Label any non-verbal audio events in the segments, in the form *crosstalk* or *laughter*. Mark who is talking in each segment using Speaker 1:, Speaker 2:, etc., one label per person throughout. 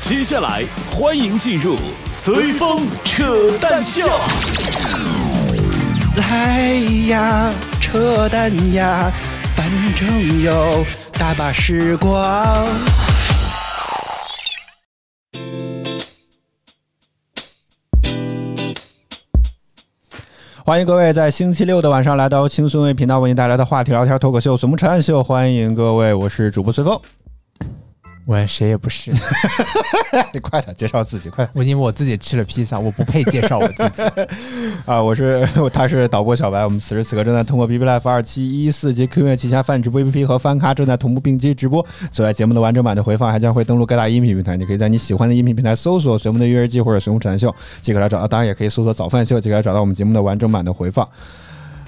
Speaker 1: 接下来，欢迎进入随风扯淡秀。
Speaker 2: 来呀，扯淡呀，反正有大把时光。欢迎各位在星期六的晚上来到轻松为频道为您带来的话题聊天脱口秀《随风扯淡秀》，欢迎各位，我是主播随风。
Speaker 3: 我哎谁也不是，
Speaker 2: 哎你快点介绍自己，快点
Speaker 3: 我因为我自己吃了披萨，我不配介
Speaker 2: *laughs*
Speaker 3: 绍我自己。
Speaker 2: 啊！我是 *laughs* 他是导播小白，我们此时此刻正在通过 B B Life 二七一四及 Q 音乐旗下泛直播 A P P 和翻咖正在同步并机直播。此外，节目的完整版的回放还将会登录各大音频平台，你可以在你喜欢的音频平台搜索“随梦的育儿记”或者“随梦产秀”，即可来找到。当然，也可以搜索“早饭秀”，即可来找到我们节目的完整版的回放。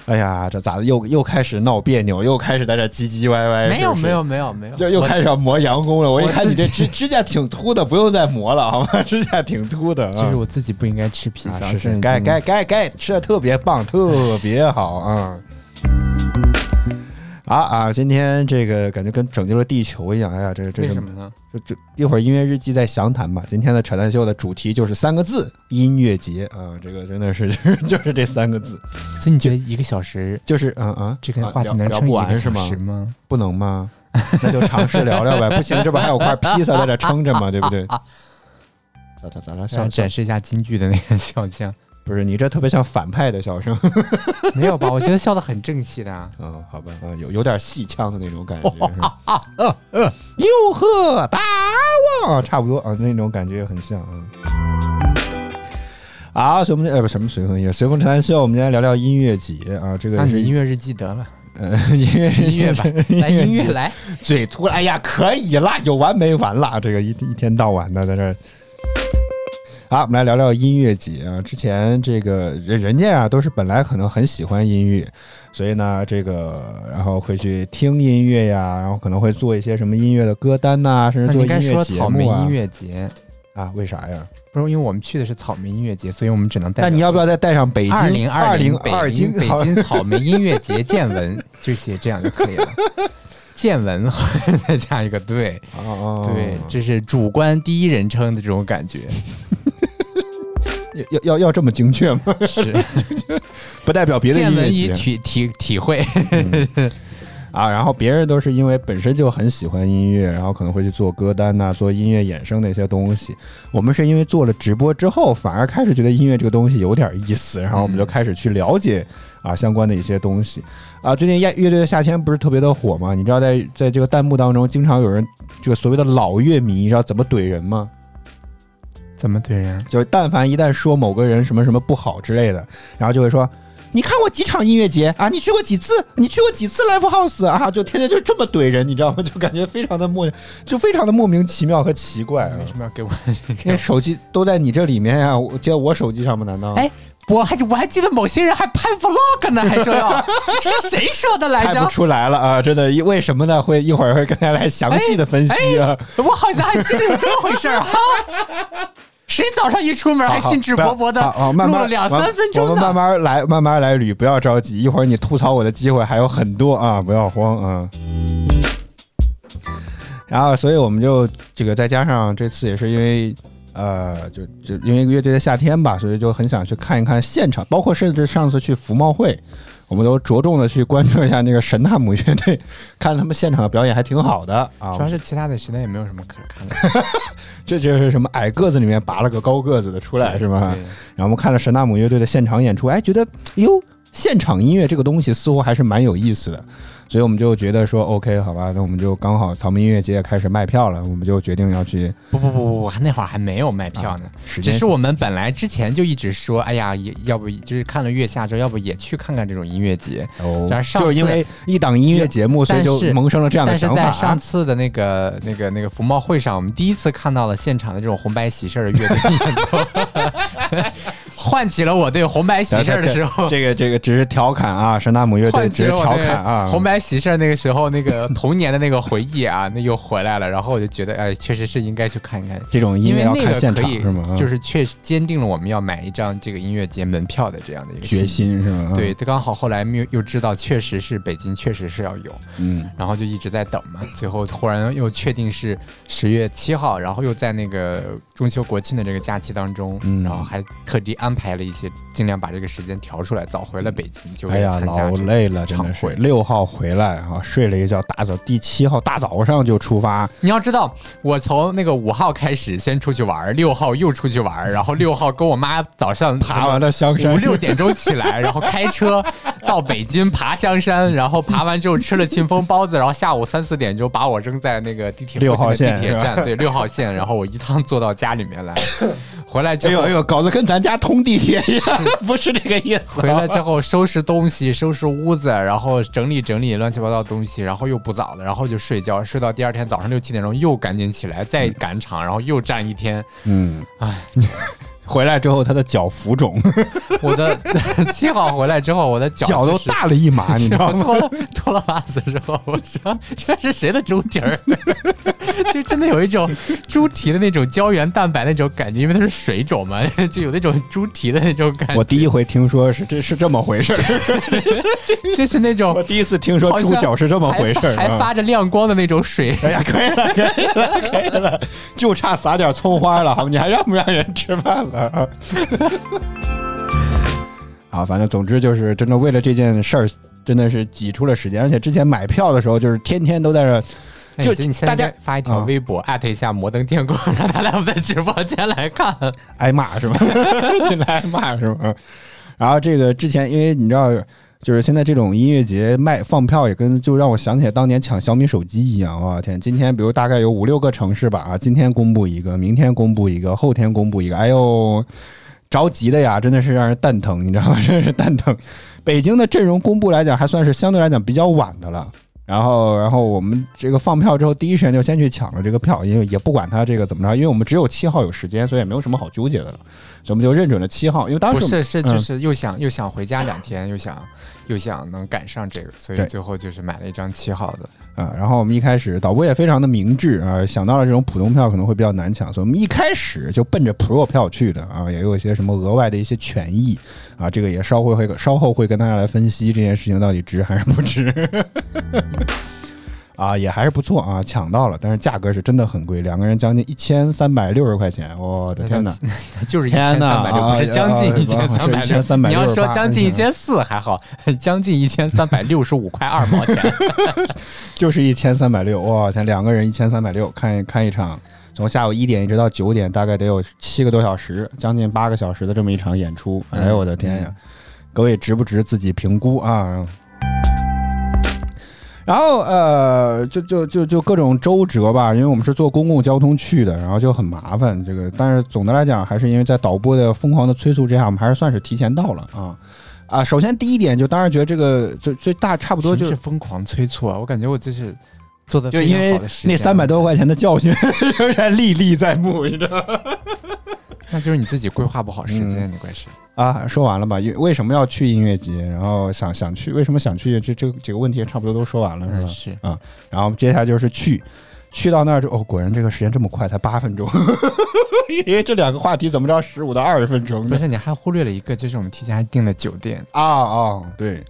Speaker 2: 哎呀，这咋的？又又开始闹别扭，又开始在这唧唧歪歪。
Speaker 3: 没
Speaker 2: 是
Speaker 3: 有
Speaker 2: 不是
Speaker 3: 没有。没有没有，
Speaker 2: 就又
Speaker 3: 我
Speaker 2: 开始要磨洋工了，我一
Speaker 3: 我
Speaker 2: 看你
Speaker 3: 自
Speaker 2: 这
Speaker 3: 己
Speaker 2: 指指甲挺秃的，不用再磨了好吗？指甲挺秃的啊。
Speaker 3: 其实我自己不应该吃披萨，
Speaker 2: 啊、是
Speaker 3: 已
Speaker 2: 是，
Speaker 3: 经
Speaker 2: 该该该该吃的特别棒，特别好啊！啊啊！今天这个感觉跟拯救了地球一样，哎呀，这这
Speaker 3: 为
Speaker 2: 个
Speaker 3: 什么呢？
Speaker 2: 就就一会儿音乐日记再详谈吧。今天的扯淡秀的主题就是三个字：音乐节啊！这个真的是 *laughs* 就是就是这三个字，
Speaker 3: 所以你觉得一个小时
Speaker 2: 就是嗯啊，
Speaker 3: 这个话题能
Speaker 2: 聊聊
Speaker 3: 撑
Speaker 2: 不
Speaker 3: 一
Speaker 2: 完
Speaker 3: 个
Speaker 2: 是
Speaker 3: 小
Speaker 2: 吗
Speaker 3: 时？
Speaker 2: *laughs*
Speaker 3: 吗？
Speaker 2: 不能吗？那就尝试聊聊呗。不行，这不还有块披萨在这撑着吗？对不
Speaker 3: *laughs*
Speaker 2: 对？咋咋咋了？
Speaker 3: 想
Speaker 2: 像
Speaker 3: 展示一下京剧的那个笑腔，
Speaker 2: 不是你这特别像反派的笑声。
Speaker 3: 没有吧？我觉得笑得很正气的啊。
Speaker 2: *laughs* 嗯，好吧，啊，有有点戏腔的那种感
Speaker 3: *laughs*
Speaker 2: 觉，是吧？哟呵，大王，差不多啊，那种感觉很像啊。啊，所以我们呃不什么随风音乐，随风禅秀，我们今天聊聊音乐节啊，这
Speaker 3: 那
Speaker 2: 个
Speaker 3: 你
Speaker 2: 是
Speaker 3: 音乐日记得了，
Speaker 2: 呃 *laughs* 音乐是，
Speaker 3: 音乐吧来音乐
Speaker 2: 节
Speaker 3: 来，
Speaker 2: 嘴秃了，哎呀，可以啦，有完没完啦？这个一一天到晚的在这儿。好，我们来聊聊音乐节啊。之前这个人人家啊，都是本来可能很喜欢音乐，所以呢，这个然后会去听音乐呀，然后可能会做一些什么音乐的歌单呐、甚
Speaker 3: 那
Speaker 2: 至
Speaker 3: 你
Speaker 2: 做
Speaker 3: 应
Speaker 2: 音
Speaker 3: 该
Speaker 2: 乐
Speaker 3: 说
Speaker 2: 节
Speaker 3: 草莓
Speaker 2: 目啊
Speaker 3: 音。乐节，
Speaker 2: 啊，为啥呀？
Speaker 3: 不是因为我们去的是草莓音乐节，所以我们只能带。
Speaker 2: 那你要不要再带上北京
Speaker 3: 二零二
Speaker 2: 零
Speaker 3: 零
Speaker 2: 二京
Speaker 3: 北
Speaker 2: 好
Speaker 3: 京草莓音乐节见闻，就写这样就可以了。见闻后面 *laughs* 再加一个对
Speaker 2: 啊啊
Speaker 3: 对，这是主观第一人称的这种 *laughs* 感觉，
Speaker 2: 要要要要这么精确吗？
Speaker 3: 是
Speaker 2: 不代表别的音
Speaker 3: 见
Speaker 2: 乐
Speaker 3: 闻以
Speaker 2: 节。
Speaker 3: 体体体会，
Speaker 2: 啊，然后别人都是因为本身就很喜欢音乐，然后可能会去做歌单呐、做音乐衍生的一些东西。我们是因为做了直播之后，反而开始觉得音乐这个东西有点意思，然后我们就开始去了解啊相关的一些东西。啊，最近乐乐队的夏天不是特别的火吗？你知道在在这个弹幕当中，经常有人这个所谓的老乐迷，你知道怎么怼人吗？
Speaker 3: *laughs* 怎么怼人？
Speaker 2: 就是但凡一旦说某个人什么什么不好之类的，然后就会说。你看过几场音乐节啊？你去过几次？你去过几次 Live House 啊？就天天就这么怼人，你知道吗？就感觉非常的莫，就非常的莫名其妙和奇怪啊
Speaker 3: 为！什么要 *laughs* 给我？
Speaker 2: 因为手机都在你这里面呀、啊我接我手机上吗？难道？
Speaker 3: 哎，我还我还记得某些人还拍 vlog 呢，还说 *laughs* 要是谁说的来
Speaker 2: 看不
Speaker 3: *laughs* 着？
Speaker 2: 出来了啊！真的，为什么呢？会一会儿会跟大家来详细的分析啊。
Speaker 3: 我好像还记得有这么回事儿 *laughs* 哈。谁早上一出门还
Speaker 2: 好
Speaker 3: 兴致勃勃的
Speaker 2: 好好好慢
Speaker 3: 录
Speaker 2: 慢
Speaker 3: 了两
Speaker 2: 我
Speaker 3: 三分钟呢？
Speaker 2: 我们慢慢来，慢慢来捋，不要着急，一会儿你吐槽我的机会还有很多啊，不要慌啊。然后，所以我们就这个再加上这次也是因为。呃，就就因为乐队的夏天吧，所以就很想去看一看现场，包括甚至上次去福茂会，我们都着重的去关注一下那个神探母乐队，看他们现场的表演还挺好的啊。
Speaker 3: 主要是其他的实在也没有什么可看的。
Speaker 2: 这就是什么矮个子里面拔了个高个子的出来是吗？
Speaker 3: 对
Speaker 2: 然后我们看了神纳姆乐队的现场演出，哎，觉得哟，现场音乐这个东西似乎还是蛮有意思的，所以我们就觉得说，OK，好吧，那我们就刚好草莓音乐节也开始卖票了，我们就决定要去
Speaker 3: 不不不不不，那会儿还没有卖票呢。
Speaker 2: 时
Speaker 3: 啊只
Speaker 2: 间
Speaker 3: 是我们本来之前就一直说，哎呀，也要不就是看了月下之后，要不也去看看这种音乐节。
Speaker 2: 哦
Speaker 3: 但是上次
Speaker 2: 就是因为一档音乐节目，所以就
Speaker 3: 但是
Speaker 2: 萌生了这样的
Speaker 3: 但是
Speaker 2: 想
Speaker 3: 在
Speaker 2: 法啊
Speaker 3: 上。次的那个、那个、那个福茂会上，我们第一次看到了现场的这种红白喜事儿的乐队演奏， *laughs* 唤起了我对红白喜事儿的时候，
Speaker 2: 这个这个只是调侃啊，神纳姆乐队
Speaker 3: 唤起
Speaker 2: 只是
Speaker 3: 了我
Speaker 2: 调
Speaker 3: 对
Speaker 2: 侃啊，
Speaker 3: 红白喜事儿那个时候那个 *laughs* 童年的那个回忆啊，那又回来了。然后我就觉得，哎，确实是应该去看一看，
Speaker 2: 这种音
Speaker 3: 因
Speaker 2: 乐
Speaker 3: 为
Speaker 2: 要
Speaker 3: 那
Speaker 2: 看现
Speaker 3: 个可
Speaker 2: 场
Speaker 3: 以
Speaker 2: 是吗？啊
Speaker 3: 就是确实坚定了我们要买一张这个音乐节门票的这样的一个
Speaker 2: 决。心是吗？啊
Speaker 3: 对，，刚好后来又又知道，确实是北京，确实是要有，
Speaker 2: 嗯，
Speaker 3: 然后就一直在等嘛。最后忽然又确定是十月七号，然后又在那个中秋国庆的这个假期当中，
Speaker 2: 嗯
Speaker 3: 然后还特地安排了一些，尽量把这个时间调出来，早回了北京，就为
Speaker 2: 哎
Speaker 3: 了
Speaker 2: 呀，
Speaker 3: 参加
Speaker 2: 老
Speaker 3: 这个
Speaker 2: 累了，真
Speaker 3: 常
Speaker 2: 的是
Speaker 3: 会。
Speaker 2: 六号回来啊，睡了一觉，大早第七号大早上就出发，
Speaker 3: 你要知道，我从那个五号开始先出去玩儿，六号又出去玩儿，然后六号跟我妈早上
Speaker 2: 爬完了香山 *laughs*
Speaker 3: 五六点钟起来，然后开车到北京爬香山，然后爬完之后吃了庆丰包子，然后下午三四点就把我扔在那个地铁
Speaker 2: 六
Speaker 3: 附近
Speaker 2: 号
Speaker 3: 的
Speaker 2: 线
Speaker 3: 地铁
Speaker 2: 是吧
Speaker 3: 站，对六号线，然后我一趟坐到家里面来，回来
Speaker 2: 哎
Speaker 3: 之
Speaker 2: 呦
Speaker 3: 后
Speaker 2: 哎。呦，搞得跟咱家通地铁
Speaker 3: *laughs*
Speaker 2: 一样，不是这个意思。
Speaker 3: 回来之后收拾东西，收拾屋子，然后整理整理乱七八糟的东西，然后又不早了，然后就睡觉，睡到第二天早上六七点钟又赶紧起来，再赶场，然后又站一天，
Speaker 2: 嗯，
Speaker 3: 哎，
Speaker 2: 回来之后他的脚浮肿，
Speaker 3: 我
Speaker 2: *laughs*
Speaker 3: 的七号回来之后，我的脚
Speaker 2: 脚都
Speaker 3: 就是
Speaker 2: 大了一码，你知
Speaker 3: *laughs*
Speaker 2: 道吗？
Speaker 3: 脱了脱了袜子之后，我说这是谁的猪蹄儿？ *laughs* 就真的有一种猪蹄的那种胶原蛋白那种感觉，因为它是水肿嘛， *laughs* 就有那种猪蹄的那种感
Speaker 2: 我
Speaker 3: 觉，
Speaker 2: 第一回听说是这是这么回
Speaker 3: *laughs*
Speaker 2: 事儿，
Speaker 3: 就是那种
Speaker 2: 我第一次听说
Speaker 3: 好像
Speaker 2: 猪脚是这么回事儿，
Speaker 3: 还发还
Speaker 2: 啊
Speaker 3: 发着亮光的那种水。
Speaker 2: 哎呀，可以了，可以了，可以了，就差撒点葱花了，好吗，你还让不让人吃饭了？ *laughs* 啊啊，反正总之就是真的为了这件事儿，真的是挤出了时间，而且之前买票的时候就是天天都在这儿，
Speaker 3: 哎
Speaker 2: 就
Speaker 3: 所以你现
Speaker 2: 大
Speaker 3: 在
Speaker 2: 家
Speaker 3: 应该发一条
Speaker 2: 啊
Speaker 3: 微博，艾特一下摩登天空， *laughs* 让他来我们的直播间来看。
Speaker 2: 挨骂是吧？ *laughs* 进来挨骂是吧？然后这个之前，因为你知道，就是现在这种音乐节卖放票也跟就让我想起来当年抢小米手机一样，我天！今天比如大概有五六个城市吧，啊，今天公布一个，明天公布一个，后天公布一个， *laughs* 哎呦，着急的呀，真的是让人蛋疼，你知道吗？真是蛋疼。北京的阵容公布来讲，还算是相对来讲比较晚的了。然后，然后我们这个放票之后，第一时间就先去抢了这个票，因为也不管它这个怎么着，因为我们只有七号有时间，所以也没有什么好纠结的了，所以我们就认准了七号。因为当时
Speaker 3: 不
Speaker 2: 我们
Speaker 3: 是是
Speaker 2: 嗯
Speaker 3: 就是又想、又想回家两天，又想又想能赶上这个，所
Speaker 2: 对
Speaker 3: 以最后就是买了一张七号的。
Speaker 2: 啊，然后我们一开始导播也非常的明智啊，想到了这种普通票可能会比较难抢，所以我们一开始就奔着 Pro 票去的啊，也有一些什么额外的一些权益啊，这个也稍会会稍后会跟大家来分析这件事情到底值还是不值。 *laughs* 啊，也还是不错啊，抢到了，但是价格是真的很贵，两个人将近一千三百六十块钱，我的天哪！
Speaker 3: 哎就是一
Speaker 2: 天
Speaker 3: 千
Speaker 2: 哪
Speaker 3: 三百六，不是
Speaker 2: 啊
Speaker 3: 将近
Speaker 2: 啊
Speaker 3: 一千三
Speaker 2: 啊
Speaker 3: 百
Speaker 2: 是1368
Speaker 3: 你要说将近一千四还好，将近一千三百六十五块二毛 *laughs* 钱。
Speaker 2: 就是一千三百六，我天，两个人一千三百六，看一看一场，从下午一点一直到九点，大概得有七个多小时，将近八个小时的这么一场演出，哎呦我的天呀！各位值不值自己评估啊？然后呃，就就就就各种周折吧，因为我们是坐公共交通去的，然后就很麻烦。这个，但是总的来讲，还是因为在导播的疯狂的催促之下，我们还是算是提前到了啊啊！首先第一点，就当然觉得这个最最大差不多就
Speaker 3: 真是疯狂催促啊！我感觉我就是做
Speaker 2: *laughs*
Speaker 3: 的
Speaker 2: 就因为那三百，多块钱的教训仍然历历在目，你知道吗？
Speaker 3: 那就是你自己规划不好时间，你怪谁？
Speaker 2: 啊，说完了吧？因为什么要去音乐节？然后想想去，为什么想去？这这几个问题也差不多都说完了，是
Speaker 3: 嗯，
Speaker 2: 吧？啊
Speaker 3: 是
Speaker 2: 然后接下来就是去，去到那儿就哦，果然这个时间这么快，才八分钟， *laughs* 因为这两个话题怎么着十五到二十分钟
Speaker 3: 不
Speaker 2: 呢？
Speaker 3: 是？你还忽略了一个，就是我们提前还订了酒店，
Speaker 2: 啊啊，对，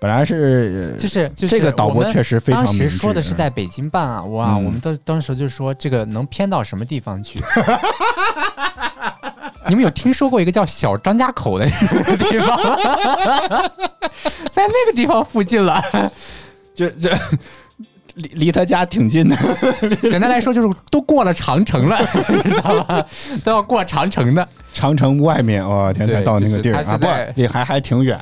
Speaker 2: 本来是、呃
Speaker 3: 就是就是
Speaker 2: 这个导播
Speaker 3: 我们
Speaker 2: 确实非常
Speaker 3: 当
Speaker 2: 明智，
Speaker 3: 时说的是在北京办啊，哇，
Speaker 2: 嗯
Speaker 3: 我们当当时就说这个能偏到什么地
Speaker 2: *laughs*
Speaker 3: 方去？你们有听说过一个叫小张家口的地方吗？
Speaker 2: *laughs*
Speaker 3: 在那个地方附近了。
Speaker 2: 就 *laughs* 这离离他家挺近的，
Speaker 3: 简单来说，就是都过了长城了，你知道吧？都要过长城的。
Speaker 2: 长城外面，我、天才
Speaker 3: 对
Speaker 2: 到那
Speaker 3: 就
Speaker 2: 个
Speaker 3: 是
Speaker 2: 地儿
Speaker 3: 他
Speaker 2: 啊，
Speaker 3: 是
Speaker 2: 不
Speaker 3: 在，
Speaker 2: 也还还挺远。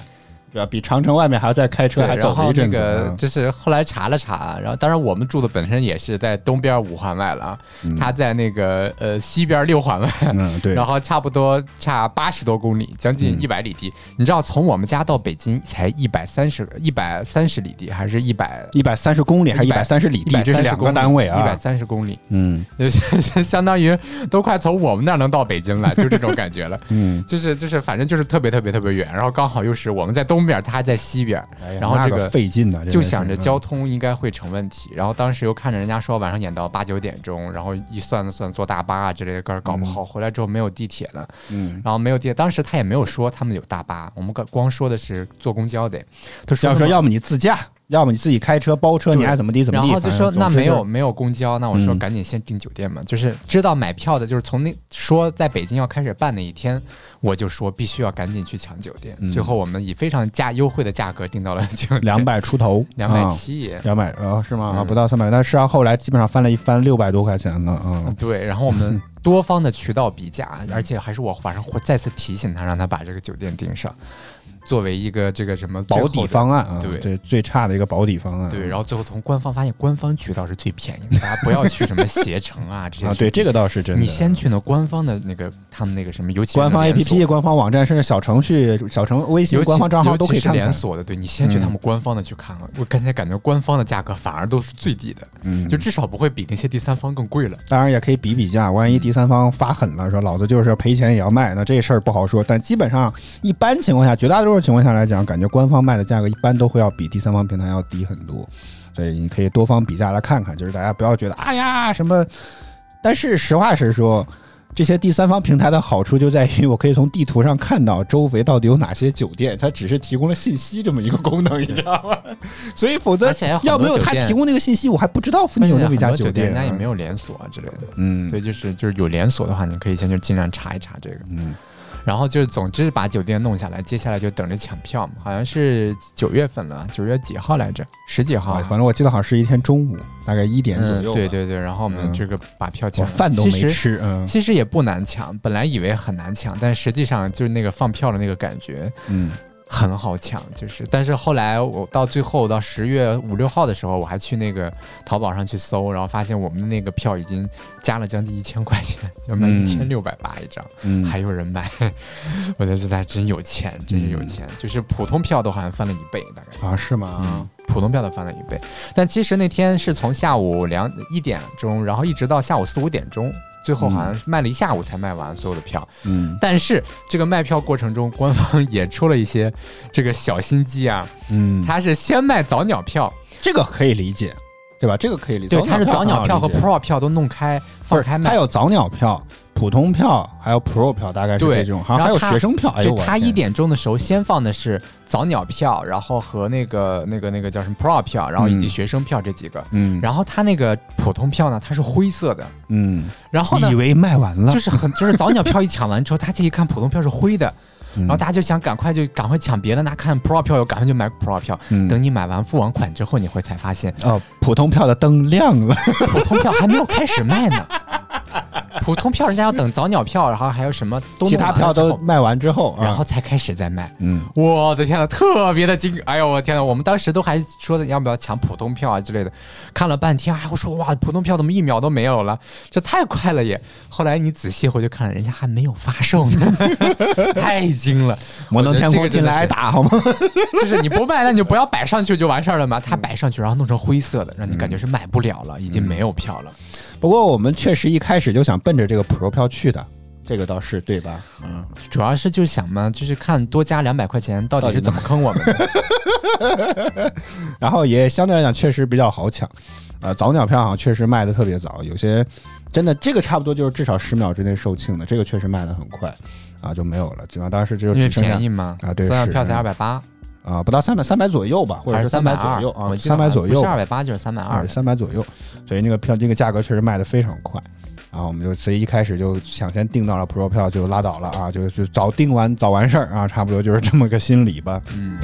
Speaker 2: 对吧？比长城外面还要再开车，
Speaker 3: 对，
Speaker 2: 还
Speaker 3: 然
Speaker 2: 走了
Speaker 3: 后
Speaker 2: 一
Speaker 3: 那
Speaker 2: 阵子
Speaker 3: 个
Speaker 2: 啊。
Speaker 3: 就是后来查了查，然后当然我们住的本身也是在东边五环外了啊，他在那个呃西边六环外，
Speaker 2: 嗯，对嗯
Speaker 3: *laughs* 然，后差不多差八十多公里，将近一百里地。你知道从我们家到北京才一百三十一百三十里地，还是一百
Speaker 2: 一百三十公里还是一百三十里地，这是两个单位
Speaker 3: 一百
Speaker 2: 啊。
Speaker 3: 三十公里，
Speaker 2: 嗯
Speaker 3: 就是 *laughs* 相当于都快从我们那儿能到北京了，就这种感觉了。
Speaker 2: 嗯，
Speaker 3: 就是就是，反正就是特别特别特别远，然后刚好又是我们在东边，他还在西边，
Speaker 2: 哎呀
Speaker 3: 然后
Speaker 2: 那
Speaker 3: 这
Speaker 2: 个嗯费劲呢，真的
Speaker 3: 就是想着交通应该会成问题，然后当时又看着人家说晚上演到八九点钟，然后一算了算坐大巴啊之类的，个儿搞不好回来之后没有地铁了，
Speaker 2: 嗯，
Speaker 3: 然后没有地铁，当时他也没有说他们有大巴，我们光光说的是坐公交的，他说
Speaker 2: 要
Speaker 3: 那
Speaker 2: 说
Speaker 3: 么
Speaker 2: 要么你自驾，要么你自己开车包车，
Speaker 3: 对
Speaker 2: 你爱怎么地怎么
Speaker 3: 然
Speaker 2: 地。
Speaker 3: 后就
Speaker 2: 反正
Speaker 3: 说
Speaker 2: 总
Speaker 3: 那
Speaker 2: 之
Speaker 3: 没
Speaker 2: 就
Speaker 3: 有没有公交，那我说
Speaker 2: 嗯
Speaker 3: 赶紧先订酒店嘛，就是知道买票的，就是从那说在北京要开始办那一天，我就说必须要赶紧去抢酒店。
Speaker 2: 嗯
Speaker 3: 最后我们以非常价优惠的价格订到了酒店，
Speaker 2: 两百出头，
Speaker 3: 两百七嗯也。
Speaker 2: 啊，两百啊是吗？啊，不到三百，但是啊，后来基本上翻了一番六百多块钱呢啊。
Speaker 3: 嗯对，然后
Speaker 2: *laughs*
Speaker 3: 我们多方的渠道比价，而且还是我晚上会再次提醒他，让他把这个酒店订上，作为一个这个什么最
Speaker 2: 保
Speaker 3: 后
Speaker 2: 底
Speaker 3: 的
Speaker 2: 方案啊，
Speaker 3: 对
Speaker 2: 对最差的一个保底方案。
Speaker 3: 对，然后最后从官方发现官方渠道是最便宜的，大家不要去什么携程啊这些
Speaker 2: 啊，
Speaker 3: 渠道
Speaker 2: 对这个倒是真的。
Speaker 3: 你先去那官方的那个他们那个什么，尤其是
Speaker 2: 官方
Speaker 3: 连锁
Speaker 2: APP、官方网站，甚至小程序、小程微
Speaker 3: 尤
Speaker 2: 信
Speaker 3: 其
Speaker 2: 官方账号都可以
Speaker 3: 尤其
Speaker 2: 看嗯
Speaker 3: 是
Speaker 2: 看
Speaker 3: 连。锁的，对你先去他们官方的去看了。我刚才感觉官方的价格反而都是最低的，
Speaker 2: 嗯
Speaker 3: 就至少不会比那些第三方更贵了。
Speaker 2: 当然也可以比比价，万一第三方发狠了，说老子就是要赔钱也要卖，那这事儿不好说。但基本上一般情况下，绝大多数情况下来讲，感觉官方卖的价格一般都会要比第三方平台要低很多，所以你可以多方比价来看看，就是大家不要觉得哎呀什么。但是实话实说，这些第三方平台的好处就在于我可以从地图上看到周围到底有哪些酒店，它只是提供了信息这么一个功能，你知道吗？所以否则
Speaker 3: 而且还有很多
Speaker 2: 要没有它
Speaker 3: 酒店
Speaker 2: 提供那个信息，我还不知道附近有那么一家
Speaker 3: 而且很多酒
Speaker 2: 店，
Speaker 3: 人家也没有连锁啊之类的。
Speaker 2: 嗯。
Speaker 3: 所以就是就是有连锁的话，你可以先去尽量查一查这个。嗯。然后就是，总之把酒店弄下来，接下来就等着抢票嘛。好像是九月份了，九月几号来着？十几号啊、
Speaker 2: 啊，反正我记得好像是一天中午，大概一点左右、
Speaker 3: 嗯。对，对对，然后我们
Speaker 2: 嗯
Speaker 3: 这个把票抢
Speaker 2: 我
Speaker 3: 了，
Speaker 2: 饭都
Speaker 3: 其
Speaker 2: 没
Speaker 3: 实
Speaker 2: 吃，嗯
Speaker 3: 其实也不难抢，本来以为很难抢，但实际上就是那个放票的那个感觉
Speaker 2: 嗯
Speaker 3: 很好抢，就是。但是后来我到最后到十月五六号的时候，我还去那个淘宝上去搜，然后发现我们的那个票已经加了将近一千块钱，要卖一
Speaker 2: 嗯
Speaker 3: 千六百八一张，
Speaker 2: 嗯，
Speaker 3: 还有人买， *laughs* 我觉得他真有钱，真是有钱，就是普通票都好像翻了一倍大概。
Speaker 2: 啊是吗？
Speaker 3: 嗯，普通票都翻了一倍，但其实那天是从下午两一点钟，然后一直到下午四五点钟，最后好像是卖了一下午才卖完所有的票。
Speaker 2: 嗯
Speaker 3: 但是这个卖票过程中，官方也出了一些这个小心机啊，
Speaker 2: 嗯，
Speaker 3: 他是先卖早鸟票，
Speaker 2: 这个可以理解，对吧？这个可以理解，
Speaker 3: 对，嗯他是早鸟票和 Pro 票都弄开放开
Speaker 2: 它
Speaker 3: 卖。
Speaker 2: 有早鸟票、普通票，还有 Pro 票，大概是
Speaker 3: 对
Speaker 2: 这种，好像还有
Speaker 3: 然后它
Speaker 2: 学生票，哎
Speaker 3: 对
Speaker 2: 呦，我
Speaker 3: 他
Speaker 2: 天
Speaker 3: 一点钟的时候，先放的是早鸟票，然后和那个那个那个叫什么 Pro 票，然后以及
Speaker 2: 嗯
Speaker 3: 学生票这几个。
Speaker 2: 嗯
Speaker 3: 然后他那个普通票呢，它是灰色的，
Speaker 2: 嗯，
Speaker 3: 然后呢
Speaker 2: 以，为卖完了
Speaker 3: 就，是很就是早鸟票一抢完之后，大家一看普通票是灰的，
Speaker 2: 嗯
Speaker 3: 然后大家就想赶快就赶快抢别的，那看 Pro 票又赶快就买 Pro 票。
Speaker 2: 嗯
Speaker 3: 等你买完付完款之后，你会才发现
Speaker 2: 哦，普通票的灯亮了， *laughs*
Speaker 3: 普通票还没有开始卖呢。 *laughs* 普通票人家要等早鸟票，然后还有什么都弄
Speaker 2: 其他
Speaker 3: 完了
Speaker 2: 票
Speaker 3: 之
Speaker 2: 都
Speaker 3: 后，
Speaker 2: 卖完之后啊，
Speaker 3: 然后才开始再卖。
Speaker 2: 嗯
Speaker 3: 我的天呐，特别的惊！哎呦，我的天呐，我们当时都还说的要不要抢普通票啊之类的，看了半天，哎，我说哇，普通票怎么一秒都没有了？这太快了也！后来你仔细回去看，人家还没有发售
Speaker 2: *laughs*
Speaker 3: 呢，太惊了！
Speaker 2: 摩登天
Speaker 3: 我
Speaker 2: 空
Speaker 3: 觉
Speaker 2: 进
Speaker 3: 得这个真的
Speaker 2: 来
Speaker 3: 是
Speaker 2: 挨打好吗？ *laughs*
Speaker 3: 就是你不卖，那你就不要摆上去就完事儿了
Speaker 2: 嗯
Speaker 3: 嘛。它摆上去，然后弄成灰色的，让你感觉是买不了了，已经没有票了。
Speaker 2: 不过我们确实一开始就想奔着这个 Pro 票去的，这个倒是对吧？嗯，
Speaker 3: 主要是就是想嘛，就是看多加两百块钱到底是怎么坑我
Speaker 2: *laughs*
Speaker 3: 们的。
Speaker 2: 然后也相对来讲确实比较好抢，呃，早鸟票好像确实卖的特别早，有些真的这个差不多就是至少十秒之内售罄的，这个确实卖的很快，啊就没有了，基本上当时只有
Speaker 3: 因为
Speaker 2: 只剩下
Speaker 3: 便宜嘛，
Speaker 2: 啊对
Speaker 3: 早鸟
Speaker 2: 是
Speaker 3: 票才二
Speaker 2: 嗯
Speaker 3: 百八，
Speaker 2: 啊不到三百三百左右吧，或者
Speaker 3: 还是
Speaker 2: 三
Speaker 3: 百
Speaker 2: 左
Speaker 3: 二
Speaker 2: 右啊
Speaker 3: 我，记得
Speaker 2: 三百
Speaker 3: 好像
Speaker 2: 左
Speaker 3: 不
Speaker 2: 右
Speaker 3: 是二百哎八就是三百
Speaker 2: 啊
Speaker 3: 二，
Speaker 2: 三百左右，所以那个票这个价格确实卖的非常快。然后我们就所以一开始就抢先订到了 Pro 票就拉倒了啊，就嗯就早订完早完事儿啊，差不多就是这么个心理吧。
Speaker 3: 嗯，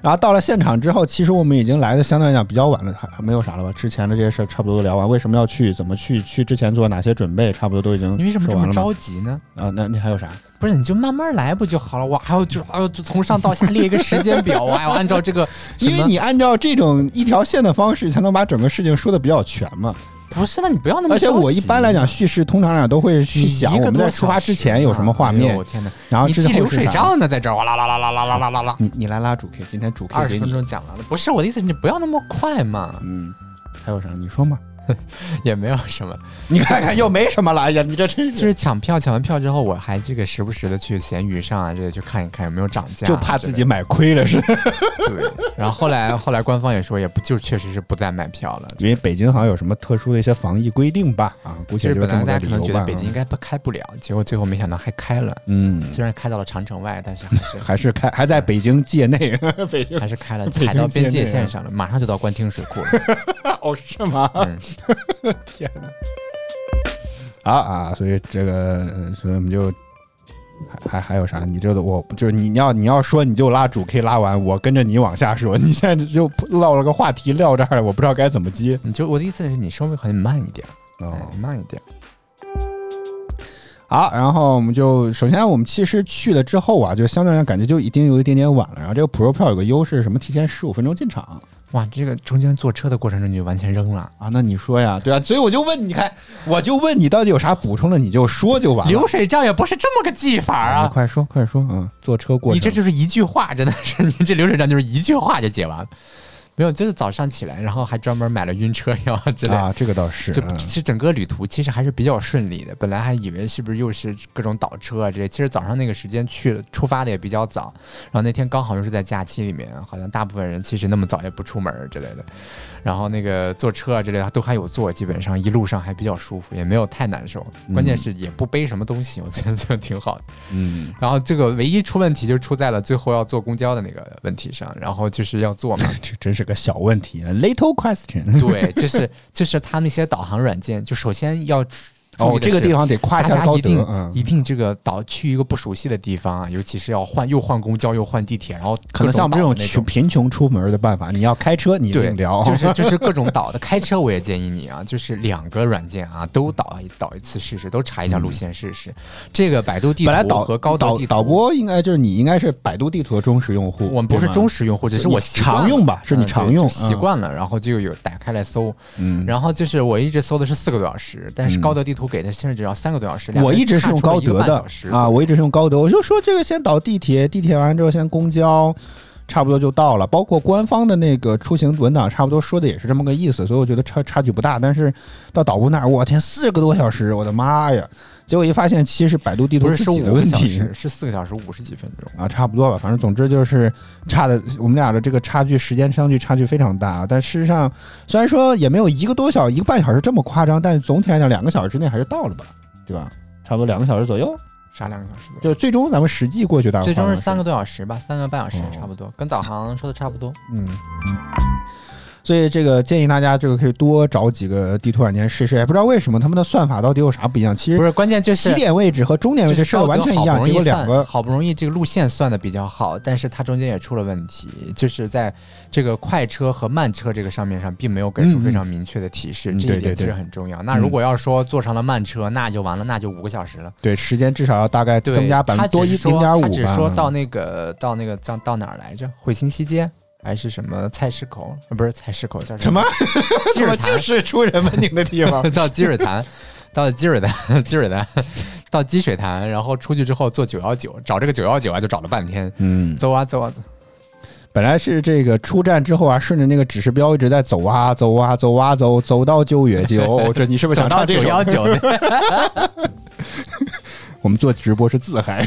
Speaker 2: 然后到了现场之后，其实我们已经来的相对来讲比较晚了，还还没有啥了吧？之前的这些事儿差不多都聊完，为什么要去，怎么去，去之前做哪些准备，差不多都已经
Speaker 3: 你为什么
Speaker 2: 说
Speaker 3: 这
Speaker 2: 完
Speaker 3: 么
Speaker 2: 了吗
Speaker 3: 着急呢？
Speaker 2: 啊？那你还有啥？
Speaker 3: 不是，你就慢慢来不就好了？我还要就还要就从上到下列一个时间表，我还要按照 *laughs* 这个什
Speaker 2: 因
Speaker 3: 么
Speaker 2: 为你按照这种一条线的方式，才能把整个事情说的比较全嘛。
Speaker 3: 不是，那你不要那么
Speaker 2: 而
Speaker 3: 着急。
Speaker 2: 且
Speaker 3: 啊
Speaker 2: 我一般来讲叙事，通常俩啊都会去
Speaker 3: 你
Speaker 2: 想
Speaker 3: 一个
Speaker 2: 我们
Speaker 3: 多
Speaker 2: 在出发
Speaker 3: 小时
Speaker 2: 之前有什么画
Speaker 3: 哎呦
Speaker 2: 面
Speaker 3: 我，天哪！
Speaker 2: 然后
Speaker 3: 你
Speaker 2: 之
Speaker 3: 记
Speaker 2: 后
Speaker 3: 流
Speaker 2: 是
Speaker 3: 水
Speaker 2: 啥。
Speaker 3: 账啊呢，在这儿哇啦啦啦啦啦啦啦 *laughs* 啦啦。
Speaker 2: 你你来拉主 K，今天主 K
Speaker 3: 二
Speaker 2: 给
Speaker 3: 十分
Speaker 2: 你，
Speaker 3: 钟讲完了，不是我的意思，你不要那么快嘛，
Speaker 2: 嗯，还有啥？你说嘛？
Speaker 3: 也没有什么，
Speaker 2: 你看看又没什么了，哎呀，你这真
Speaker 3: *laughs* 就是抢票，抢完票之后，我还这个时不时的去闲鱼上啊，这些去看一看有没有涨价啊之类的，
Speaker 2: 就怕自己买亏了，是的。
Speaker 3: 对。然后后来后来官方也说，也不就确实是不再买票了。
Speaker 2: *laughs* 因为北京好像有什么特殊的一些防疫规定吧？啊，估计
Speaker 3: 就
Speaker 2: 也
Speaker 3: 是
Speaker 2: 就
Speaker 3: 本
Speaker 2: 这么
Speaker 3: 来
Speaker 2: 个
Speaker 3: 大家
Speaker 2: 理
Speaker 3: 可能
Speaker 2: 由
Speaker 3: 觉得
Speaker 2: 吧
Speaker 3: 北。京应该不开不了，结果最后没想到还开了，
Speaker 2: 嗯，
Speaker 3: 虽然开到了长城外，但是还
Speaker 2: *laughs*
Speaker 3: 是
Speaker 2: 还是开还在北京界内， *laughs* 北京
Speaker 3: 还是开了，
Speaker 2: 北京
Speaker 3: 踩到边
Speaker 2: 界
Speaker 3: 界
Speaker 2: 内啊
Speaker 3: 线上了，马上就到官厅水库了。
Speaker 2: 哦是吗？ *laughs*
Speaker 3: 嗯，
Speaker 2: 啊啊，所以这个，呃所以我们就还还还有啥？你这个我就是你要你要说你就拉主 K 拉完，我跟着你往下说。你现在就唠了个话题撂这儿了，我不知道该怎么接。
Speaker 3: 你就我的意思是你稍微很慢一点，
Speaker 2: 哦
Speaker 3: 哎，慢一点。
Speaker 2: 好，然后我们就首先我们其实去了之后啊，就相对来讲感觉就已经有一点点晚了。然后这个 Pro 票有个优势，是什么提前十五分钟进场
Speaker 3: 哇，这个中间坐车的过程中你就完全扔了。
Speaker 2: 啊？那你说呀，对啊，所以我就问你看，我就问你到底有啥补充的，你就说就完了。
Speaker 3: 流水账也不是这么个记法
Speaker 2: 啊，
Speaker 3: 啊！
Speaker 2: 快说快说，嗯，坐车过
Speaker 3: 你
Speaker 2: 程
Speaker 3: 这就是一句话，真的是你这流水账就是一句话就解完了。没有，就是早上起来，然后还专门买了晕车药之类的。
Speaker 2: 啊，这个倒是
Speaker 3: 就
Speaker 2: 嗯
Speaker 3: 其实整个旅途其实还是比较顺利的，本来还以为是不是又是各种倒车啊之类，其实早上那个时间去了，出发的也比较早，然后那天刚好又是在假期里面，好像大部分人其实那么早也不出门儿之类的，然后那个坐车啊之类的都还有坐，基本上一路上还比较舒服，也没有太难受，关键是也不背什么东西，我觉得就挺好的。
Speaker 2: 嗯。
Speaker 3: 然后这个唯一出问题就出在了最后要坐公交的那个问题上，然后就是要坐嘛，
Speaker 2: 这真是个小问题啊，little *laughs* question。
Speaker 3: 对，就是就是他那些导航软件，就首先要注
Speaker 2: 哦
Speaker 3: 意，的
Speaker 2: 这个
Speaker 3: 是
Speaker 2: 地方得夸
Speaker 3: 大
Speaker 2: 一下
Speaker 3: 家
Speaker 2: 高
Speaker 3: 一定
Speaker 2: 德，嗯，
Speaker 3: 一定这个岛去一个不熟悉的地方啊，尤其是要换又换公交又换地铁，然后
Speaker 2: 可能像我们这
Speaker 3: 各
Speaker 2: 种
Speaker 3: 岛的那
Speaker 2: 穷贫穷出门的办法，你要开车，你
Speaker 3: 对
Speaker 2: 另聊，哦
Speaker 3: 就是就是各
Speaker 2: *laughs*
Speaker 3: 种岛的开车，我也建议你啊，就是两个软件啊都导一导一次试试，都查一下路线试试。这个百度地
Speaker 2: 嗯本来
Speaker 3: 图
Speaker 2: 导
Speaker 3: 和高德
Speaker 2: 导
Speaker 3: 地
Speaker 2: 导
Speaker 3: 图，
Speaker 2: 播应该就是你应该是百度地图的忠实用户，
Speaker 3: 我们不是
Speaker 2: 对吗
Speaker 3: 忠实用户，只是我
Speaker 2: 你
Speaker 3: 习惯
Speaker 2: 常
Speaker 3: 了
Speaker 2: 用吧是你
Speaker 3: 嗯对
Speaker 2: 常用
Speaker 3: 就习
Speaker 2: 嗯
Speaker 3: 惯了，然后就有打开来搜，
Speaker 2: 嗯。
Speaker 3: 然后就是我一直搜的是四个多小时，但是
Speaker 2: 嗯
Speaker 3: 高德地图给的现在只要三个多小时，两
Speaker 2: 我
Speaker 3: 个人
Speaker 2: 一直是用
Speaker 3: 差出了
Speaker 2: 高
Speaker 3: 一个
Speaker 2: 德
Speaker 3: 半
Speaker 2: 的
Speaker 3: 小时
Speaker 2: 啊，我一直是用高德，我就说这个先导地铁，地铁完之后先公交，差不多就到了。包括官方的那个出行文档，差不多说的也是这么个意思，所以我觉得差差距不大。但是到导播那儿，我天，四个多小时，我的妈呀！结果一发现，其实是百度地
Speaker 3: 不
Speaker 2: 图
Speaker 3: 是
Speaker 2: 自
Speaker 3: 是
Speaker 2: 己
Speaker 3: 五
Speaker 2: 的
Speaker 3: 个
Speaker 2: 问
Speaker 3: 小
Speaker 2: 题
Speaker 3: 时，是四个小时五十几分钟。
Speaker 2: 啊，差不多吧。反正总之就是差的，我们俩的这个差距时间相距差距非常大啊。但事实上，虽然说也没有一个多小一个半小时这么夸张，但总体来讲，两个小时之内还是到了吧，对吧？差不多两个小时左右。
Speaker 3: 啥两个小时左
Speaker 2: 就
Speaker 3: 右？
Speaker 2: 最终咱们实际过去大概
Speaker 3: 最终
Speaker 2: 花
Speaker 3: 是
Speaker 2: 了
Speaker 3: 三个多小时吧，三个半小时
Speaker 2: 哦
Speaker 3: 差不多，跟导航说的差不多。
Speaker 2: 嗯。所以这个建议大家，这个可以多找几个地图软件试试。也不知道为什么他们的算法到底有啥不一样。其
Speaker 3: 不
Speaker 2: 实
Speaker 3: 是，关键就是
Speaker 2: 起点位置和终点位
Speaker 3: 就
Speaker 2: 置
Speaker 3: 是
Speaker 2: 设的完全一
Speaker 3: 高德
Speaker 2: 样，
Speaker 3: 好不
Speaker 2: 结
Speaker 3: 容易
Speaker 2: 果两
Speaker 3: 算
Speaker 2: 个
Speaker 3: 好不容易这个路线算的比较好，但是它中间也出了问题，就是在这个快车和慢车这个上面上，并没有给出非常明确的提示，
Speaker 2: 嗯嗯
Speaker 3: 这
Speaker 2: 嗯对
Speaker 3: 一
Speaker 2: 对
Speaker 3: 点其实
Speaker 2: 对嗯
Speaker 3: 很重要。那如果要说坐上了慢车，那就完了，那就五个小时了。
Speaker 2: 对时间至少要大概
Speaker 3: 对，
Speaker 2: 增加百
Speaker 3: 他
Speaker 2: 分之多一
Speaker 3: 只是
Speaker 2: 零
Speaker 3: 说
Speaker 2: 点五吧。
Speaker 3: 他只是说到那个到那个到到哪儿来着？惠新西街还是什么菜市口？呃不是菜市口，叫
Speaker 2: 嗯什么？
Speaker 3: 积水潭
Speaker 2: 是出人文明的地方
Speaker 3: *laughs* 到积水潭，到积水潭，积水潭，到积水潭，然后出去之后坐九幺九，找这个九幺九啊，就找了半天。
Speaker 2: 嗯，
Speaker 3: 走啊走啊，走
Speaker 2: 本来是这个出站之后啊，顺着那个指示标一直在走啊走啊走啊走，走到九月九。哦这你是不是想
Speaker 3: 走到
Speaker 2: 唱这
Speaker 3: 九
Speaker 2: 首 *laughs*
Speaker 3: 幺？九，
Speaker 2: 我们做直播是自嗨，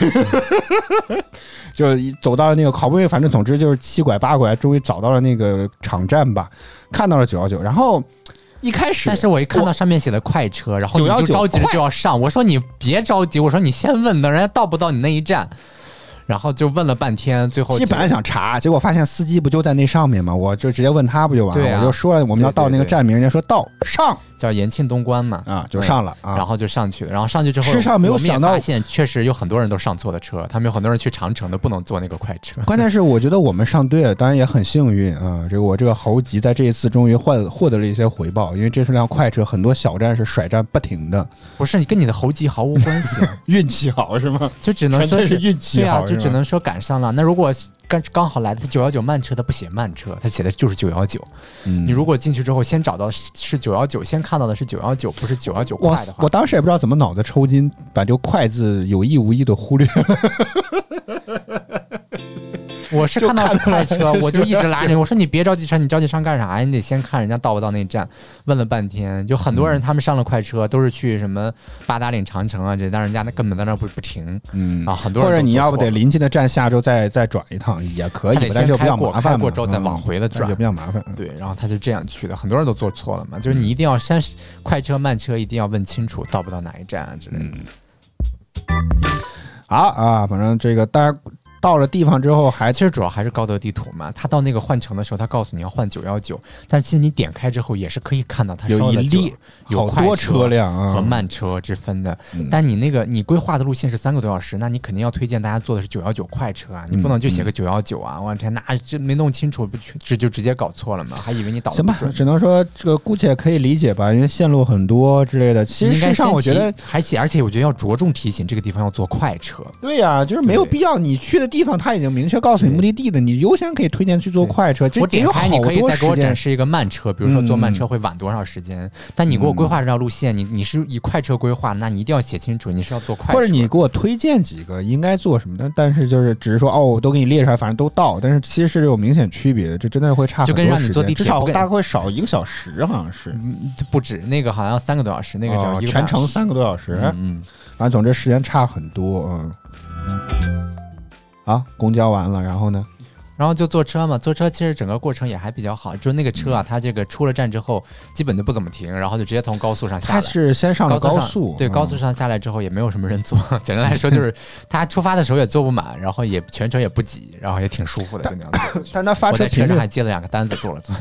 Speaker 2: *laughs* 就是一走到了那个好不容易，反正总之就是七拐八拐，终于找到了那个场站吧，看到了九幺九，然后一开始，
Speaker 3: 但是我一看到上面写的快车，然后你
Speaker 2: 919
Speaker 3: 就着急着就要上，我说你别着急，我说你先问等人家到不到你那一站。然后就问了半天，最后
Speaker 2: 其实本来想查，结果发现司机不就在那上面吗？我就直接问他不就完
Speaker 3: 对
Speaker 2: 了？
Speaker 3: 啊
Speaker 2: 我就说我们要到那个站名，人家说到上
Speaker 3: 叫延庆东关嘛，
Speaker 2: 啊，就上了
Speaker 3: 然
Speaker 2: 啊。
Speaker 3: 后就上去了，然后上去之后，
Speaker 2: 事实上没有
Speaker 3: 我们也
Speaker 2: 想到
Speaker 3: 发现确实有很多人都上错了车，他们有很多人去长城的不能坐那个快车。
Speaker 2: 关键是我觉得我们上对了，当然也很幸运啊。这个我这个猴急在这一次终于换获得了一些回报，因为这是辆快车，很多小站是甩站不停的，
Speaker 3: 不是你跟你的猴急毫无关系，啊
Speaker 2: *laughs* 运气好是吗？
Speaker 3: 就只能说
Speaker 2: 纯粹是运气
Speaker 3: 对啊，
Speaker 2: 好
Speaker 3: 就是
Speaker 2: 吧
Speaker 3: 只能说赶上了。那如果刚刚好来的九幺九慢车，它不写慢车，它写的就是九幺九。
Speaker 2: 嗯
Speaker 3: 你如果进去之后，先找到是是九幺九，先看到的是九幺九，不是九幺九
Speaker 2: 我
Speaker 3: 快的话
Speaker 2: 我，当时也不知道怎么脑子抽筋，把这个“快”字有意无意的忽略
Speaker 3: *laughs*
Speaker 2: 了。
Speaker 3: 我是看到是快车，我就一直拉
Speaker 2: *laughs*
Speaker 3: 你，我说你别着急上，你着急上干啥呀？你得先看人家到不到那站。问了半天，就很多
Speaker 2: 嗯
Speaker 3: 人他们上了快车，都是去什么八达岭长城啊这，但人家那根本在那儿不不停
Speaker 2: 嗯
Speaker 3: 啊，很多
Speaker 2: 或
Speaker 3: 人
Speaker 2: 者
Speaker 3: 都
Speaker 2: 你
Speaker 3: 坐
Speaker 2: 要不
Speaker 3: 错
Speaker 2: 得
Speaker 3: 了
Speaker 2: 临近的站下周再再转一趟也可以
Speaker 3: 他得，
Speaker 2: 但
Speaker 3: 先
Speaker 2: 就比较
Speaker 3: 开过
Speaker 2: 麻烦
Speaker 3: 开
Speaker 2: 嘛，
Speaker 3: 过之后再
Speaker 2: 嗯
Speaker 3: 往回的
Speaker 2: 但
Speaker 3: 转
Speaker 2: 就比较麻烦。嗯
Speaker 3: 对，然后他就这样去的，很多人都坐错了嘛，就是你一定要先快车慢车一定要问清楚到不到哪一站啊之类的。
Speaker 2: 嗯好啊，反正这个大家到了地方之后还
Speaker 3: 哎其实主要还是高德地图嘛，它到那个换乘的时候，它告诉你要换九幺九，但是其实你点开之后也是可以看到它
Speaker 2: 有
Speaker 3: 稍微
Speaker 2: 一
Speaker 3: 地
Speaker 2: 列
Speaker 3: 有
Speaker 2: 好
Speaker 3: 快
Speaker 2: 多车辆啊
Speaker 3: 和慢车之分的。
Speaker 2: 嗯
Speaker 3: 但你那个你规划的路线是三个多小时，那你肯定要推荐大家坐的是九幺九快车啊，你不能就
Speaker 2: 嗯
Speaker 3: 写个九幺九啊，我天，那这没弄清楚，不去这就直接搞错了嘛，还以为你导的
Speaker 2: 行
Speaker 3: 不
Speaker 2: 吧，
Speaker 3: 准。
Speaker 2: 只能说这个姑且可以理解吧，因为线路很多之类的。其实
Speaker 3: 你应
Speaker 2: 事
Speaker 3: 该
Speaker 2: 实上，
Speaker 3: 先
Speaker 2: 我觉
Speaker 3: 提
Speaker 2: 得
Speaker 3: 还且而且我觉得要着重提醒这个地方要坐快车，
Speaker 2: 对呀、就是没有
Speaker 3: 对
Speaker 2: 必要。你去的地方他已经明确告诉你
Speaker 3: 对
Speaker 2: 目的地的，你优先可以推荐去坐
Speaker 3: 对
Speaker 2: 快车，这
Speaker 3: 我
Speaker 2: 得
Speaker 3: 点
Speaker 2: 有好
Speaker 3: 开你可以
Speaker 2: 多
Speaker 3: 再给
Speaker 2: 时
Speaker 3: 我
Speaker 2: 间嗯
Speaker 3: 展。示一个慢车，比如说坐慢车会晚多少时间。但你给我规划这条路线，你你是以快车规划，那你一定要写清楚，你是要坐快车，
Speaker 2: 或者你给我推荐几个应该做什么的，但是就是只是说哦，我都给你列出来，反正都到，但是其实是有明显区别的，这真的会差很
Speaker 3: 就
Speaker 2: 多
Speaker 3: 跟
Speaker 2: 时
Speaker 3: 让
Speaker 2: 间，
Speaker 3: 你坐地
Speaker 2: 至
Speaker 3: 铁
Speaker 2: 少
Speaker 3: 不跟
Speaker 2: 大概会少一个小时，好像是
Speaker 3: 不止那个好像三个多小时，那个只要
Speaker 2: 哦
Speaker 3: 一个
Speaker 2: 全
Speaker 3: 半小时
Speaker 2: 程三个多小时，
Speaker 3: 嗯，
Speaker 2: 反正总之时间差很多，嗯。好，公交完了，然后呢？
Speaker 3: 然后就坐车嘛，坐车其实整个过程也还比较好，就是那个车
Speaker 2: 嗯
Speaker 3: 啊，它这个出了站之后基本就不怎么停，然后就直接从高速上下
Speaker 2: 他
Speaker 3: 来。
Speaker 2: 是先上的
Speaker 3: 高
Speaker 2: 高
Speaker 3: 上
Speaker 2: 速，
Speaker 3: 对
Speaker 2: 嗯
Speaker 3: 高速上下来之后也没有什么人坐， *laughs* 简单来
Speaker 2: *laughs*
Speaker 3: 说就是他出发的时候也坐不满，然后也全程也不挤，然后也挺舒服的，就那样子。
Speaker 2: 但他 *coughs* 发
Speaker 3: 我
Speaker 2: 车
Speaker 3: 在车
Speaker 2: 频
Speaker 3: 上
Speaker 2: 率
Speaker 3: 还，接了两个单子坐了坐。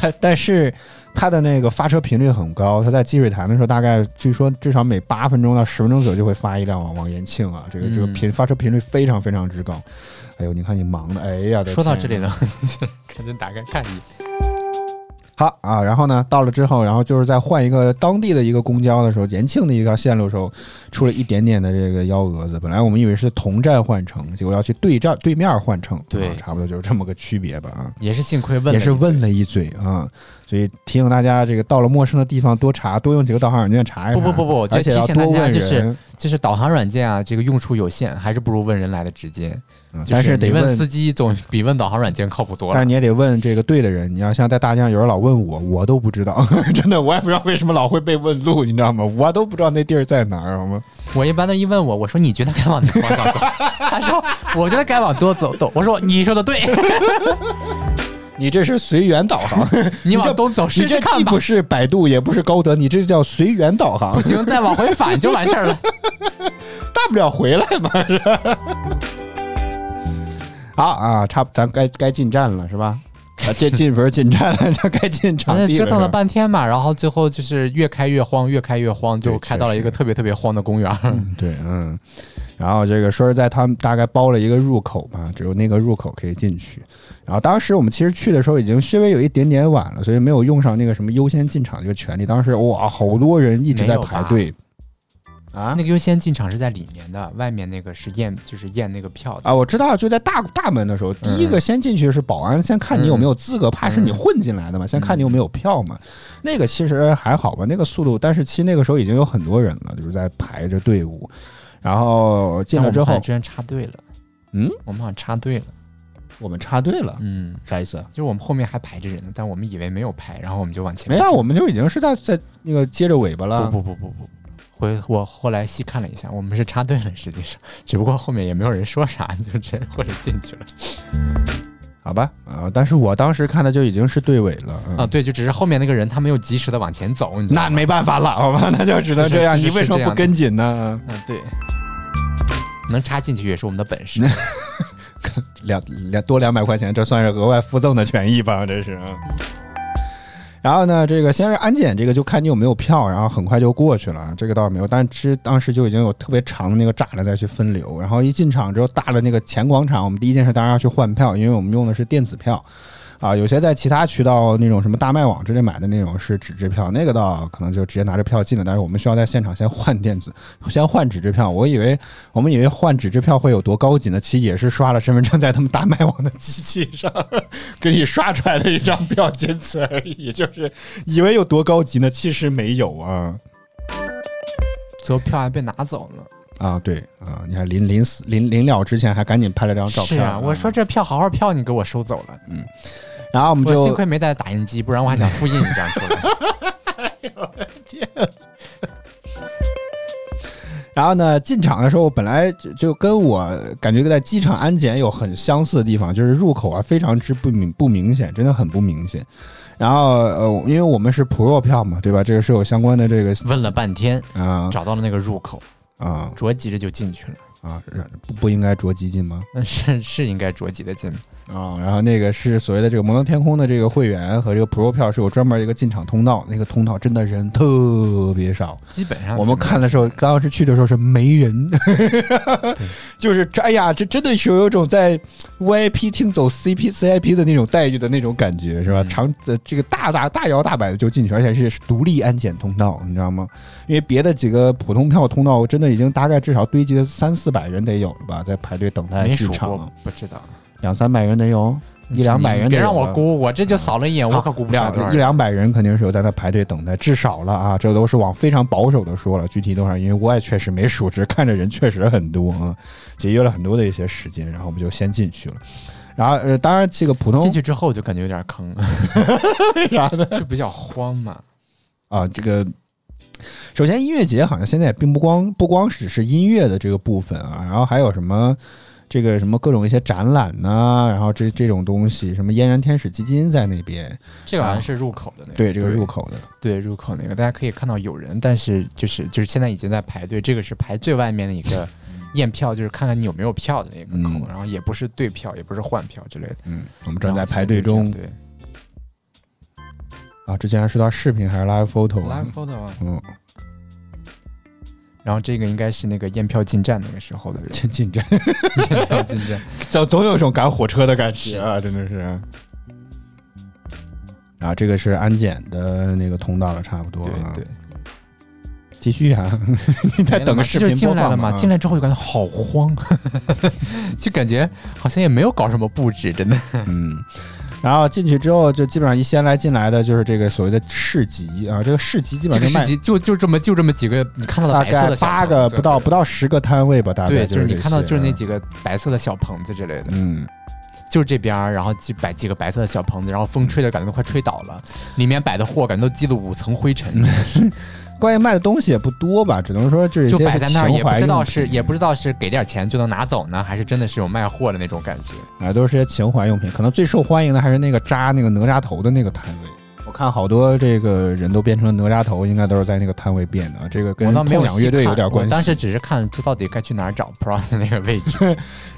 Speaker 2: 但但是他的那个发车频率很高。他在积水潭的时候，大概据说至少每八分钟到十分钟左右就会发一辆往往延庆啊，这个这个
Speaker 3: 嗯
Speaker 2: 频发车频率非常非常之高。哎呦，你看你忙的，哎呀，我的
Speaker 3: 说到这
Speaker 2: 天
Speaker 3: 里了，
Speaker 2: *laughs*
Speaker 3: 赶紧打开看一眼。
Speaker 2: 好啊，然后呢，到了之后，然后就是再换一个当地的一个公交的时候，延庆的一条线路的时候，出了一点点的这个幺蛾子。本来我们以为是同站换乘，结果要去对站对面换乘，
Speaker 3: 对
Speaker 2: 啊差不多就是这么个区别吧啊。
Speaker 3: 也是幸亏问了，
Speaker 2: 也是问了一嘴啊，所以提醒大家，这个到了陌生的地方多查，多用几个导航软件查一查。
Speaker 3: 不不不不我觉得
Speaker 2: 而且要
Speaker 3: 提醒大
Speaker 2: 多
Speaker 3: 家
Speaker 2: 问
Speaker 3: 就是
Speaker 2: 人，
Speaker 3: 就是导航软件啊，这个用处有限，还是不如问人来的直接。
Speaker 2: 嗯
Speaker 3: 就
Speaker 2: 但是
Speaker 3: 是
Speaker 2: 得
Speaker 3: 你问司机总比问导航软件靠谱多
Speaker 2: 但
Speaker 3: 了
Speaker 2: 是。你也得问这个对的人。你要像在大街上有人老问我，我都不知道， *laughs* 真的，我也不知道为什么老会被问路，你知道吗？我都不知道那地儿在哪儿，好吗？
Speaker 3: 我一般都一问我，我说你觉得该往哪个方向走？ *laughs* 他说我觉得该往多走走。我说你说
Speaker 2: *laughs*
Speaker 3: 的对，
Speaker 2: 你这是随缘导航，
Speaker 3: *laughs* 你
Speaker 2: 这
Speaker 3: 往东走试
Speaker 2: 你
Speaker 3: 试
Speaker 2: 这
Speaker 3: 看
Speaker 2: 既
Speaker 3: 吧
Speaker 2: 不。是百度，也不是高德，你这叫随缘导航
Speaker 3: 不，行，再往回返就完事儿 *laughs* 了。
Speaker 2: 大不了回来嘛。是吧好啊，差不咱该该进站了是吧？啊，这进不 *laughs* 是进站了，咱该进场
Speaker 3: 正
Speaker 2: 地
Speaker 3: 折腾了
Speaker 2: 是吧
Speaker 3: 半天嘛，然后最后就是越开越慌，越开越慌，就
Speaker 2: 对
Speaker 3: 开到了
Speaker 2: 确
Speaker 3: 一个
Speaker 2: 实
Speaker 3: 特别特别荒的公园儿。 *laughs*
Speaker 2: 对，嗯。然后这个说实在，他们大概包了一个入口嘛，只有那个入口可以进去。然后当时我们其实去的时候已经稍微有一点点晚了，所以没有用上那个什么优先进场这个权利。当时哇，好多人一直在排队
Speaker 3: 那个优先进场是在里面的，外面那个是验，就是验那个票的。
Speaker 2: 啊！我知道，就在大大门的时候，第一个先进去是保安，先看你有没有资格，怕是你混进来的嘛，先看你有没有票嘛。那个其实还好吧，那个速度，但是其实那个时候已经有很多人了，就是在排着队伍。然后进
Speaker 3: 但
Speaker 2: 了之
Speaker 3: 我们
Speaker 2: 后
Speaker 3: 好像，居然插队了。
Speaker 2: 嗯，
Speaker 3: 我们好像插队了。
Speaker 2: 我们插队了，
Speaker 3: 嗯，
Speaker 2: 啥意思啊？
Speaker 3: 就是我们后面还排着人呢，但我们以为没有排，然后我们就往前
Speaker 2: 没
Speaker 3: 面
Speaker 2: 有，
Speaker 3: 走。
Speaker 2: 我们就已经是在在那个接着尾巴了。
Speaker 3: 不不不不不，回我后来细看了一下，我们是插队了，实际上， *laughs* 只不过后面也没有人说啥，就这或者进去了。
Speaker 2: 好吧，啊、但是我当时看的就已经是队尾了。嗯
Speaker 3: 啊，对，就只是后面那个人他没有及时的往前走，你知道吗
Speaker 2: 那没办法了，好吧，那就只能
Speaker 3: 就是
Speaker 2: 这样。
Speaker 3: 就是
Speaker 2: 你为什么不跟紧呢？
Speaker 3: 嗯，对。嗯能插进去也是我们的本
Speaker 2: *laughs*
Speaker 3: 事。
Speaker 2: 两两多两百块钱，这算是额外附赠的权益吧？这是。啊。然后呢，这个先是安检，这个就看你有没有票，然后很快就过去了，这个倒是没有。但是当时就已经有特别长的那个栅栏再去分流，然后一进场之后，大的那个前广场，我们第一件事当然要去换票，因为我们用的是电子票。啊，有些在其他渠道那种什么大麦网之类买的那种是纸质票，那个倒可能就直接拿着票进的，但是我们需要在现场先换电子，先换纸质票。我以为我们以为换纸质票会有多高级呢，其实也是刷了身份证在他们大麦网的机器上给你刷出来的一张票，仅此而已。就是以为有多高级呢，其实没有啊。
Speaker 3: 最后票还被拿走了。
Speaker 2: 啊，对啊，你看临临死临临了之前还赶紧拍了张照片。
Speaker 3: 是啊，我说这票好好票你给我收走了，
Speaker 2: 然后我们嗯
Speaker 3: 我
Speaker 2: 就
Speaker 3: 幸亏没带打印机，不然我还想复印一张出
Speaker 2: *laughs*
Speaker 3: 来。
Speaker 2: 然后呢，进场的时候，本来就就跟我感觉在机场安检有很相似的地方，就是入口啊非常之不明不明显，真的很不明显。然后呃，因为我们是 Pro 票嘛，对吧？这个是有相关的这个
Speaker 3: 问了半天，
Speaker 2: 啊
Speaker 3: 找到了那个入口，
Speaker 2: 啊
Speaker 3: 着急着就进去了。
Speaker 2: 啊，不不应该着急进吗？
Speaker 3: 那是是应该着急的进，
Speaker 2: 啊、然后那个是所谓的这个摩登天空的这个会员和这个 Pro 票是有专门一个进场通道，那个通道真的人特别少。
Speaker 3: 基本上
Speaker 2: 我们看的时候，刚当时去的时候是没人， *laughs* 就是这哎呀，这真的是有一种在 VIP 厅走 CP CIP 的那种待遇的那种感觉，是吧？
Speaker 3: 嗯
Speaker 2: 长呃这个大大大摇大摆的就进去，而且是独立安检通道，你知道吗？因为别的几个普通票通道真的已经大概至少堆积了三四百人得有了吧，在排队等待
Speaker 3: 没
Speaker 2: 进
Speaker 3: 数
Speaker 2: 场
Speaker 3: 过，，不知道
Speaker 2: 两三百人得有，一两百人得
Speaker 3: 你别
Speaker 2: 有
Speaker 3: 让我
Speaker 2: 了
Speaker 3: 估，我这就扫了一眼，我可估不出来多少
Speaker 2: 两一
Speaker 3: 人。
Speaker 2: 两百人肯定是有在那排队等待，至少了啊，这都是往非常保守的说了，具体多少，因为我也确实没数，只是看着人确实很多啊，节约了很多的一些时间，然后我们就先进去了。然后，呃，当然这个普通
Speaker 3: 进去之后就感觉有点坑，
Speaker 2: 啥
Speaker 3: *laughs*
Speaker 2: 的
Speaker 3: 就比较慌嘛。
Speaker 2: 啊，这个首先音乐节好像现在也并不光不光只是音乐的这个部分啊，然后还有什么这个什么各种一些展览呐、然后这这种东西，什么嫣然天使基金在那边，
Speaker 3: 这个好像是入口的那个，
Speaker 2: 啊对这个入口的，
Speaker 3: 对入口那个，大家可以看到有人，但是就是就是现在已经在排队，这个是排最外面的一个验票，就是看看你有没有票的那个口，
Speaker 2: 嗯
Speaker 3: 然后也不是兑票，也不是换票之类的。
Speaker 2: 嗯，我们正在排队中，
Speaker 3: 对
Speaker 2: 啊，这竟然是段视频还是 live photo？啊
Speaker 3: live photo 啊，
Speaker 2: 嗯，
Speaker 3: 然后这个应该是那个验票进站那个时候的人，
Speaker 2: 进进站，
Speaker 3: 验票进
Speaker 2: *laughs*
Speaker 3: 站。
Speaker 2: 总总有一种赶火车的感觉啊，真的是。然后这个是安检的那个通道了，差不多
Speaker 3: 对
Speaker 2: 啊。
Speaker 3: 对，
Speaker 2: 继续啊， *laughs* 你在
Speaker 3: 没了
Speaker 2: 等个
Speaker 3: 嘛这
Speaker 2: 视
Speaker 3: 就是
Speaker 2: 频播
Speaker 3: 进来了
Speaker 2: 放
Speaker 3: 嘛，
Speaker 2: 嘛？啊
Speaker 3: 进来之后就感觉好慌， *laughs* 就感觉好像也没有搞什么布置，真的。
Speaker 2: 嗯。然后进去之后，就基本上一先来进来的就是这个所谓的市集啊，这个市集基
Speaker 3: 这
Speaker 2: 本
Speaker 3: 个
Speaker 2: 上就
Speaker 3: 市
Speaker 2: 卖
Speaker 3: 集就就这么就这么几个你看到的
Speaker 2: 大
Speaker 3: 白色
Speaker 2: 概
Speaker 3: 的小
Speaker 2: 八
Speaker 3: 棚
Speaker 2: 个
Speaker 3: 子
Speaker 2: 不到不到十个摊位吧，大概
Speaker 3: 对，就是
Speaker 2: 是
Speaker 3: 你
Speaker 2: 这
Speaker 3: 看到
Speaker 2: 些啊
Speaker 3: 就是那几个白色的小棚子之类的，
Speaker 2: 嗯，
Speaker 3: 就是这边儿，然后几摆几个白色的小棚子，然后风吹的感觉都快吹倒了，里面摆的货感觉都积了五层灰尘，
Speaker 2: 关键卖的东西也不多吧，只能说嗯这
Speaker 3: 就
Speaker 2: 些
Speaker 3: 摆
Speaker 2: 是
Speaker 3: 在那儿也
Speaker 2: 情
Speaker 3: 不
Speaker 2: 怀
Speaker 3: 知道
Speaker 2: 用
Speaker 3: 是
Speaker 2: 品
Speaker 3: 也不知道是给点钱就能拿走呢，还是真的是有卖货的那种感觉。
Speaker 2: 啊，都是些情怀用品。可能最受欢迎的还是那个扎那个哪吒头的那个摊位。我看好多这个人都变成了哪吒头，应该都是在那个摊位变的啊。这个跟
Speaker 3: 我倒没
Speaker 2: 痛
Speaker 3: 有
Speaker 2: 仰乐队
Speaker 3: 细
Speaker 2: 有
Speaker 3: 看
Speaker 2: 点关
Speaker 3: 我
Speaker 2: 系。
Speaker 3: 当时只是看这到底该去哪儿找 Pro 的那个
Speaker 2: *laughs*
Speaker 3: 位置。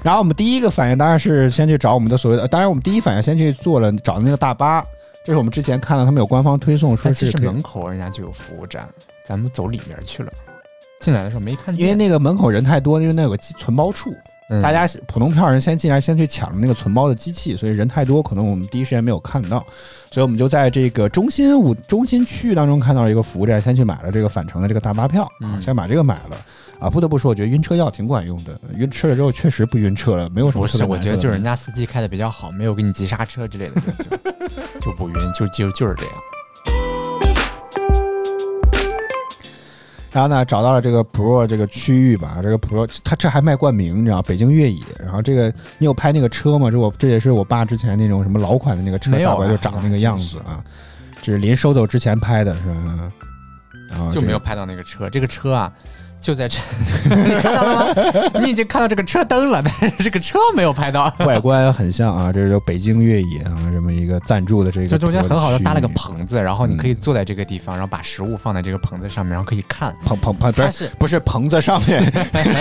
Speaker 2: 然后我们第一个反应当然是先去找我们的所谓的，呃当然我们第一反应先去做了找那个大巴，这是我们之前看到他们有官方推送说
Speaker 3: 但哎其
Speaker 2: 是
Speaker 3: 实
Speaker 2: 可以
Speaker 3: 门口人家就有服务站，咱们走里面去了。进来的时候没看见，
Speaker 2: 因为那个门口人太多，因为那有个机存包处，
Speaker 3: 嗯
Speaker 2: 大家普通票人先进来，先去抢那个存包的机器，所以人太多，可能我们第一时间没有看到，所以我们就在这个中心五中心区域当中看到了一个服务站，先去买了这个返程的这个大巴票，啊
Speaker 3: 嗯
Speaker 2: 先把这个买了。啊，不得不说，我觉得晕车药挺管用的。晕吃了之后确实不晕车了，没有什么
Speaker 3: 不
Speaker 2: 特
Speaker 3: 是，
Speaker 2: 别
Speaker 3: 我
Speaker 2: 难
Speaker 3: 觉得
Speaker 2: 受的
Speaker 3: 就是人
Speaker 2: 东西
Speaker 3: 家司机开的比较好，没有给你急刹车之类的，就就就不晕，就就就是这样。
Speaker 2: 然后呢，找到了这个 Pro 这个区域吧，这个 Pro 它这还卖冠名，你知道，北京越野。然后这个你有拍那个车吗？这我这也是我爸之前那种什么老款的那个车，
Speaker 3: 没有
Speaker 2: 大
Speaker 3: 啊
Speaker 2: 概就长那个样子啊，这是临收走之前拍的是吧？啊，
Speaker 3: 就没
Speaker 2: 这
Speaker 3: 有
Speaker 2: 个
Speaker 3: 拍到那个车。这个车啊，就在
Speaker 2: *laughs*
Speaker 3: 这，你看到了吗？你已经看到这个车灯了， *laughs* 但是这个车没有拍到。
Speaker 2: 外观很像啊，这是就北京越野啊，这么一个赞助的这个，
Speaker 3: 就中间很好的搭了个，棚子，然后
Speaker 2: 嗯
Speaker 3: 你可以坐在这个地方，然后把食物放在这个棚子上面，然后可以看。
Speaker 2: 棚棚棚不
Speaker 3: 它
Speaker 2: 是
Speaker 3: 是
Speaker 2: 不是棚子上面，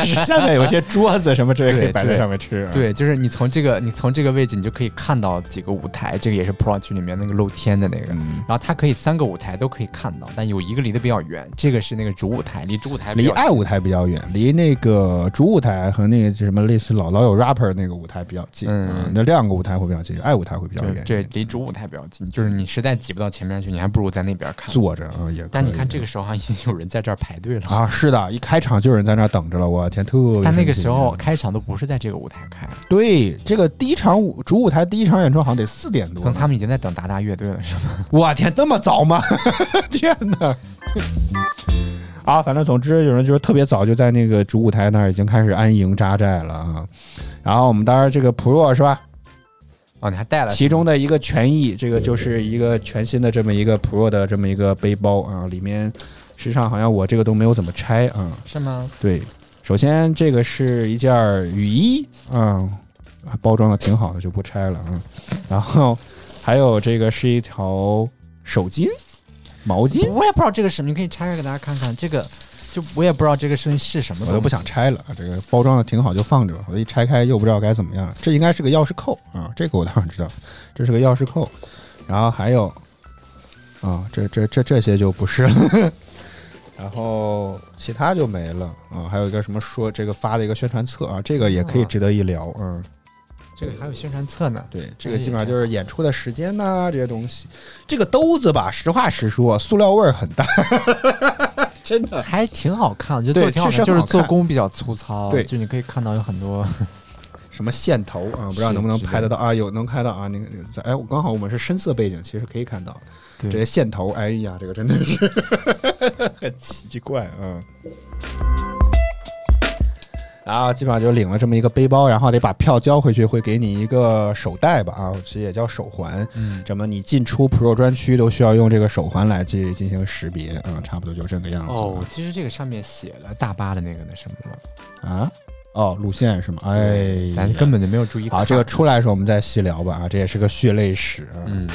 Speaker 2: 是下面有些桌子什么之类可以
Speaker 3: 对
Speaker 2: 摆在
Speaker 3: 对
Speaker 2: 上面吃、啊，
Speaker 3: 对，就是你从这个你从这个位置，你就可以看到几个舞台，这个也是 Pro 剧里面那个露天的那个。
Speaker 2: 嗯
Speaker 3: 然后它可以三个舞台都可以看到，但有一个离得比较远，这个是那个主舞台，离主舞台比
Speaker 2: 离
Speaker 3: 较
Speaker 2: 爱舞台比较远，离那个主舞台和那个什么类似老老有 rapper 那个舞台比较近。
Speaker 3: 嗯
Speaker 2: 啊那两个舞台会比较近，爱舞台会比较
Speaker 3: 对
Speaker 2: 远。
Speaker 3: 对，离主舞台比较近，就是你实在挤不到前面去，你还不如在那边看。
Speaker 2: 坐着啊也可以。
Speaker 3: 但你看这个时候好像已经有人在这儿排队了，
Speaker 2: 啊，是的，一开场就有人在那儿等着了，我天，特别。
Speaker 3: 但那个时候，开场都不是在这个舞台开，
Speaker 2: 对这个第一场舞主舞台第一场演出好像得四点多
Speaker 3: 可能，他们已经在等达达乐队了，是吗？
Speaker 2: 我天，那么早吗？ *laughs* 天哪！ *laughs* 啊，反正总之有人就是特别早就在那个主舞台那儿已经开始安营扎寨了啊。然后我们当然这个 Pro 是吧？
Speaker 3: 哦，你还带了
Speaker 2: 其中的一个权益，这个就是一个全新的这么一个 Pro 的这么一个背包啊，里面实际上好像我这个都没有怎么拆啊。
Speaker 3: 是吗？
Speaker 2: 对，首先这个是一件儿雨衣啊，包装的挺好的，就不拆了啊。然后还有这个是一条手巾、毛巾，
Speaker 3: 我也不知道这个什么，你可以拆开给大家看看。这个就我也不知道这个事情是什么，
Speaker 2: 我都不想。拆了，这个包装的挺好，就放着吧。我一拆开又不知道该怎么样。这应该是个钥匙扣啊，这个我当然知道，这是个钥匙扣。然后还有啊，这这这这些就不是了。然后其他就没了啊，还有一个什么说这个发的一个宣传册啊，这个也可以值得一聊。嗯，
Speaker 3: 这个还有宣传册呢，
Speaker 2: 对，这个基本上就是演出的时间呐、这些东西。这个兜子吧，实话实说，塑料味儿很大， *laughs* 真的。
Speaker 3: 还挺好看，我觉得
Speaker 2: 对
Speaker 3: 做得挺好
Speaker 2: 确
Speaker 3: 看，
Speaker 2: 实
Speaker 3: 就
Speaker 2: 很
Speaker 3: 是
Speaker 2: 好看
Speaker 3: 做工比较粗糙，
Speaker 2: 对
Speaker 3: 就你可以看到有很
Speaker 2: *laughs*
Speaker 3: 多
Speaker 2: 什么线头啊，不知道
Speaker 3: 是
Speaker 2: 能不能
Speaker 3: 是的
Speaker 2: 拍得到啊？有能拍到啊？那个，那个哎，我刚好我们是深色背景，其实可以看到
Speaker 3: 对
Speaker 2: 这些线头。哎呀，这个真的是 *laughs* 很奇怪啊。然后啊基本上就领了这么一个背包，然后得把票交回去，会给你一个手带吧啊，其实也叫手环。
Speaker 3: 嗯
Speaker 2: 什么你进出 Pro 专区都需要用这个手环来去进行识别啊、差不多就这个样子啊。
Speaker 3: 哦，其实这个上面写了大巴的那个那什么了，
Speaker 2: 啊，哦，路线是吗？哎，
Speaker 3: 咱根本就没有注意看。
Speaker 2: 好，这个出来的时候我们再细聊吧啊，这也是个血泪史啊。
Speaker 3: 嗯，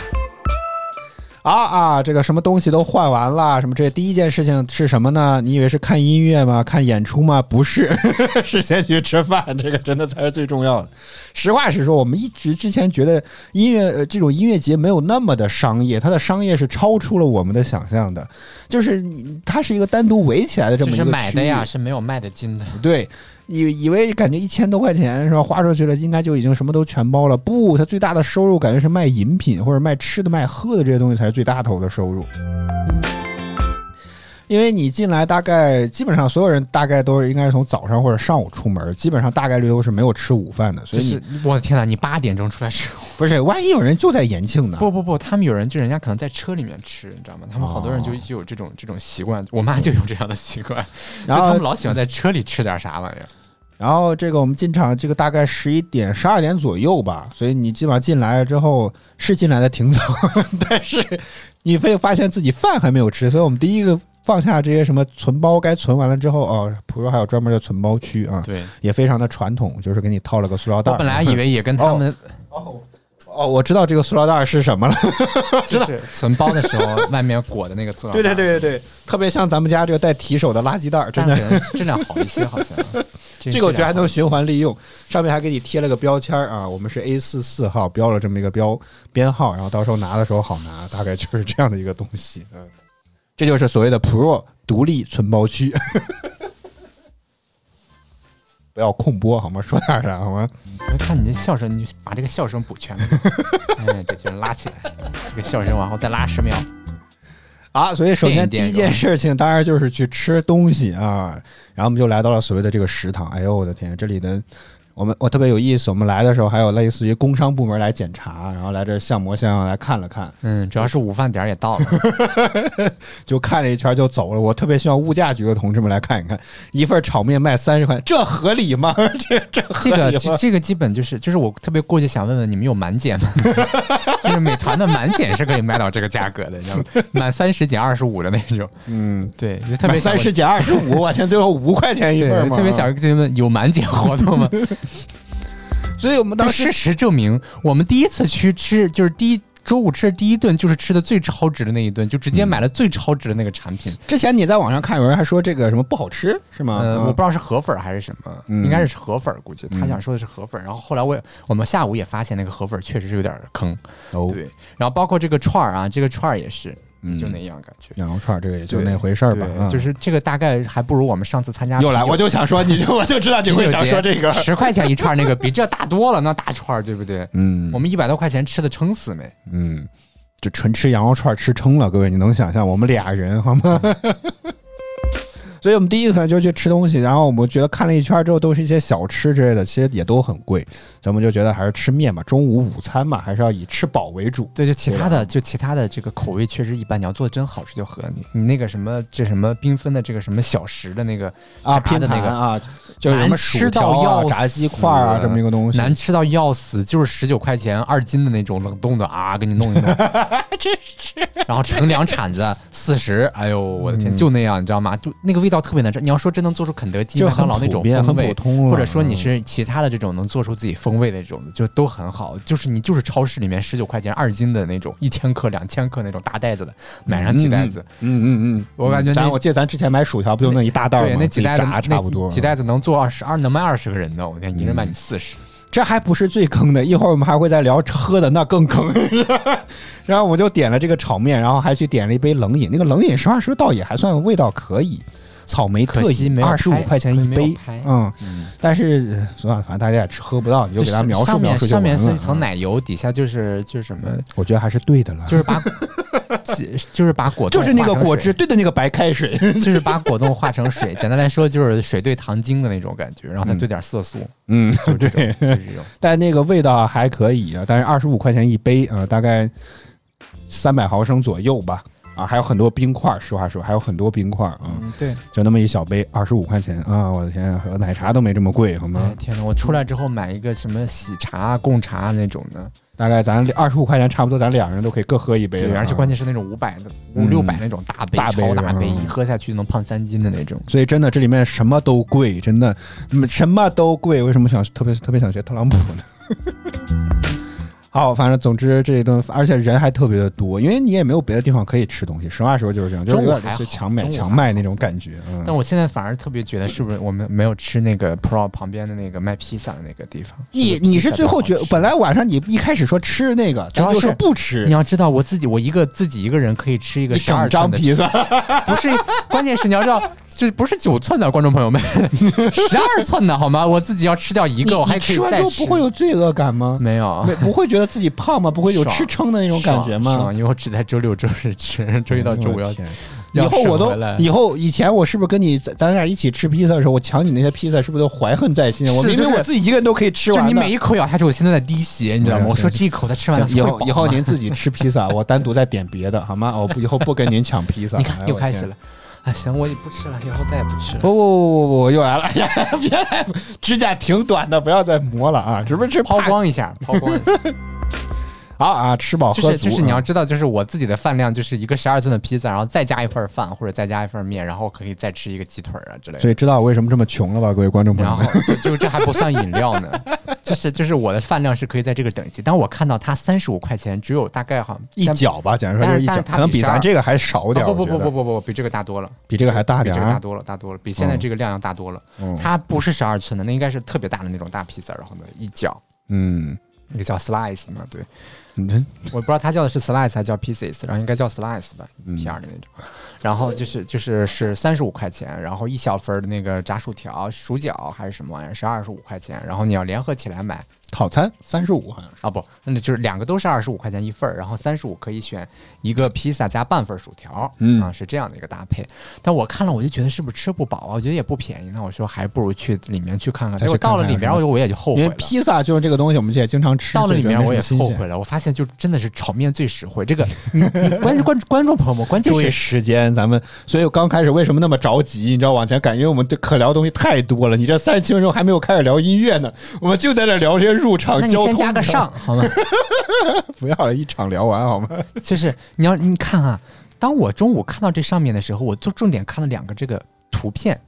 Speaker 2: 啊啊，这个什么东西都换完了，什么这第一件事情是什么呢？你以为是看音乐吗？看演出吗？不是， *laughs* 是先去吃饭， *laughs* 这个真的才是最重要的。实话实说，我们一直之前觉得音乐、呃、这种音乐节没有那么的商业，它的商业是超出了我们的想象的，就是你它是一个单独围起来的这
Speaker 3: 就
Speaker 2: 么一个
Speaker 3: 是买的
Speaker 2: 区域
Speaker 3: 呀，是没有卖的金的。
Speaker 2: 对，以以为感觉一千多块钱是吧，花出去了应该就已经什么都全包了。不，他最大的收入感觉是卖饮品或者卖吃的、卖喝的这些东西才是最大头的收入。因为你进来，大概基本上所有人大概都是应该是从早上或者上午出门，基本上大概率都是没有吃午饭的。所
Speaker 3: 就
Speaker 2: 以你
Speaker 3: 是我的天哪，你八点钟出来吃？
Speaker 2: 不是，万一有人就在延庆呢？
Speaker 3: 不不不，他们有人就人家可能在车里面吃，你知道吗？他们好多人就
Speaker 2: 哦
Speaker 3: 就有这种这种习惯，我妈就有这样的习
Speaker 2: *laughs*
Speaker 3: 惯，就
Speaker 2: 然
Speaker 3: 他
Speaker 2: 后
Speaker 3: 们老喜欢在车里吃点啥玩意儿。
Speaker 2: *laughs* 然后这个我们进场，这个大概十一点、十二点左右吧，所以你基本上进来了之后是进来的挺早， *laughs* 但是你会发现自己饭还没有吃，所以我们第一个放下这些什么存包该存完了之后，哦，普若还有专门的存包区啊，
Speaker 3: 对，
Speaker 2: 也非常的传统，就是给你套了个塑料袋
Speaker 3: 我
Speaker 2: 儿。
Speaker 3: 本来以为也跟他们
Speaker 2: 哦哦，我知道这个塑料袋儿是什么了，哦
Speaker 3: 就是存包的时候外面裹的那个塑料
Speaker 2: 对
Speaker 3: 袋，
Speaker 2: 对对对对，特别像咱们家这个带提手的垃圾袋儿， *laughs* 真
Speaker 3: 但
Speaker 2: 的。
Speaker 3: 可能质量好一些，好像。
Speaker 2: *laughs* 这个我觉得还
Speaker 3: 质量好
Speaker 2: 能循环利用，上面还给你贴了个标签儿啊，我们是 A 四四号标了这么一个标编号，然后到时候拿的时候好拿，大概就是这样的一个东西。嗯，这就是所谓的 Pro 独立存包区。 *laughs* 不要控播好吗？说点啥好吗？
Speaker 3: 我哎看你这笑声，你把这个笑声补全。
Speaker 2: *laughs*
Speaker 3: 哎，这就是拉起来，这个笑声往后再拉十秒。
Speaker 2: 啊，所以首先第
Speaker 3: 垫一垫
Speaker 2: 一件事情当然就是去吃东西啊，然后我们就来到了所谓的这个食堂。哎呦我的天，这里的我们我特别有意思，我们来的时候还有类似于工商部门来检查，然后来这儿像模像样来看了看，
Speaker 3: 嗯，主要是午饭点儿也到了，
Speaker 2: 就看了一圈就走了。我特别希望物价局的同志们来看一看，一份炒面卖三十块，这合理吗？ *laughs* 这这合
Speaker 3: 这个
Speaker 2: 理
Speaker 3: 这
Speaker 2: 吗？
Speaker 3: 这个基本就是就是我特别过去想问问你们有满减吗？ *laughs* 就是美团的满减是可以卖到这个价格的，你知道吗？ *laughs* 满三十减二十五的那种，
Speaker 2: 嗯，
Speaker 3: 对，就特别想
Speaker 2: 三
Speaker 3: 问
Speaker 2: 十减二十五，我天，最后五块钱一
Speaker 3: 对
Speaker 2: 份，吗？
Speaker 3: 特别想就问有满减活
Speaker 2: *laughs*
Speaker 3: 动吗？
Speaker 2: 所以我们当
Speaker 3: 但
Speaker 2: 时
Speaker 3: 事实证明，我们第一次去吃就是第一周五吃的第一顿就是吃的最超值的那一顿，就直
Speaker 2: 嗯
Speaker 3: 接买了最超值的那个产品。
Speaker 2: 之前你在网上看有人还说这个什么不好吃是吗？
Speaker 3: 呃，
Speaker 2: 嗯
Speaker 3: 我不知道是河粉儿还是什么，
Speaker 2: 嗯
Speaker 3: 应该是河粉儿，估计他想说的是河粉儿。然后后来我也我们下午也发现那个河粉儿确实是有点儿坑，
Speaker 2: 哦，
Speaker 3: 对。然后包括这个串儿啊，这个串儿也是，
Speaker 2: 嗯
Speaker 3: 就那样感觉。
Speaker 2: 羊肉串儿这个也就
Speaker 3: 对
Speaker 2: 那回事儿吧，
Speaker 3: 对，
Speaker 2: 嗯
Speaker 3: 就是这个大概还不如我们上次参加
Speaker 2: 又来，
Speaker 3: 啤酒
Speaker 2: 我就想说，你就我 *laughs* 就知道你会想说这个，
Speaker 3: 十块钱一串儿那个比这大多了，那大串儿对不对？
Speaker 2: 嗯
Speaker 3: 我们一百多块钱吃的撑死没？
Speaker 2: 嗯，就纯吃羊肉串儿吃撑了，各位你能想象我们俩人好吗？ *laughs* 所以我们第一次就去吃东西，然后我们觉得看了一圈儿之后，都是一些小吃之类的，其实也都很贵，咱们就觉得还是吃面吧，中午午餐嘛，还是要以吃饱为主。
Speaker 3: 对，就其他
Speaker 2: 对啊
Speaker 3: 的，就其他的这个口味确实一般。你要做的真好吃就和你你那个什么这什么缤纷的这个什么小食的那个
Speaker 2: 啊，
Speaker 3: 炸
Speaker 2: 拼
Speaker 3: 的那
Speaker 2: 盘
Speaker 3: 个
Speaker 2: 啊，就是什么
Speaker 3: 难
Speaker 2: 薯
Speaker 3: 吃
Speaker 2: 条
Speaker 3: 到
Speaker 2: 啊、
Speaker 3: 要
Speaker 2: 炸鸡块儿啊
Speaker 3: 死
Speaker 2: 这么一个东西，
Speaker 3: 难吃到要死，就是十九块钱二斤的那种冷冻的啊，给你弄
Speaker 2: *laughs*
Speaker 3: 一弄，真是。然后乘两铲子四十，哎呦我的
Speaker 2: 嗯
Speaker 3: 天，就那样你知道吗？就那个味道特别难吃。你要说真能做出肯德基、
Speaker 2: 就
Speaker 3: 麦
Speaker 2: 很
Speaker 3: 当劳那
Speaker 2: 普
Speaker 3: 种
Speaker 2: 遍很
Speaker 3: 风
Speaker 2: 普
Speaker 3: 味
Speaker 2: 通了，嗯
Speaker 3: 或者说你是其他的这种能做出自己风味的这种的，就都很好。就是你就是超市里面十九块钱二斤的那种，一千克、两千克那种大袋子的，买上几袋子，
Speaker 2: 嗯嗯嗯，
Speaker 3: 我感觉
Speaker 2: 咱
Speaker 3: 那
Speaker 2: 我记得咱之前买薯条不就那一大袋儿吗？
Speaker 3: 对，那几袋
Speaker 2: 自
Speaker 3: 子
Speaker 2: 己炸差不多嗯
Speaker 3: 那。几袋子能做二十二，能卖二十个人的，我天，一人卖你四十、
Speaker 2: 这还不是最坑的，一会儿我们还会再聊喝的，那更坑。 *laughs* 然后我就点了这个炒面，然后还去点了一杯冷饮。那个冷饮实话说倒也还算味道可以，草莓特
Speaker 3: 可惜
Speaker 2: 饮
Speaker 3: 没有
Speaker 2: 二十五
Speaker 3: 拍
Speaker 2: 块钱一
Speaker 3: 可惜没
Speaker 2: 杯
Speaker 3: 有拍，
Speaker 2: 嗯，
Speaker 3: 嗯
Speaker 2: 但是呃算了，反正大家也吃喝不到，你就给他
Speaker 3: 是
Speaker 2: 描述
Speaker 3: 上
Speaker 2: 描
Speaker 3: 面
Speaker 2: 述就
Speaker 3: 上
Speaker 2: 完了。嗯
Speaker 3: 面是一层奶油，底下就是就是什么，
Speaker 2: 我觉得还是对的了，
Speaker 3: 就是把就就是把果冻
Speaker 2: 就是那个
Speaker 3: 化成
Speaker 2: 果
Speaker 3: 水
Speaker 2: 汁，，对的那个白开水。 *laughs*
Speaker 3: 就是把果冻化成水。简单来说，就是水兑糖精的那种感觉，然后再兑点色素，
Speaker 2: 嗯，
Speaker 3: 就是这种
Speaker 2: 对，
Speaker 3: 就是
Speaker 2: *laughs*
Speaker 3: 这种。
Speaker 2: 但那个味道还可以啊，但是二十五块钱一杯啊、大概三百毫升左右吧。啊，还有很多冰块儿，实话说，还有很多冰块儿啊，
Speaker 3: 嗯，对。
Speaker 2: 就那么一小杯，二十五块钱啊！我的天啊，奶茶都没这么贵，好吗
Speaker 3: 哎？天哪！我出来之后买一个什么喜茶、啊贡茶那种的，
Speaker 2: 大概咱二十五块钱，差不多咱两人都可以各喝一杯
Speaker 3: 对，
Speaker 2: 了啊。
Speaker 3: 而且关键是那种五百的、
Speaker 2: 嗯
Speaker 3: 五六百那种大杯、
Speaker 2: 大杯
Speaker 3: 超大杯，
Speaker 2: 嗯
Speaker 3: 一喝下去能胖三斤的那种。
Speaker 2: 所以真的这里面什么都贵，真的嗯什么都贵。为什么想特别特别想学特朗普呢？ *laughs* 好，反正总之这一顿，而且人还特别的多，因为你也没有别的地方可以吃东西。实话说就是这样，就是有
Speaker 3: 中午
Speaker 2: 点类似
Speaker 3: 还好
Speaker 2: 强买
Speaker 3: 中午
Speaker 2: 强
Speaker 3: 还
Speaker 2: 卖那种感觉。嗯，
Speaker 3: 但我现在反而特别觉得，是不是我们没有吃那个 Pro 旁边的那个卖披萨的那个地方？
Speaker 2: 你
Speaker 3: 不披萨
Speaker 2: 你是最后
Speaker 3: 比
Speaker 2: 觉
Speaker 3: 较好吃
Speaker 2: 本来晚上你一开始说吃那个，
Speaker 3: 主要
Speaker 2: 咱就是说不吃
Speaker 3: 你，要知道，我自己我一个自己一个人可以吃一个
Speaker 2: 你
Speaker 3: 十二
Speaker 2: 整
Speaker 3: 寸
Speaker 2: 张
Speaker 3: 的，
Speaker 2: 披萨，
Speaker 3: 不
Speaker 2: *laughs*
Speaker 3: 是，关键是你要知道，这不是九寸的，观众朋友 *laughs* 们，十二寸的好吗？我自己要吃掉一
Speaker 2: 你
Speaker 3: 个，我还
Speaker 2: 你
Speaker 3: 可以
Speaker 2: 吃完
Speaker 3: 再
Speaker 2: 之后不会有罪恶感
Speaker 3: *laughs*
Speaker 2: 吗？
Speaker 3: 没有
Speaker 2: 没不会觉得自己胖吗？不会有
Speaker 3: 爽
Speaker 2: 吃撑的那种感觉
Speaker 3: 爽
Speaker 2: 吗嗯
Speaker 3: 爽？因为我只在周六周日吃，周一到周五要
Speaker 2: 天。以
Speaker 3: 要
Speaker 2: 后我
Speaker 3: 省
Speaker 2: 都
Speaker 3: 回来
Speaker 2: 以后以前我是不是跟你咱咱俩一起吃披萨的时候，我抢你那些披萨，是不是都怀恨在心？
Speaker 3: 是
Speaker 2: 我明明
Speaker 3: 就是
Speaker 2: 我自己一个人都可以吃
Speaker 3: 就是
Speaker 2: 完
Speaker 3: 你
Speaker 2: 的
Speaker 3: 每。一口咬下去，我心都在滴血，你知道吗？
Speaker 2: 没有
Speaker 3: 我说
Speaker 2: 行
Speaker 3: 这一口它吃完了
Speaker 2: 行以后以后
Speaker 3: 你
Speaker 2: 您自己吃披萨，我单独再点别的好吗？我不以后不跟您抢披萨。
Speaker 3: 你
Speaker 2: 哎
Speaker 3: 看
Speaker 2: 呦
Speaker 3: 又
Speaker 2: 我
Speaker 3: 开
Speaker 2: 天
Speaker 3: 始了，哎，行，我也不吃了，以后再也不吃了。
Speaker 2: 不不不不不，又来了！ *laughs* 哎呀，别来，指甲挺短的，不要再磨了啊！是不是
Speaker 3: 抛
Speaker 2: 怕
Speaker 3: 光一下，抛光一
Speaker 2: *laughs*
Speaker 3: 下。
Speaker 2: 啊啊？吃饱
Speaker 3: 就
Speaker 2: 喝足啊，
Speaker 3: 是就是你要知道，就是我自己的饭量就是一个十二寸的披萨，然后再加一份饭或者再加一份面，然后可以再吃一个鸡腿啊之类
Speaker 2: 所
Speaker 3: 的。
Speaker 2: 以知道我为什么这么穷了吧，各位观众朋
Speaker 3: 然
Speaker 2: 友
Speaker 3: 后
Speaker 2: 们？
Speaker 3: 就就这还不算饮料呢，就是就是我的饭量是可以在这个等级。但我看到它三十五块钱，只有大概好像
Speaker 2: 一
Speaker 3: 但
Speaker 2: 角吧，简单说就
Speaker 3: 但
Speaker 2: 是是一
Speaker 3: 但
Speaker 2: 角，
Speaker 3: 是它
Speaker 2: 可能
Speaker 3: 比
Speaker 2: 比
Speaker 3: 12
Speaker 2: 咱这个还少点
Speaker 3: 啊
Speaker 2: 儿。
Speaker 3: 不不
Speaker 2: 我觉
Speaker 3: 不不
Speaker 2: 得，
Speaker 3: 不不不，比这个大多了，
Speaker 2: 比这个还大点
Speaker 3: 比
Speaker 2: 儿
Speaker 3: 这个大
Speaker 2: 啊！
Speaker 3: 多了，大多了，比现在这个量要大多了。
Speaker 2: 嗯
Speaker 3: 它不是十二寸的，那应该是特别大的那种大披萨，然后呢一角
Speaker 2: 嗯，
Speaker 3: 那个叫 slice 嘛，对，
Speaker 2: 你这
Speaker 3: 我不知道他叫的是 slice 还叫 pieces，然后应该叫 slice 吧，P
Speaker 2: 嗯
Speaker 3: 二的那种。然后就是就是是三十五块钱，然后一小份儿的那个炸薯条、薯角还是什么玩意儿是二十五块钱，然后你要联合起来买
Speaker 2: 套餐三十五好像是，
Speaker 3: 啊不，那就是两个都是二十五块钱一份儿，然后三十五可以选一个披萨加半份儿薯条，
Speaker 2: 嗯
Speaker 3: 啊是这样的一个搭配。但我看了我就觉得是不是吃不饱啊？我觉得也不便宜，那我说还不如去里面去看看。
Speaker 2: 再
Speaker 3: 结
Speaker 2: 去
Speaker 3: 果到了
Speaker 2: 看看
Speaker 3: 里面
Speaker 2: 是吧
Speaker 3: 我就我也就后悔
Speaker 2: 因为
Speaker 3: 了。
Speaker 2: 披萨就是这个东西，我们也经常吃，
Speaker 3: 到了
Speaker 2: 所以
Speaker 3: 里
Speaker 2: 觉得
Speaker 3: 面
Speaker 2: 没
Speaker 3: 我也
Speaker 2: 什么新
Speaker 3: 后
Speaker 2: 鲜
Speaker 3: 悔了，我发现就真的是炒面最实惠。
Speaker 2: *laughs*
Speaker 3: 这个你你观观观众朋友们，关键
Speaker 2: 注意
Speaker 3: 是
Speaker 2: 时间，咱们 *laughs* 所以我刚开始为什么那么着急？你知道往前赶，因为我们对可聊的东西太多了。你这三十七分钟还没有开始聊音乐呢， *laughs* 我们就在这聊这些入场
Speaker 3: 那你
Speaker 2: 交
Speaker 3: 先
Speaker 2: 通。
Speaker 3: 加个
Speaker 2: *laughs*
Speaker 3: 上，好吗？
Speaker 2: 不要了，一场聊完好吗？
Speaker 3: 就是你要你看啊，当我中午看到这上面的时候，我就重点看了两个这个图片。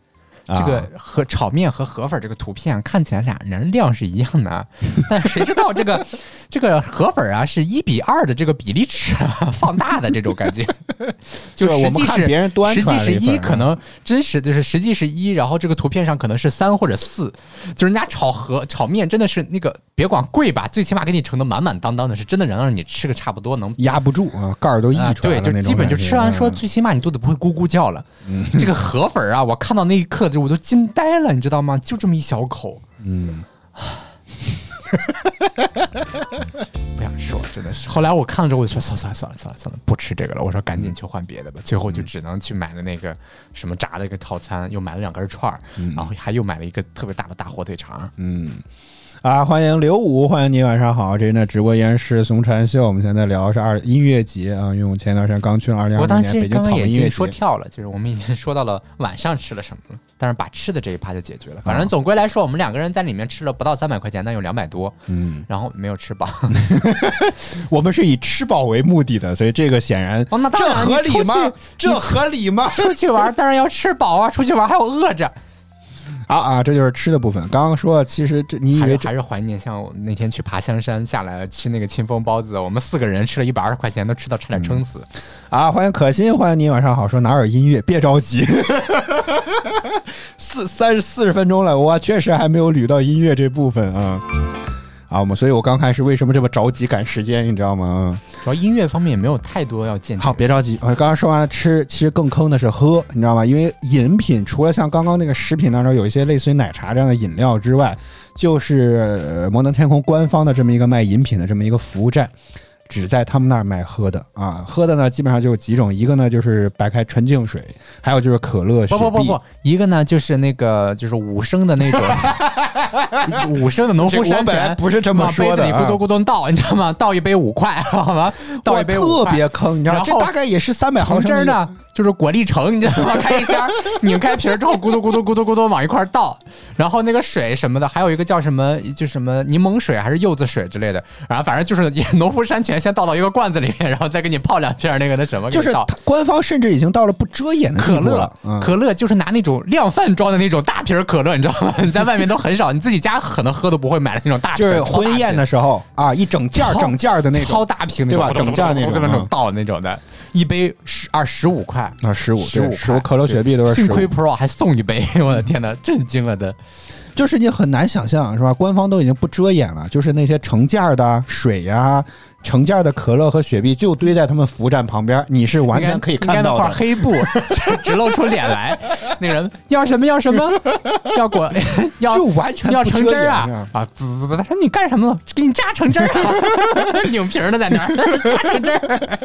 Speaker 3: 这个
Speaker 2: 啊
Speaker 3: 和炒面和河粉这个图片看起来俩人量是一样的啊，但谁知道这
Speaker 2: *laughs*
Speaker 3: 个这个河粉啊是一比二的这个比例尺啊放大的这
Speaker 2: *laughs*
Speaker 3: 种感觉，就
Speaker 2: 对我
Speaker 3: 实
Speaker 2: 们
Speaker 3: 际
Speaker 2: 看
Speaker 3: 是
Speaker 2: 别人端
Speaker 3: 实
Speaker 2: 出来
Speaker 3: 际
Speaker 2: 了
Speaker 3: 是
Speaker 2: 一份
Speaker 3: 一，
Speaker 2: 儿啊
Speaker 3: 可能真实就是实际是一，然后这个图片上可能是三或者四，就是人家炒河炒面真的是那个别管贵吧，最起码给你盛的满满当当的，是真的能让你吃个差不多能
Speaker 2: 压不住啊，盖儿都溢
Speaker 3: 啊，
Speaker 2: 出来了、
Speaker 3: 对，就基本就吃
Speaker 2: 嗯
Speaker 3: 完说，最起码你肚子不会咕咕叫了。这个河粉儿啊，我看到那一刻就我都惊呆了，你知道吗？就这么一小口，
Speaker 2: 嗯，
Speaker 3: *laughs* 不想说，真的是。后来我看了之后，我就说算了算了算了算了，不吃这个了。我说赶
Speaker 2: 嗯
Speaker 3: 紧去换别的吧。最后就只能去买了那个什么炸的一个套餐，又买了两根串儿，
Speaker 2: 嗯
Speaker 3: 然后还又买了一个特别大的大火腿肠。
Speaker 2: 啊，欢迎刘武，欢迎你，晚上好。这呢，直播间是熊禅秀，我们现在聊的是二音乐节啊，因为我前段时间刚去了二零
Speaker 3: 我
Speaker 2: 二
Speaker 3: 当
Speaker 2: 零年
Speaker 3: 时
Speaker 2: 北京
Speaker 3: 刚
Speaker 2: 草
Speaker 3: 刚也
Speaker 2: 莓
Speaker 3: 已
Speaker 2: 音乐
Speaker 3: 经说
Speaker 2: 节。
Speaker 3: 跳了，就是我们已经说到了晚上吃了什么了，但是把吃的这一趴就解决了。反
Speaker 2: 啊
Speaker 3: 正总归来说，我们两个人在里面吃了不到三百块钱，但有两百多，
Speaker 2: 嗯，
Speaker 3: *laughs* 然后没有吃饱。
Speaker 2: 我们是以吃饱为目的的，所以这个显然，
Speaker 3: 哦那当
Speaker 2: 这
Speaker 3: 然
Speaker 2: 合
Speaker 3: 你出
Speaker 2: 理吗
Speaker 3: 去？
Speaker 2: 这合理吗？
Speaker 3: 出去玩当然要吃饱啊，出去玩还有饿着，
Speaker 2: *laughs* 啊啊，这就是吃的部分。刚刚说，其实这你以
Speaker 3: 还
Speaker 2: 为
Speaker 3: 是
Speaker 2: 这
Speaker 3: 还是怀念像我那天去爬香山下来吃那个清风包子，我们四个人吃了一百二十块钱，都吃到差点撑死。
Speaker 2: 啊，欢迎可心，欢迎你，晚上好。说哪有音乐？别着急，四三十四十分钟了，我确实还没有捋到音乐这部分啊。啊，我们，所以我刚开始为什么这么着急赶时间，你知道吗？啊
Speaker 3: 主要音乐方面也没有太多要见解。
Speaker 2: 好，别着急，我呃刚刚说完了吃，其实更坑的是喝，你知道吗？因为饮品除了像刚刚那个食品当中有一些类似于奶茶这样的饮料之外，就是、呃、摩登天空官方的这么一个卖饮品的这么一个服务站。只在他们那儿卖喝的啊，喝的呢基本上就有几种，一个呢就是白开纯净水，还有就是可乐、雪
Speaker 3: 不
Speaker 2: 碧。
Speaker 3: 不不不，一个呢就是那个呃就是五升的
Speaker 2: *laughs*
Speaker 3: 那种五升的农夫
Speaker 2: 这我
Speaker 3: 山
Speaker 2: 本来
Speaker 3: 泉，
Speaker 2: 不是这么
Speaker 3: 往
Speaker 2: 说的嗯
Speaker 3: 杯子里咕咚咕咚倒，你知道吗？倒一杯五块，好吗？倒
Speaker 2: 我
Speaker 3: 一杯五
Speaker 2: 特
Speaker 3: 块。
Speaker 2: 别坑，你知道吗？
Speaker 3: 然
Speaker 2: 这
Speaker 3: 后
Speaker 2: 大概也是三百毫
Speaker 3: 橙汁
Speaker 2: 升的
Speaker 3: 儿
Speaker 2: 一个
Speaker 3: 呢，就是果粒橙，你
Speaker 2: *laughs*
Speaker 3: 知道吗？开一箱，拧开瓶儿之后，咕嘟咕嘟咕嘟咕嘟往一块儿倒，然后那个水什么的，还有一个叫什么，就什么柠檬水还是柚子水之类的，然后反正就是也农夫山泉先倒到一个罐子里面，然 *laughs* 后再给你泡两片儿那个那什么，给
Speaker 2: 就
Speaker 3: 你
Speaker 2: 是
Speaker 3: 倒
Speaker 2: 它官方甚至已经到了不遮掩的地
Speaker 3: 可
Speaker 2: 步
Speaker 3: 乐
Speaker 2: 了。嗯，
Speaker 3: 可乐就是拿那种量贩装的那种大瓶儿可乐，你知道吗？你在外面都很少，你自己家可能喝都不会买的那种大瓶
Speaker 2: 就
Speaker 3: 儿，
Speaker 2: 是婚宴的时候啊，一整件儿
Speaker 3: 超
Speaker 2: 整件儿的那
Speaker 3: 超
Speaker 2: 种，
Speaker 3: 大瓶
Speaker 2: 对吧整件儿那
Speaker 3: *laughs* 那
Speaker 2: 种
Speaker 3: 那
Speaker 2: 嗯
Speaker 3: 种倒的那种的，一杯十二十五块。
Speaker 2: 啊，十五
Speaker 3: 十五
Speaker 2: 十五可乐雪碧都是
Speaker 3: 幸
Speaker 2: 十
Speaker 3: 亏
Speaker 2: 五，
Speaker 3: Pro 还送一杯，我的天哪，震惊了的！
Speaker 2: 就是你很难想象是吧？官方都已经不遮掩了，就是那些成件儿的水呀、成件儿的可乐和雪碧就堆在他们服务站旁边，你是完全可以看到
Speaker 3: 应该那块
Speaker 2: 的。
Speaker 3: 黑布只只露出脸来，那个人要什么要什么，要果要
Speaker 2: 就完全
Speaker 3: 要
Speaker 2: 不
Speaker 3: 橙
Speaker 2: 遮
Speaker 3: 汁儿
Speaker 2: 掩啊
Speaker 3: 啊啊！滋滋滋！他说你干什么呢？给你榨橙汁儿啊！ *laughs* 拧瓶儿的
Speaker 2: *laughs*
Speaker 3: 在那儿榨橙汁儿。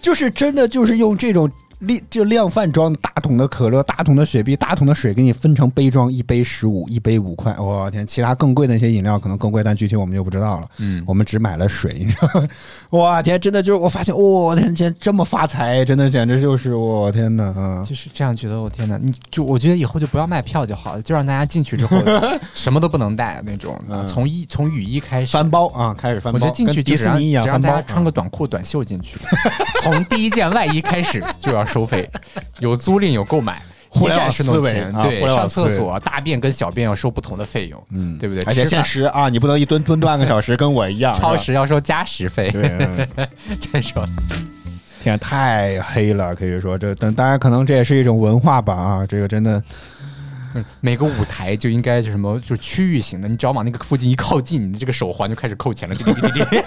Speaker 2: 就是真的就是用这种量就量贩装大桶的可乐、大桶的雪碧、大桶的水给你分成杯装，一杯十五，一杯五块。我、天，其他更贵的那些饮料可能更贵，但具体我们就不知道了。嗯，我们只买了水，你知道吗？我天，真的就是我发现，我、天，天这么发财，真的简直就是我、天呐。啊！
Speaker 3: *laughs* 就是这样觉得，我天哪！你就我觉得以后就不要卖票就好了，就让大家进去之 *laughs* 后什么都不能带那种的，从衣从雨衣开始，
Speaker 2: 翻包啊，开始翻包，
Speaker 3: 我觉得进去
Speaker 2: 跟
Speaker 3: 就
Speaker 2: 迪
Speaker 3: 是
Speaker 2: 士
Speaker 3: 让
Speaker 2: 尼一样
Speaker 3: 只
Speaker 2: 翻
Speaker 3: 让大
Speaker 2: 包
Speaker 3: 家。穿
Speaker 2: 啊
Speaker 3: 个短裤短袖进去，从第一件外衣开始就要收费， *laughs* 有租赁有购买。
Speaker 2: 互
Speaker 3: 一
Speaker 2: 联网
Speaker 3: 站式弄
Speaker 2: 思维
Speaker 3: 钱，
Speaker 2: 啊
Speaker 3: 对
Speaker 2: 互，联网
Speaker 3: 上厕
Speaker 2: 思维
Speaker 3: 所、大便跟小便要收不同的费用，嗯，对不对？
Speaker 2: 而且
Speaker 3: 吃
Speaker 2: 限
Speaker 3: 饭
Speaker 2: 时啊，你不能一蹲蹲半个小时，跟我一样。是吧
Speaker 3: 超时要收加时费，
Speaker 2: 对，嗯
Speaker 3: *laughs* 这种
Speaker 2: 天，太黑了，可以说这，但当然可能这也是一种文化吧啊，这个真的。
Speaker 3: 每个舞台就应该是什么，就是区域型的，你只要往那个附近一靠近，你的这个手环就开始扣钱了，滴滴滴滴
Speaker 2: *laughs*
Speaker 3: 滴。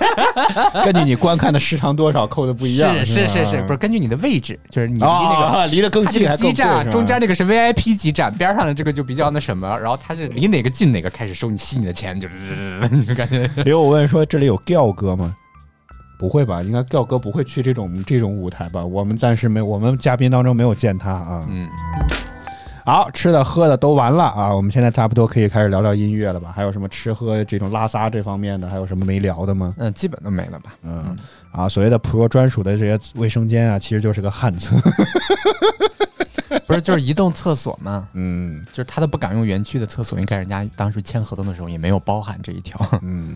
Speaker 2: 根据你观看的时长多少扣的不一样，
Speaker 3: 是
Speaker 2: 是
Speaker 3: 是是是，不是根据你的位置，就是你离那个。
Speaker 2: 啊，离得更
Speaker 3: 它这
Speaker 2: 近
Speaker 3: 个
Speaker 2: 还
Speaker 3: 基
Speaker 2: 更贵
Speaker 3: 站
Speaker 2: 是吧
Speaker 3: 中间那个是 VIP 基站，边上的这个就比较那什么，然后它是离哪个近哪个开始收你吸你的钱，就是你就感觉
Speaker 2: *laughs* 刘我问说：“这里有吊哥吗？”不会吧？应该吊哥不会去这种这种舞台吧？我们暂时没，我们嘉宾当中没有见他啊。
Speaker 3: 嗯，
Speaker 2: 好，吃的喝的都完了啊，我们现在差不多可以开始聊聊音乐了吧？还有什么吃喝这种拉撒这方面的，还有什么没聊的吗？
Speaker 3: *laughs* 嗯，基本都没了吧。
Speaker 2: 嗯，啊，所谓的 Pro 专属的这些卫生间啊，其实就是个旱厕。
Speaker 3: *laughs* 不是，就是移动厕所嘛，
Speaker 2: *laughs* 嗯
Speaker 3: 就是他都不敢用园区的厕所，应该人家当时签合同的时候也没有包含这
Speaker 2: *laughs*
Speaker 3: 一条。
Speaker 2: 嗯，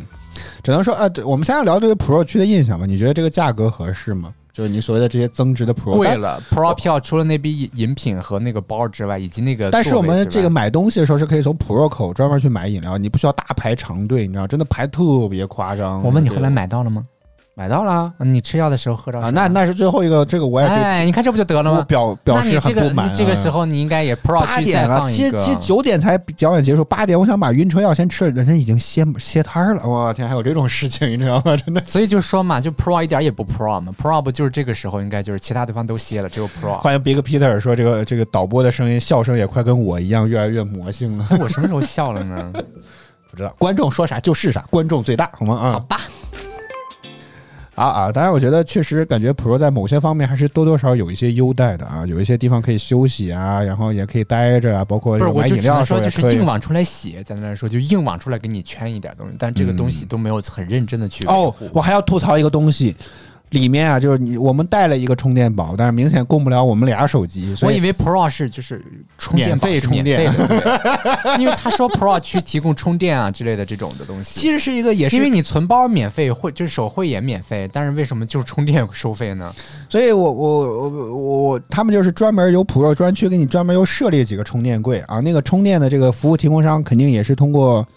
Speaker 2: 只能说啊，对，我们现在聊对于 Pro 区的印象吧，你觉得这个价格合适吗？就是你所谓的这些增值的 Pro，
Speaker 3: 贵
Speaker 2: 但
Speaker 3: *laughs* 了，Pro 票除了那笔饮品和那个包之外，以及那个座位之
Speaker 2: 但
Speaker 3: 外，
Speaker 2: 是我们这个买东西的时候是可以从 Pro 口专门去买饮料，你不需要大排长队，你知道，真的排特别夸张。
Speaker 3: 我问你后来
Speaker 2: 对
Speaker 3: 买到了吗？
Speaker 2: 买到了啊，
Speaker 3: 嗯你吃药的时候喝到
Speaker 2: 啊
Speaker 3: 水
Speaker 2: 那
Speaker 3: 吗
Speaker 2: 那是最后一个，这个我也对
Speaker 3: 哎，你看这不就得了
Speaker 2: 我
Speaker 3: 吗？
Speaker 2: 表表示
Speaker 3: 那
Speaker 2: 很
Speaker 3: 你这
Speaker 2: 不
Speaker 3: 个
Speaker 2: 满啊。
Speaker 3: 你这个时候你应该也 Pro
Speaker 2: 八
Speaker 3: 区
Speaker 2: 点
Speaker 3: 再
Speaker 2: 了，
Speaker 3: 放
Speaker 2: 其
Speaker 3: 一
Speaker 2: 实
Speaker 3: 个
Speaker 2: 其实九点才表演结束，八点我想把晕车药先吃了，人家已经歇歇摊儿了。我天，还有这种事情，你知道吗？真的，
Speaker 3: 所以就说嘛，就 Pro 一点也不 Pro 嘛，Pro 不就是这个时候应该就是其他对方都歇了，只有 Pro。 *laughs*
Speaker 2: 欢迎 Big Peter 说这个这个导播的声音笑声也快跟我一样越来越魔性了。
Speaker 3: 哎我什么时候笑了呢？
Speaker 2: 不知道观众说啥就是啥，观众最大，好吗？啊、
Speaker 3: 好吧，
Speaker 2: 啊啊！当然，我觉得确实感觉 Pro 在某些方面还是多多少少有一些优待的啊，有一些地方可以休息啊，然后也可以待着啊，包括
Speaker 3: 不是，我
Speaker 2: 买
Speaker 3: 就
Speaker 2: 饮
Speaker 3: 只
Speaker 2: 料
Speaker 3: 能
Speaker 2: 的时
Speaker 3: 说
Speaker 2: 候
Speaker 3: 就
Speaker 2: 也
Speaker 3: 是
Speaker 2: 可以
Speaker 3: 硬。往出来写，在那儿说就硬往出来给你圈一点东西，但这个东西都没有很认真的去
Speaker 2: 嗯
Speaker 3: 维
Speaker 2: 哦
Speaker 3: 护，
Speaker 2: 我还要吐槽一个东西，里面啊，就是你我们带了一个充电宝，但是明显供不了我们俩手机，所
Speaker 3: 我以
Speaker 2: 以
Speaker 3: 为 Pro 是就是充电宝
Speaker 2: 免费
Speaker 3: 是免费的，
Speaker 2: *laughs*
Speaker 3: 对因为他说 Pro 去提供充电啊之类的这种的东西。
Speaker 2: 其实是一个也
Speaker 3: 因为
Speaker 2: 是，
Speaker 3: 你存包免费，会就是手绘也免费，但是为什么就是充电收费呢？
Speaker 2: 所以我我我我我他们就是专门有 Pro 专区，给你专门又设立几个充电柜啊，那个充电的这个服务提供商肯定也是通过。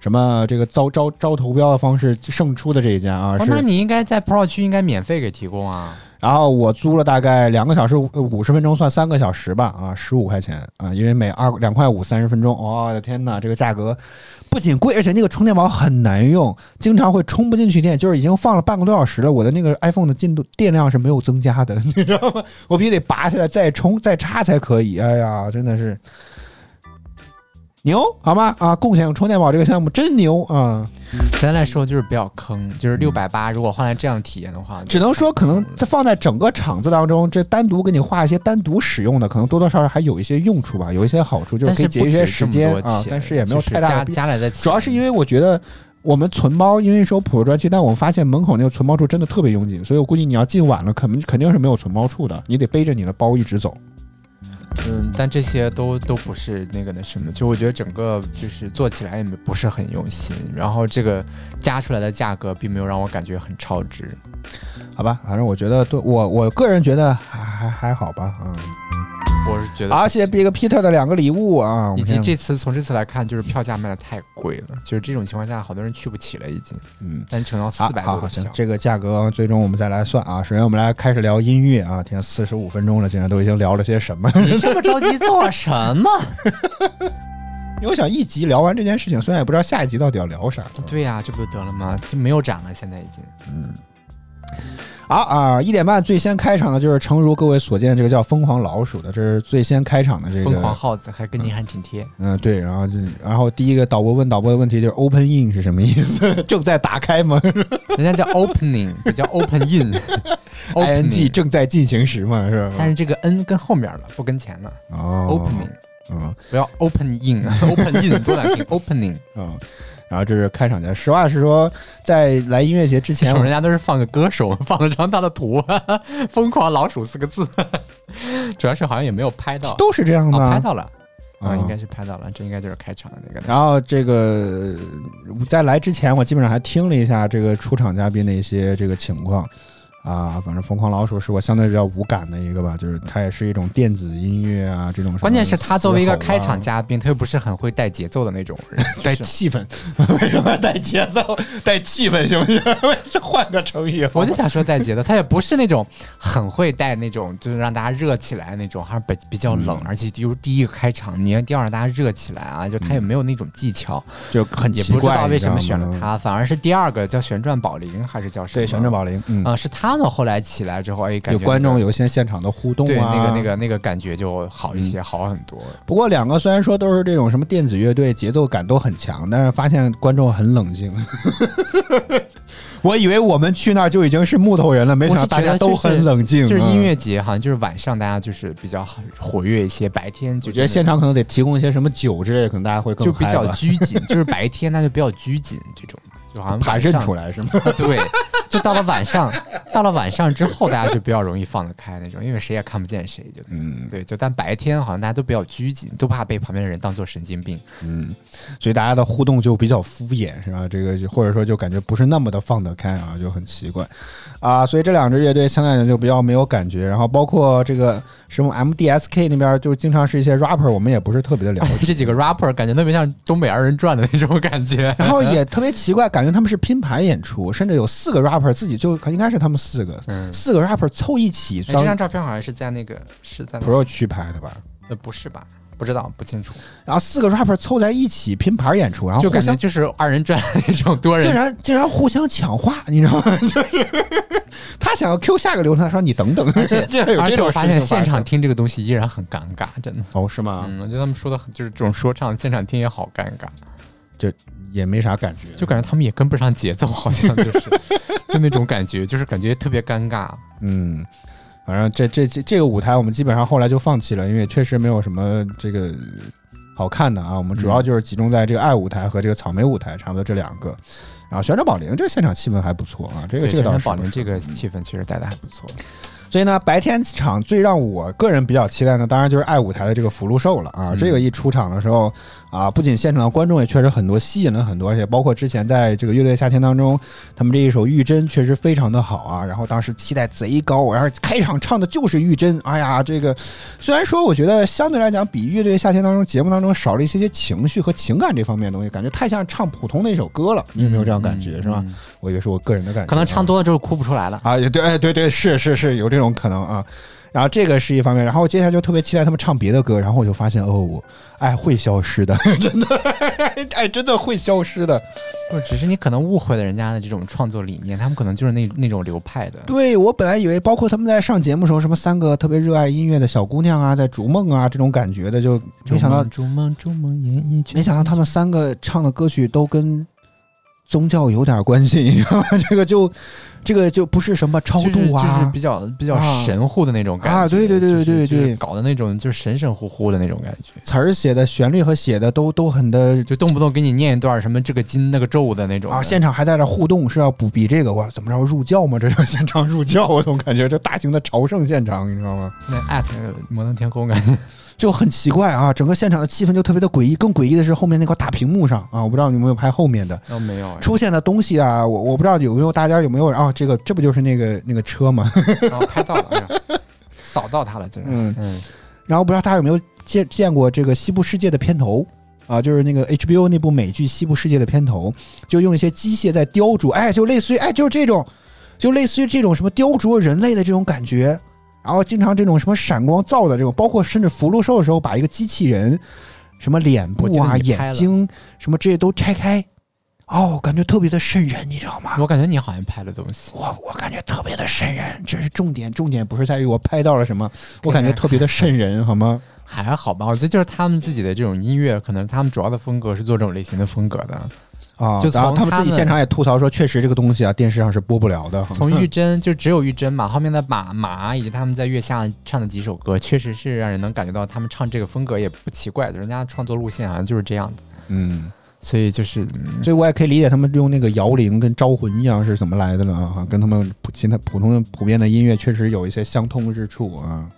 Speaker 2: 什么这个招招招投标的方式胜出的这一家啊，
Speaker 3: 哦，
Speaker 2: 是
Speaker 3: 那你应该在 Pro 区应该免费给提供啊。
Speaker 2: 然后我租了大概两个小时五十分钟，算三个小时吧，啊，十五块钱啊，因为每二两块五三十分钟，哦、我的天哪，这个价格不仅贵，而且那个充电宝很难用，经常会充不进去电，就是已经放了半个多小时了，我的那个 iPhone 的进度电量是没有增加的，你 *laughs* 知道吗？我必须得拔下来再充再插才可以，哎呀，真的是。牛好吗？啊，共享充电宝这个项目真牛啊！
Speaker 3: 咱来说就是比较坑，就是六百八，如果换来这样体验的话，
Speaker 2: 只能说可能在放在整个厂子当中，这单独给你画一些单独使用的，可能多多少少还有一些用处吧，有一些好处，就是可
Speaker 3: 但是
Speaker 2: 以
Speaker 3: 不
Speaker 2: 节
Speaker 3: 值
Speaker 2: 约
Speaker 3: 这
Speaker 2: 时
Speaker 3: 么
Speaker 2: 间
Speaker 3: 多
Speaker 2: 啊
Speaker 3: 钱。
Speaker 2: 但是也没有
Speaker 3: 就
Speaker 2: 太大的
Speaker 3: 加
Speaker 2: 必
Speaker 3: 加来的钱，
Speaker 2: 主要是因为我觉得我们存包，因为说普罗专区，但我们发现门口那个存包处真的特别拥挤，所以我估计你要进晚了，肯肯定是没有存包处的，你得背着你的包一直走。
Speaker 3: 嗯，但这些都都不是那个那什么，就我觉得整个就是做起来也没不是很用心，然后这个加出来的价格并没有让我感觉很超值。
Speaker 2: 好吧，反正我觉得对我我个人觉得还还还好吧，嗯。
Speaker 3: 我是觉得，
Speaker 2: 而且 Big Peter 的两个礼物啊，我
Speaker 3: 以及
Speaker 2: 看
Speaker 3: 这次从这次来看，就是票价卖的太贵了，就是这种情况下，好多人去不起了已经，
Speaker 2: 嗯。
Speaker 3: 单程要四
Speaker 2: 啊
Speaker 3: 百
Speaker 2: 好
Speaker 3: 多的
Speaker 2: 行
Speaker 3: 票，，
Speaker 2: 这个价格最终我们再来算啊。首先我们来开始聊音乐啊，天，四十五分钟了，竟然都已经聊了些什么？ *laughs*
Speaker 3: 你这么着急做什么？
Speaker 2: 因为我想一集聊完这件事情，虽然也不知道下一集到底要聊啥。
Speaker 3: 对呀、这不就得了吗？这没有展了，现在已经。
Speaker 2: 好啊，一点半最先开场的就是，诚如各位所见，这个叫《疯狂老鼠》的，这是最先开场的这个
Speaker 3: 疯狂耗子还跟你还挺贴，
Speaker 2: 啊嗯，对，然后就然后第一个导播问导播的问题就是 “open in” 是什么意思？ *laughs* 正在打开 *laughs* 吗
Speaker 3: 人家叫 opening，不叫 *laughs* open *laughs*
Speaker 2: *laughs* ？ing
Speaker 3: in，ing
Speaker 2: 正在进行时嘛，是
Speaker 3: 但
Speaker 2: 吧？
Speaker 3: 是这个 n 跟后面了，不跟前了。
Speaker 2: 哦
Speaker 3: opening
Speaker 2: 嗯。
Speaker 3: 不要 open
Speaker 2: *laughs*
Speaker 3: in，open in 多难听，opening。
Speaker 2: 嗯，然后这是开场前。实话实说，在来音乐节之前，
Speaker 3: 前
Speaker 2: 我
Speaker 3: 人家都是放个歌手，放了张他的图，疯狂老鼠四个字， *laughs* 主要是好像也没有拍到，
Speaker 2: 都是这样的
Speaker 3: 哦
Speaker 2: 啊、
Speaker 3: 拍到了啊，
Speaker 2: 嗯
Speaker 3: 应该是拍到了，这应该就是开场的那个。
Speaker 2: 然后这个呃在来之前，我基本上还听了一下这个出场嘉宾的一些这个情况。啊，反正疯狂老鼠是我相对比较无感的一个吧，就是它也是一种电子音乐啊这种什么
Speaker 3: 关键是他作为一个开场
Speaker 2: 嘶
Speaker 3: 嘉宾，他又不是很会带节奏的那种
Speaker 2: *laughs*
Speaker 3: 人，
Speaker 2: 吼啊带气氛，为什么要带节奏带气氛行不行？ *laughs* 为什么换个成语？
Speaker 3: 我就想说带节奏，他也不是那种很会带那种，就是让大家热起来那种，还是比比较冷，
Speaker 2: 嗯
Speaker 3: 而且就是第一个开场，你一定要让大家热起来啊，就他也没有那种技巧，
Speaker 2: 就嗯很
Speaker 3: 也
Speaker 2: 奇
Speaker 3: 不知
Speaker 2: 怪，
Speaker 3: 道为什么
Speaker 2: 你知道
Speaker 3: 选
Speaker 2: 吗
Speaker 3: 了。他，反而是第二个叫旋转宝铃还是叫什么？
Speaker 2: 对，旋转宝铃，嗯
Speaker 3: 啊、，是他们后来起来之后，哎，感
Speaker 2: 有
Speaker 3: 觉
Speaker 2: 观众
Speaker 3: 那个
Speaker 2: 有一些现场的互动
Speaker 3: 对
Speaker 2: 啊，嗯
Speaker 3: 那个那个那个感觉就好一些，好很多。
Speaker 2: 不过两个虽然说都是这种什么电子乐队，节奏感都很强，但是发现观众很冷静。 *laughs* 我以为我们去那儿就已经是木头人了，没想到大家都很冷静。
Speaker 3: 就是音
Speaker 2: 嗯，
Speaker 3: 乐节，好像就是晚上大家就是比较活跃一些，白天就
Speaker 2: 我觉得现场可能得提供一些什么酒之类的，可能大家会更
Speaker 3: 就比
Speaker 2: 嗨
Speaker 3: 较
Speaker 2: 吧
Speaker 3: 拘谨，就是白天那就比较拘谨这种，就
Speaker 2: *laughs*
Speaker 3: 好像
Speaker 2: 爬
Speaker 3: 晚
Speaker 2: 渗
Speaker 3: 上
Speaker 2: 出来是吗？
Speaker 3: 啊 *laughs* 对，就到了晚上，到了晚上之后，大家就比较容易放得开那种，因为谁也看不见谁，就
Speaker 2: 嗯
Speaker 3: 对，就但白天好像大家都比较拘谨，都怕被旁边的人当做神经病。
Speaker 2: 嗯，所以大家的互动就比较敷衍是吧？这个就或者说就感觉不是那么的放得开啊，就很奇怪啊。所以这两支乐队相对来讲就比较没有感觉，然后包括这个什么 MDSK 那边就经常是一些 rapper，我们也不是特别的了解。
Speaker 3: 这几个 rapper 感觉特别像东北二人转的那种感觉。
Speaker 2: 然后也特别奇怪，感觉他们是拼盘演出，甚至有四个 rapper 自己就应该是他们四个，
Speaker 3: 嗯
Speaker 2: 四个 rapper 凑一起
Speaker 3: 哎，这张
Speaker 2: 当
Speaker 3: 照片好像是在那个是在那个
Speaker 2: pro 区拍的吧。
Speaker 3: 呃不是吧？不知道，不清楚，
Speaker 2: 然后四个 rapper 凑在一起拼盘演出，然后
Speaker 3: 就
Speaker 2: 互
Speaker 3: 感觉
Speaker 2: 相
Speaker 3: 就是二人转那种多
Speaker 2: 竟
Speaker 3: 人。
Speaker 2: 然竟然互相抢话，你知道吗？ *laughs* 就是他想要 Q 下一个流程，他说你等等，而且竟然有
Speaker 3: 而
Speaker 2: 这
Speaker 3: 且
Speaker 2: 种
Speaker 3: 我
Speaker 2: 事
Speaker 3: 发
Speaker 2: 情
Speaker 3: 现
Speaker 2: 发生
Speaker 3: 现场听这个东西依然很尴尬，真的。
Speaker 2: 哦是吗？
Speaker 3: 嗯，我觉得他们说的很就是这种说唱，现场听也好尴尬，
Speaker 2: 也没啥感觉，
Speaker 3: 就感觉他们也跟不上节奏，好像就是就那种感觉，就是感觉特别尴尬。
Speaker 2: 嗯，反正这这这这个舞台我们基本上后来就放弃了，因为确实没有什么这个好看的啊。我们主要就是集中在这个爱舞台和这个草莓舞台，差不多这两个。然后旋转宝铃这个现场气氛还不错啊，这个
Speaker 3: 对，
Speaker 2: 这个
Speaker 3: 沈
Speaker 2: 倒
Speaker 3: 腾
Speaker 2: 是
Speaker 3: 宝
Speaker 2: 不
Speaker 3: 林
Speaker 2: 是
Speaker 3: 这个气氛确实带的还不错。
Speaker 2: 所以呢，白天场最让我个人比较期待的，当然就是爱舞台的这个福禄寿了啊。
Speaker 3: 嗯
Speaker 2: 这个一出场的时候啊，不仅现场的观众也确实很多，吸引了很多，而且包括之前在这个乐队夏天当中，他们这一首《玉珍》确实非常的好啊。然后当时期待贼高，然后开场唱的就是《玉珍》，哎呀，这个虽然说我觉得相对来讲比乐队夏天当中节目当中少了一些些情绪和情感这方面的东西，感觉太像唱普通的一首歌了。你有没有这样感觉、
Speaker 3: 嗯
Speaker 2: 是吧？
Speaker 3: 嗯
Speaker 2: 我以为是我个人的感觉啊，
Speaker 3: 可能唱多了之后哭不出来了。
Speaker 2: 啊，也对，哎，对对，是是是有这种可能啊。然后这个是一方面，然后接下来就特别期待他们唱别的歌，然后我就发现哦，我爱会消失的， *laughs* 真的，爱真的会消失的。
Speaker 3: 不，只是你可能误会了人家的这种创作理念，他们可能就是那那种流派的。
Speaker 2: 对我本来以为，包括他们在上节目的时候，什么三个特别热爱音乐的小姑娘啊，在逐梦啊这种感觉的，就没想到，
Speaker 3: 逐梦逐梦演艺圈，
Speaker 2: 没想到他们三个唱的歌曲都跟宗教有点关系，你知道吗？ *laughs* 这个就这个就不是什么超
Speaker 3: 就是
Speaker 2: 度
Speaker 3: 就是
Speaker 2: 啊，
Speaker 3: 比较比较
Speaker 2: 啊
Speaker 3: 神乎的那种感觉
Speaker 2: 啊对对对
Speaker 3: 就是
Speaker 2: 对对
Speaker 3: 就是
Speaker 2: 对
Speaker 3: 搞的那种就是神神乎乎的那种感觉，
Speaker 2: 词儿写的、旋律和写的都都很的
Speaker 3: 就动不动给你念一段什么这个经那个咒的那种
Speaker 2: 啊，
Speaker 3: 的
Speaker 2: 现场还在这互动，是要不比这个哇？怎么着入教吗？这叫现场入教，我总感觉这大型的朝圣现场，你知道吗？
Speaker 3: 那艾特呃摩登天空感觉。
Speaker 2: 就很奇怪啊，整个现场的气氛就特别的诡异。更诡异的是后面那块大屏幕上啊，我不知道你有没有拍后面的
Speaker 3: 哦，没有 *laughs* 哎，
Speaker 2: 出现的东西啊，我我不知道有没有大家有没有啊？这个这不就是那个那个车吗？
Speaker 3: 然后拍到了，哎
Speaker 2: *laughs*
Speaker 3: 呀扫到他了，竟然。
Speaker 2: 嗯
Speaker 3: 嗯，
Speaker 2: 然后不知道大家有没有见见过这个《西部世界》的片头啊，就是那个 HBO 那部美剧《西部世界》的片头，就用一些机械在雕琢，哎，就类似于哎，就是这种，就类似于这种什么雕琢人类的这种感觉。然后经常这种什么闪光造的这种，包括甚至福禄寿的时候，把一个机器人什么脸
Speaker 3: 我
Speaker 2: 部
Speaker 3: 记
Speaker 2: 啊、
Speaker 3: 得你拍
Speaker 2: 眼
Speaker 3: 了
Speaker 2: 睛什么这些都拆开，哦，感觉特别的瘆人，你知道吗？
Speaker 3: 我感觉你好像拍了东西，
Speaker 2: 我我感觉特别的瘆人，这是重点，重点不是在于我拍到了什么，我感觉特别的瘆人，好吗？
Speaker 3: 还好吧？我觉得就是他们自己的这种音乐，可能他们主要的风格是做这种类型的风格的。
Speaker 2: 啊，
Speaker 3: 就
Speaker 2: 然后
Speaker 3: 从
Speaker 2: 他们
Speaker 3: 他
Speaker 2: 自己
Speaker 3: 们
Speaker 2: 现场也吐槽说，确实这个东西啊，电视上是播不了的。
Speaker 3: 从玉珍就只有玉珍嘛，后面的马马以及他们在月下唱的几首歌，确实是让人能感觉到他们唱这个风格也不奇怪，就人家创作路线好像就是这样的。
Speaker 2: *laughs* 嗯，
Speaker 3: 所以就是，嗯
Speaker 2: 所以我也可以理解他们用那个摇铃跟招魂一样是怎么来的了啊，跟他们普其他普通普遍的音乐确实有一些相通之处啊。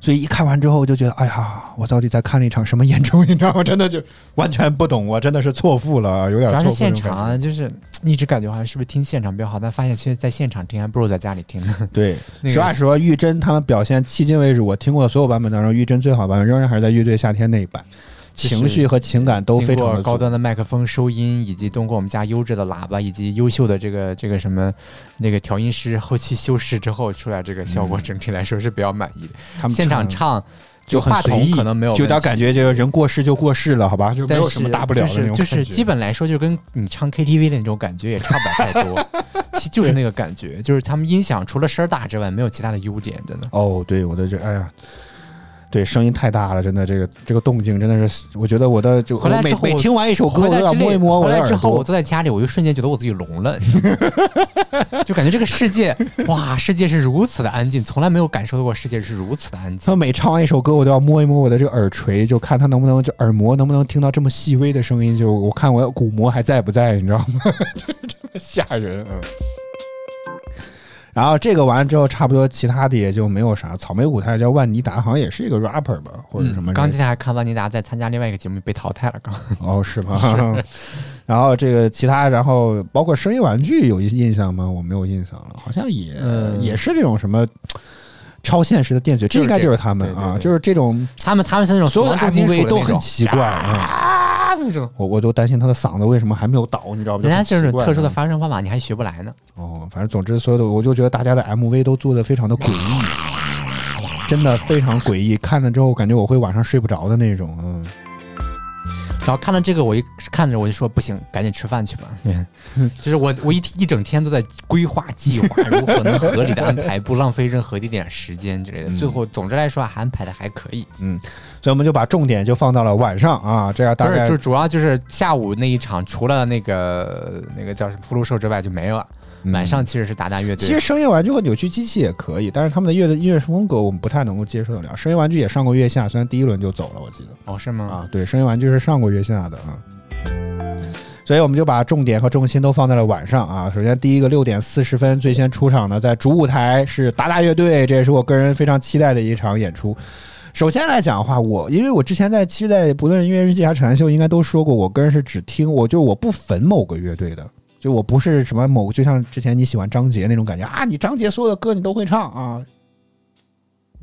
Speaker 2: 所以一看完之后我就觉得，哎呀，我到底在看了一场什么演出？你 *laughs* 知道吗？真的就完全不懂，我真的是错付了，啊有点
Speaker 3: 主
Speaker 2: 错
Speaker 3: 要
Speaker 2: 付
Speaker 3: 是
Speaker 2: 那种感
Speaker 3: 现
Speaker 2: 觉
Speaker 3: 场啊，就是一直感觉好像是不是听现场比较好，但发现其实在现场听还不如在家里听呢。
Speaker 2: 对，
Speaker 3: 那个
Speaker 2: 实话实说，玉珍他们表现，迄今为止我听过的所有版本当中，玉珍最好版本仍然还是在乐队夏天那一版，
Speaker 3: 就是
Speaker 2: 情绪和情感都非
Speaker 3: 经
Speaker 2: 常
Speaker 3: 过
Speaker 2: 的
Speaker 3: 高端的麦克风收音，以及通过我们家优质的喇叭，以及优秀的这个这个什么那个调音师后期修饰之后出来，这个效
Speaker 2: 嗯
Speaker 3: 果整体来说是比较满意的。
Speaker 2: 他们
Speaker 3: 现场唱
Speaker 2: 就很
Speaker 3: 话
Speaker 2: 随
Speaker 3: 筒
Speaker 2: 意，
Speaker 3: 可能没有问题，
Speaker 2: 就有点感觉就是人过世就过世了，好吧，就没
Speaker 3: 但
Speaker 2: 有
Speaker 3: 是
Speaker 2: 什么大不了的
Speaker 3: 就
Speaker 2: 那
Speaker 3: 是
Speaker 2: 种
Speaker 3: 就是基
Speaker 2: 本
Speaker 3: 本来说，就跟你唱 KTV 的那种感觉也差不了
Speaker 2: *laughs*
Speaker 3: 太多，其就是那个感觉，就是他们音响除了声儿大之外，没有其他的优点，真的。
Speaker 2: 哦，对，我的这哎呀。对，声音太大了，真的，这个这个动静真的是，我觉得我的就
Speaker 3: 回来
Speaker 2: 我每
Speaker 3: 之后
Speaker 2: 每
Speaker 3: 我
Speaker 2: 听完一首歌，
Speaker 3: 回
Speaker 2: 我
Speaker 3: 来
Speaker 2: 都要
Speaker 3: 之
Speaker 2: 摸一
Speaker 3: 类，
Speaker 2: 摸我
Speaker 3: 回
Speaker 2: 的
Speaker 3: 来
Speaker 2: 耳
Speaker 3: 之后，我
Speaker 2: 朵。
Speaker 3: 坐在家里，我就瞬间觉得我自己聋了， *laughs* 就感觉这个世界，哇，世界是如此的安静，从来没有感受到过世界是如此
Speaker 2: *laughs*
Speaker 3: 的安静。
Speaker 2: 他每唱完一首歌，我都要摸一摸我的这个耳垂，就看他能不能就耳膜能不能听到这么细微的声音，就我看我的鼓膜还在不在，你知道吗？ *laughs* 这这么吓人，嗯。然后这个完了之后，差不多其他的也就没有啥。草莓舞台叫万妮达，好像也是一个 rapper 吧，或者什么
Speaker 3: 嗯
Speaker 2: 人、
Speaker 3: 刚今天还看万妮达在参加另外一个节目被淘汰了，刚
Speaker 2: 哦，是吗？ *laughs* 然后这个其他，然后包括声音玩具有印象吗？我没有印象了，好像也、
Speaker 3: 嗯
Speaker 2: 也是这种什么超现实的电锯，这应该就是他们
Speaker 3: 就是这个
Speaker 2: 啊，
Speaker 3: 对对对
Speaker 2: 就是这种
Speaker 3: 他们他们是那种
Speaker 2: 所有的
Speaker 3: 死亡重金
Speaker 2: MV
Speaker 3: 属
Speaker 2: 都
Speaker 3: 的那
Speaker 2: 很
Speaker 3: 种
Speaker 2: 奇怪啊。
Speaker 3: 啊那种，
Speaker 2: 我我都担心他的嗓子为什么还没有倒，你知道吧？
Speaker 3: 人家
Speaker 2: 就很奇
Speaker 3: 这种
Speaker 2: 怪
Speaker 3: 特殊的
Speaker 2: 啊
Speaker 3: 发声方法你还学不来呢。
Speaker 2: 哦，反正总之所有的，我就觉得大家的 MV 都做的非常的诡异，真的非常诡异，看了之后感觉我会晚上睡不着的那种。嗯，
Speaker 3: 然后看到这个，我一看着我就说不行，赶紧吃饭去吧。就是我我一一整天都在规划计划，如何能合理的安排，不浪费任何一点时间之类
Speaker 2: 嗯
Speaker 3: 的。最后总之来说，安排的还可以。
Speaker 2: 所以我们就把重点就放到了晚上啊，这样
Speaker 3: 不
Speaker 2: 大
Speaker 3: 是，
Speaker 2: 概
Speaker 3: 就主要就是下午那一场，除了那个那个叫什么《福禄寿》之外就没有了。
Speaker 2: 嗯
Speaker 3: 晚上其实是达达乐队，
Speaker 2: 其实声乐玩具和扭曲机器也可以，但是他们的乐的音乐风格我们不太能够接受得了。声乐玩具也上过月下，虽然第一轮就走了，我记得
Speaker 3: 哦是吗？
Speaker 2: 啊，对，声乐玩具是上过月下的啊。所以我们就把重点和重心都放在了晚上啊。首先，第一个六点四十分最先出场的，在主舞台是达达乐队，这也是我个人非常期待的一场演出。首先来讲的话，我因为我之前在其实，在不论音乐日记还是禅秀，应该都说过，我个人是只听，我就是我不粉某个乐队的，就我不是什么某，就像之前你喜欢张杰那种感觉啊，你张杰所有的歌你都会唱啊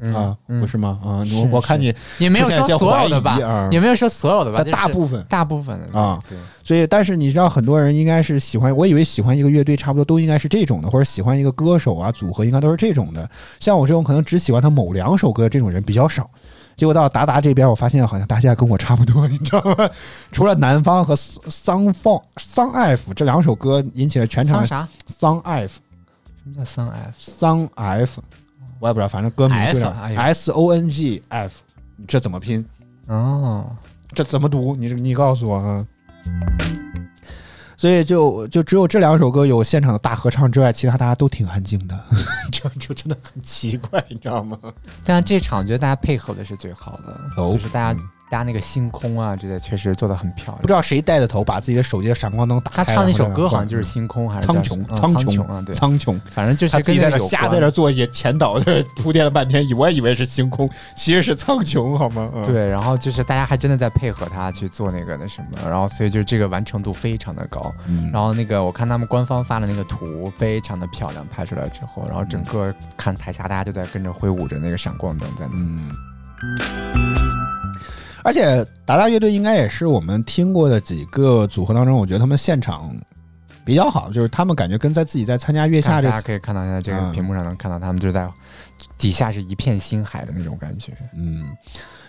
Speaker 3: 嗯
Speaker 2: 啊，不
Speaker 3: 嗯，
Speaker 2: 是吗？啊，
Speaker 3: 是
Speaker 2: 我我看你
Speaker 3: 也没有
Speaker 2: 出现一些
Speaker 3: 说所有的
Speaker 2: 怀
Speaker 3: 吧
Speaker 2: 疑，啊，
Speaker 3: 也没有说所有的吧，
Speaker 2: 但
Speaker 3: 就是
Speaker 2: 大部分。
Speaker 3: 大部分的
Speaker 2: 啊，
Speaker 3: 对
Speaker 2: 所以，但是你知道，很多人应该是喜欢，我以为喜欢一个乐队，差不多都应该是这种的，或者喜欢一个歌手啊组合，应该都是这种的。像我这种可能只喜欢他某两首歌这种人比较少。结果到达达这边，我发现好像大家跟我差不多，你知道吗？除了南方和桑放桑 F 这两首歌引起了全场
Speaker 3: 桑啥？
Speaker 2: 桑 F
Speaker 3: 什么叫桑 F？
Speaker 2: 桑 F，我也不知道，反正歌名就
Speaker 3: F，
Speaker 2: 是
Speaker 3: 哎呦
Speaker 2: S O N G F，这怎么拼？
Speaker 3: 哦，
Speaker 2: 这怎么读？你这你告诉我啊。所以就就只有这两首歌有现场的大合唱之外，其他大家都挺安静的， *laughs* 这就真的很奇怪，你知道吗？
Speaker 3: 但这场我觉得大家配合的是最好的，
Speaker 2: 哦
Speaker 3: 就是大
Speaker 2: 嗯
Speaker 3: 家、大家那个星空啊之类，确实做的很漂亮。
Speaker 2: 不知道谁带的头，把自己的手机的闪光灯打开。
Speaker 3: 他唱那首歌好像就是
Speaker 2: 《
Speaker 3: 《星空》还
Speaker 2: 嗯
Speaker 3: 是
Speaker 2: 苍
Speaker 3: 叫
Speaker 2: 穹
Speaker 3: 什么啊
Speaker 2: 苍
Speaker 3: 苍
Speaker 2: 穹
Speaker 3: 啊，对，
Speaker 2: 苍穹》，
Speaker 3: 反正就是
Speaker 2: 他自己在
Speaker 3: 跟
Speaker 2: 这
Speaker 3: 那个有
Speaker 2: 瞎
Speaker 3: 关
Speaker 2: 在这做也前导， *laughs* 铺垫了半天，我以为是星空，其实是苍穹，好吗？嗯、，
Speaker 3: 对，然后就是大家还真的在配合他去做那个那什么，然后所以就是这个完成度非常的高。
Speaker 2: 嗯
Speaker 3: 然后那个我看他们官方发的那个图非常的漂亮，拍出来之后，然后整个看台下大家就在跟着挥舞着那个闪光灯在那。
Speaker 2: 嗯。而且达达乐队应该也是我们听过的几个组合当中，我觉得他们现场比较好，就是他们感觉跟在自己在参加月下
Speaker 3: 看
Speaker 2: 这
Speaker 3: 大
Speaker 2: 个
Speaker 3: 家可以看到现在这
Speaker 2: 嗯
Speaker 3: 个屏幕上能看到他们就在底下是一片星海的那种感觉。
Speaker 2: 嗯，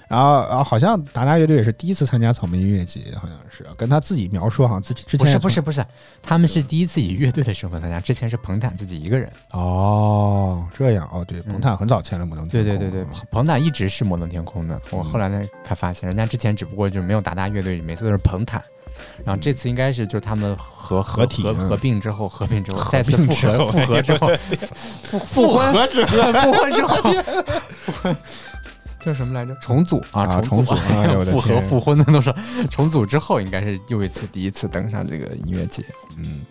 Speaker 2: 然后然后好像达达乐队也是第一次参加草莓音乐节，好像是跟他自己描述，好像自己之前
Speaker 3: 不是
Speaker 2: 也
Speaker 3: 不是不是，他们是第一次以乐队的身份参加，之前是彭坦自己一个人。
Speaker 2: 哦这样哦对，
Speaker 3: 嗯
Speaker 2: 彭坦很早签了摩登
Speaker 3: 对
Speaker 2: 天
Speaker 3: 对
Speaker 2: 空，
Speaker 3: 对对，
Speaker 2: 嗯
Speaker 3: 彭彭坦一直是摩登天空的。我后来呢才发现，人家之前只不过就是没有达达乐队，每次都是彭坦。然后这次应该是就是他们合
Speaker 2: 合体
Speaker 3: 合
Speaker 2: 嗯
Speaker 3: 合并之后，合并之后
Speaker 2: 合
Speaker 3: 再次
Speaker 2: 并
Speaker 3: 复
Speaker 2: 之后
Speaker 3: 合复
Speaker 2: *laughs*
Speaker 3: 合之后复复啊婚
Speaker 2: 之
Speaker 3: 复婚之后叫什么来着？重组啊
Speaker 2: 啊重
Speaker 3: 重
Speaker 2: 组 *laughs* 哎呦我的
Speaker 3: 复合
Speaker 2: 天
Speaker 3: 复婚的都是重组之后，应该是又一次第一次登上这个音乐节。
Speaker 2: 嗯。